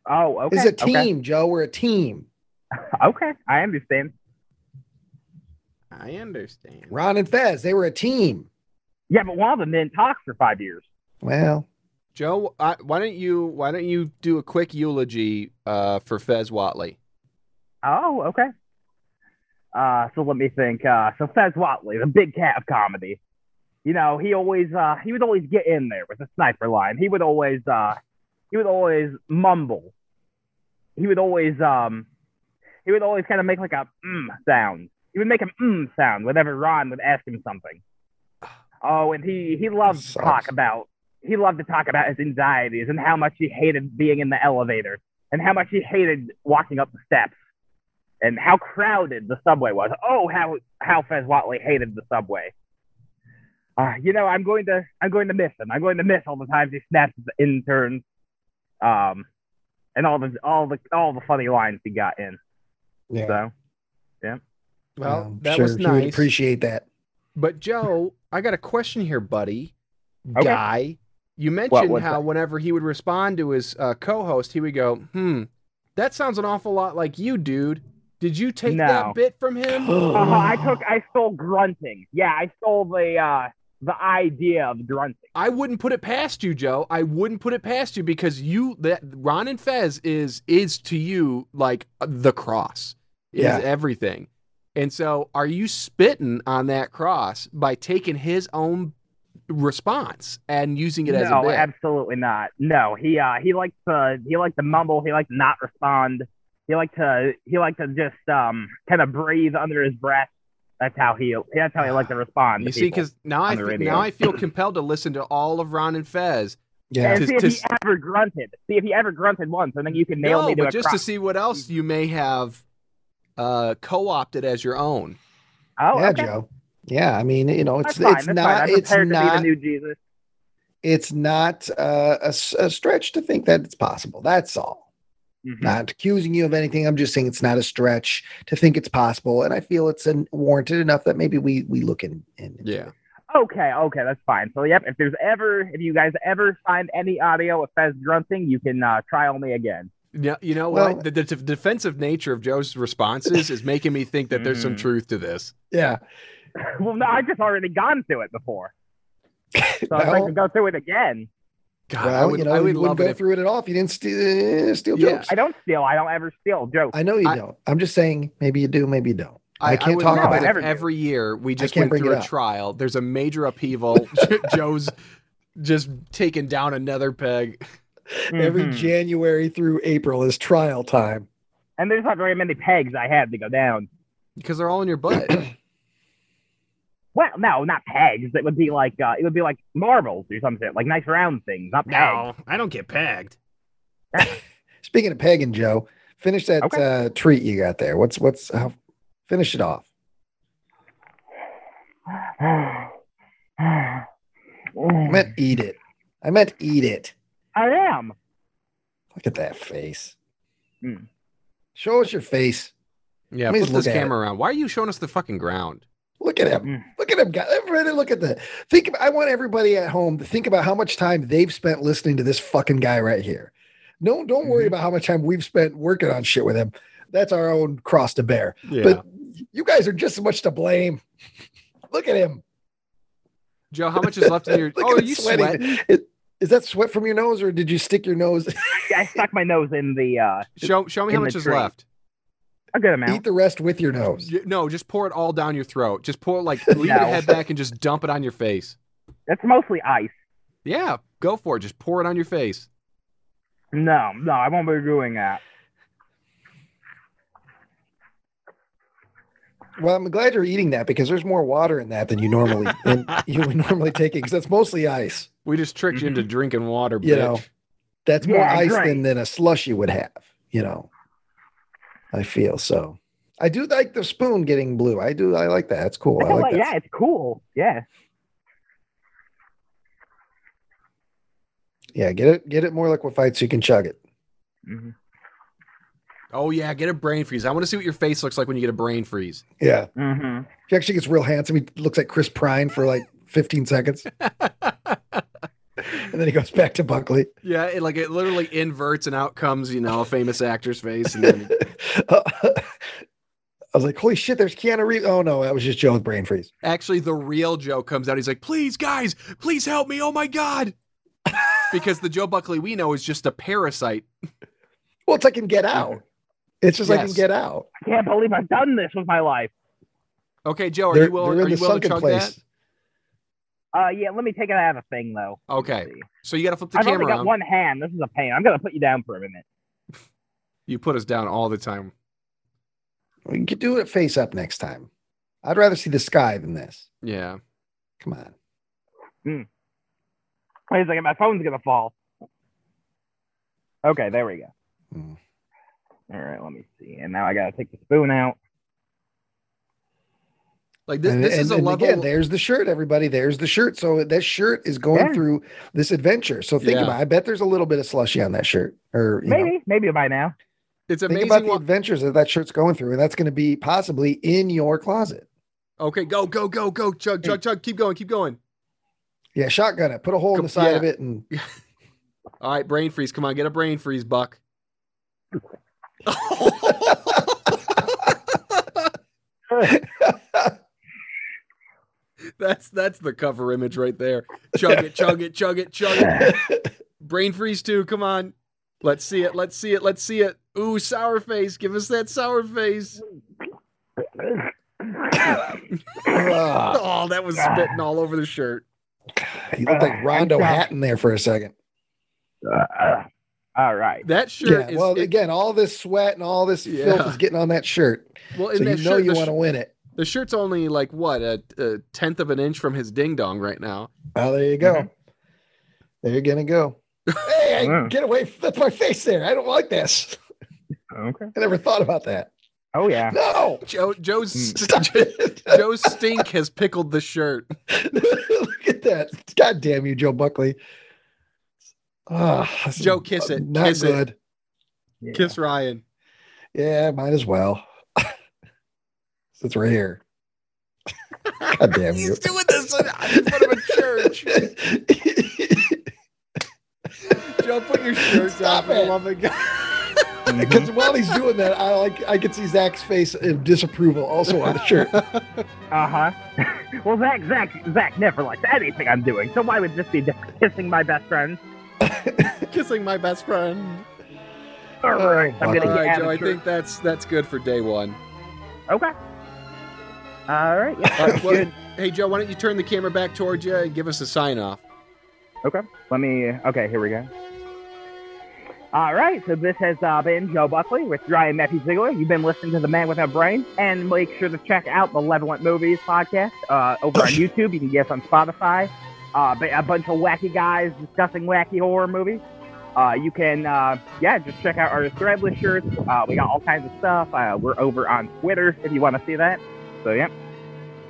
Speaker 4: Oh, okay.
Speaker 5: It's a team,
Speaker 4: Okay.
Speaker 5: Joe. We're a team.
Speaker 4: okay. I understand.
Speaker 3: I understand.
Speaker 5: Ron and Fez, they were a team.
Speaker 4: Yeah, but one of them didn't talk for five years.
Speaker 5: Well,
Speaker 3: Joe, I, why don't you why don't you do a quick eulogy uh, for Fez Watley?
Speaker 4: Oh, okay. Uh, so let me think. Uh, so Fez Watley, the big cat of comedy. You know, he always uh, he would always get in there with a sniper line. He would always uh, he would always mumble. He would always um, he would always kind of make like a mm sound. He would make an mm sound whenever Ron would ask him something. Oh, and he he loved to
Speaker 5: Sucks.
Speaker 4: talk about he loved to talk about his anxieties and how much he hated being in the elevator and how much he hated walking up the steps and how crowded the subway was. Oh, how how Fez Watley hated the subway. Uh, you know, I'm going to I'm going to miss him. I'm going to miss all the times he snaps at the interns, um, and all the all the all the funny lines he got in.
Speaker 5: yeah.
Speaker 4: So
Speaker 3: Well,
Speaker 5: I'm
Speaker 3: that
Speaker 5: Um, sure
Speaker 3: was
Speaker 5: he would
Speaker 3: nice.
Speaker 5: appreciate that.
Speaker 3: But Joe, I got a question here, buddy.
Speaker 4: Okay.
Speaker 3: Guy, you mentioned
Speaker 4: what's
Speaker 3: how whenever he would respond to his uh, co-host, he would go, "Hmm, that sounds an awful lot like you, dude. Did you take
Speaker 4: No.
Speaker 3: that bit from him?
Speaker 4: Uh-huh, I took, I stole grunting. Yeah, I stole the uh, the idea of grunting.
Speaker 3: I wouldn't put it past you, Joe. I wouldn't put it past you because you that Ron and Fez is is to you like the cross. It is
Speaker 5: Yeah.
Speaker 3: everything. And so are you spitting on that cross by taking his own response and using it as a
Speaker 4: no,
Speaker 3: bit?
Speaker 4: absolutely not. No, he uh, he likes to he likes to mumble. He likes to not respond. He likes to he likes to just um kind of breathe under his breath. That's how he that's how he likes to respond.
Speaker 3: You
Speaker 4: to
Speaker 3: see,
Speaker 4: people.
Speaker 3: because now I
Speaker 4: on the
Speaker 3: fe-
Speaker 4: radio.
Speaker 3: now I feel compelled to listen to all of Ron and Fez.
Speaker 5: Yeah.
Speaker 4: and
Speaker 3: to-
Speaker 4: see if
Speaker 3: to-
Speaker 4: he ever grunted. See if he ever grunted once, and then you can nail
Speaker 3: no,
Speaker 4: me to
Speaker 3: but
Speaker 4: a
Speaker 3: just
Speaker 4: cross.
Speaker 3: to see what else you may have uh, co-opted as your own.
Speaker 4: Oh,
Speaker 5: yeah,
Speaker 4: okay.
Speaker 5: Joe. Yeah, I mean, you know,
Speaker 4: That's
Speaker 5: it's
Speaker 4: fine.
Speaker 5: it's
Speaker 4: that's
Speaker 5: not
Speaker 4: fine. I'm
Speaker 5: it's
Speaker 4: prepared to
Speaker 5: not
Speaker 4: be the new Jesus.
Speaker 5: it's not uh, a, s- a stretch to think that it's possible. That's all.
Speaker 4: Mhm.
Speaker 5: Not accusing you of anything. I'm just saying it's not a stretch to think it's possible, and I feel it's an, warranted enough that maybe we we look in. in
Speaker 3: Yeah.
Speaker 4: Okay, okay, that's fine. So, yep, if there's ever, if you guys ever find any audio of Fez grunting, you can uh, trial me again.
Speaker 3: Yeah, you know
Speaker 5: Well-
Speaker 3: what? The, the def- defensive nature of Joe's responses is making me think that there's
Speaker 9: Mm-hmm.
Speaker 3: some
Speaker 8: Mm.
Speaker 3: truth to this.
Speaker 5: yeah.
Speaker 4: well, no, I've just already gone through it before, so if I
Speaker 5: Well,
Speaker 4: can go through it again.
Speaker 3: God, I
Speaker 5: well,
Speaker 3: would,
Speaker 5: you know,
Speaker 3: I would
Speaker 5: you wouldn't
Speaker 3: love
Speaker 5: go
Speaker 3: it if
Speaker 5: through it at all if you didn't steal, uh, steal
Speaker 3: Yeah.
Speaker 5: jokes.
Speaker 4: I don't steal. I don't ever steal jokes.
Speaker 5: I know you
Speaker 3: I-
Speaker 5: don't. I'm just saying maybe you do, maybe you don't. I,
Speaker 3: I
Speaker 5: can't
Speaker 3: would
Speaker 5: talk
Speaker 3: love
Speaker 5: about
Speaker 3: it if
Speaker 4: I
Speaker 5: it.
Speaker 4: never do.
Speaker 3: every year we just
Speaker 5: can't
Speaker 3: went
Speaker 5: bring
Speaker 3: through
Speaker 5: it
Speaker 3: a
Speaker 5: up.
Speaker 3: trial. There's a major upheaval. Joe's just taking down another peg.
Speaker 5: Every
Speaker 4: Mhm.
Speaker 5: January through April is trial time.
Speaker 4: and there's not very many pegs I had to go down.
Speaker 3: Because they're all in your butt.
Speaker 4: Well, no, not pegs. It would be like uh, it would be like marbles or something, like nice round things, not pegs.
Speaker 9: No, I don't get pegged.
Speaker 5: Speaking of pegging, Joe, finish that
Speaker 4: Okay.
Speaker 5: uh, treat you got there. What's what's how, finish it off. I meant eat it. I meant eat it.
Speaker 4: I am.
Speaker 5: Look at that face.
Speaker 4: Hmm.
Speaker 5: Show us your face.
Speaker 3: Yeah,
Speaker 5: Let me
Speaker 3: flip
Speaker 5: just
Speaker 3: this
Speaker 5: look at it.
Speaker 3: camera around. Why are you showing us the fucking ground?
Speaker 5: Look at him.
Speaker 4: Mm.
Speaker 5: Look at him. guy. Everybody look at the think of, I want everybody at home to think about how much time they've spent listening to this fucking guy right here. No, don't worry
Speaker 4: Mm-hmm.
Speaker 5: about how much time we've spent working on shit with him. That's our own cross to bear.
Speaker 3: Yeah.
Speaker 5: But you guys are just as much to blame. Look at him.
Speaker 3: Joe, how much is left in your?
Speaker 5: Look
Speaker 3: oh,
Speaker 5: at
Speaker 3: are
Speaker 5: him
Speaker 3: you
Speaker 5: sweating.
Speaker 3: sweating?
Speaker 5: Is, is that sweat from your nose or did you stick your nose?
Speaker 4: I stuck my nose in the uh,
Speaker 3: Show, show me
Speaker 4: In
Speaker 3: how
Speaker 4: the
Speaker 3: much is
Speaker 4: tree.
Speaker 3: left.
Speaker 4: a good
Speaker 5: Eat
Speaker 4: amount.
Speaker 5: the rest with your nose.
Speaker 3: J- No, just pour it all down your throat. Just pour like lean your
Speaker 4: No.
Speaker 3: head back and just dump it on your face.
Speaker 4: That's mostly ice.
Speaker 3: Yeah, go for it. Just pour it on your face.
Speaker 4: No, no, I won't be doing that.
Speaker 5: Well, I'm glad you're eating that because there's more water in that than you normally than you would normally take it because that's mostly ice.
Speaker 3: We just tricked you into drinking water, bitch.
Speaker 5: You know, that's more
Speaker 4: Yeah,
Speaker 5: ice
Speaker 4: right.
Speaker 5: than than a slush you would have. You know, I feel so. I do like the spoon getting blue. I do. I like that. That's cool. Oh, I
Speaker 4: I feel
Speaker 5: like
Speaker 4: like- yeah,
Speaker 5: that.
Speaker 4: it's cool. Yeah.
Speaker 5: Yeah, get it, get it more liquefied so you can chug it.
Speaker 3: Oh yeah, get a brain freeze. I want to see what your face looks like when you get a brain freeze.
Speaker 5: Yeah,
Speaker 4: Mm-hmm.
Speaker 5: he actually gets real handsome. He looks like Chris Prine for like 15 seconds, and then he goes back to Buckley.
Speaker 3: yeah, it, like it literally inverts and out comes, you know, a famous actor's face. And then,
Speaker 5: Uh, I was like, holy shit, there's Keanu Reeves. Oh no, that was just Joe with brain freeze.
Speaker 3: actually, the real Joe comes out. He's like, "Please, guys, please help me! Oh my god!" Because the Joe Buckley we know is just a parasite.
Speaker 5: Well, it's like in Get Out. It's just like in
Speaker 3: Yes.
Speaker 5: Get Out.
Speaker 4: I can't believe I've done this with my life.
Speaker 3: Okay, Joe, are
Speaker 5: they're,
Speaker 3: you willing?
Speaker 5: they're in
Speaker 3: Are you
Speaker 5: the
Speaker 3: willing to
Speaker 5: sunken
Speaker 3: chug
Speaker 5: place.
Speaker 3: that?
Speaker 4: Uh, yeah, let me take it out of a thing though.
Speaker 3: Okay,
Speaker 4: Let's see.
Speaker 3: so you got to flip the
Speaker 4: I've only
Speaker 3: camera
Speaker 4: got
Speaker 3: on.
Speaker 4: one hand. This is a pain. I'm gonna put you down for a minute.
Speaker 3: You put us down all the time.
Speaker 5: We could do it face up next time. I'd rather see the sky than this.
Speaker 3: Yeah.
Speaker 5: Come on.
Speaker 4: Wait a second, my phone's gonna fall. Okay, there we go.
Speaker 5: Hmm.
Speaker 4: All right, let me see. And now I gotta take the spoon out.
Speaker 3: Like this,
Speaker 5: and,
Speaker 3: this is
Speaker 5: and-
Speaker 3: a
Speaker 5: and
Speaker 3: level.
Speaker 5: again, there's the shirt, everybody. There's the shirt. So that shirt is going
Speaker 4: Yeah.
Speaker 5: through this adventure. So think
Speaker 3: Yeah.
Speaker 5: about. it. I bet there's a little bit of slushy on that shirt, or you know,
Speaker 4: Maybe, maybe by now.
Speaker 3: it's
Speaker 5: think
Speaker 3: amazing.
Speaker 5: about the
Speaker 3: what-
Speaker 5: adventures that that shirt's going through, and that's going to be possibly in your closet.
Speaker 3: okay, go, go, go, go, chug, chug, chug. Keep going, keep going.
Speaker 5: Yeah, shotgun it. Put a hole in
Speaker 3: Com-
Speaker 5: the side
Speaker 3: yeah.
Speaker 5: of it, and
Speaker 3: All right, brain freeze. Come on, get a brain freeze, Buck. That's that's the cover image right there. Chug it, chug it, chug it, chug it. Brain freeze too. Come on. Let's see it. Let's see it. Let's see it. Ooh, sour face. Give us that sour face.
Speaker 5: Ah,
Speaker 3: Oh, that was spitting all over the shirt.
Speaker 5: he looked
Speaker 4: Ah,
Speaker 5: like Rondo Hatton there for a second.
Speaker 4: All right.
Speaker 3: That shirt
Speaker 5: yeah.
Speaker 3: is
Speaker 5: Well,
Speaker 3: it-
Speaker 5: again, all this sweat and all this filth
Speaker 3: Yeah.
Speaker 5: is getting on that shirt,
Speaker 3: well, in
Speaker 5: so you
Speaker 3: that
Speaker 5: know
Speaker 3: shirt,
Speaker 5: you
Speaker 3: the,
Speaker 5: want to
Speaker 3: sh-
Speaker 5: win it.
Speaker 3: the shirt's only like what a, a tenth of an inch from his ding dong right now.
Speaker 5: Well, Oh, there you go. There you're gonna go. hey, I-
Speaker 4: Mm-hmm. Mm.
Speaker 5: get away! f- That's my face there. I don't like this.
Speaker 4: Okay.
Speaker 5: I never thought about that.
Speaker 4: Oh yeah.
Speaker 5: No,
Speaker 3: Joe Joe's
Speaker 5: stop it.
Speaker 3: Joe's stink has pickled the shirt.
Speaker 5: Look at that. God damn you, Joe Buckley. Ah, this is
Speaker 3: Joe, kiss it.
Speaker 5: Not
Speaker 3: Kiss it.
Speaker 5: good.
Speaker 3: Kiss Ryan.
Speaker 5: Yeah, might as well. Since we're here. God damn you.
Speaker 3: He's doing this in in front of a church. Joe, put your shirt down
Speaker 5: Stop
Speaker 3: for the
Speaker 5: it.
Speaker 3: love of God. Uh-huh.
Speaker 5: Because while he's doing that, I like I could see Zach's face of disapproval also on the shirt.
Speaker 4: Uh huh. well, Zach, Zach, Zach never likes anything I'm doing, so why would this be different? kissing my best friend?
Speaker 3: Kissing my best friend.
Speaker 4: All
Speaker 5: Oh,
Speaker 4: right, I'm gonna
Speaker 5: fuck.
Speaker 3: All
Speaker 5: Thank
Speaker 4: get
Speaker 3: right,
Speaker 4: out
Speaker 3: Joe.
Speaker 4: of
Speaker 3: I
Speaker 4: the church.
Speaker 3: think that's that's good for day one.
Speaker 4: Okay. All right. Yeah,
Speaker 3: All right,
Speaker 4: that's
Speaker 3: well,
Speaker 4: good.
Speaker 3: hey, Joe, why don't you turn the camera back towards you and give us a sign off?
Speaker 4: Let me. Okay, here we go. All right, so this has uh, been Joe Buckley with Ryan Matthew Ziegler. You've been listening to The Man Without Brain, and make sure to check out the Levelant Movies podcast uh, over on YouTube. You can get us on Spotify. Uh, ba- a bunch of wacky guys discussing wacky horror movies. Uh, you can, uh, yeah, just check out our Threadless shirts. Uh, we got all kinds of stuff. Uh, we're over on Twitter if you want to see that. So, yeah,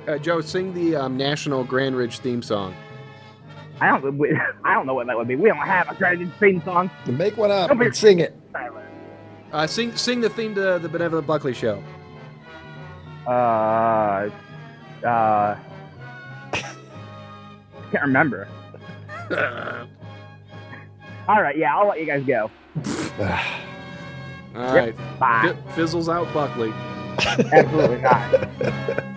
Speaker 3: Uh, Joe, sing the um, National Grand Ridge theme song.
Speaker 4: I don't, we, I don't know what that would be. We don't have a Dragon theme song.
Speaker 5: Make one up
Speaker 4: Come here.
Speaker 5: and sing it.
Speaker 3: Uh, sing sing the theme to the Benevolent Buckley Show.
Speaker 4: Uh, uh, can't remember. All right, yeah, I'll let you guys go.
Speaker 5: Ah.
Speaker 3: All right,
Speaker 4: Yep. Bye.
Speaker 3: Fi- fizzles out Buckley.
Speaker 4: Absolutely not.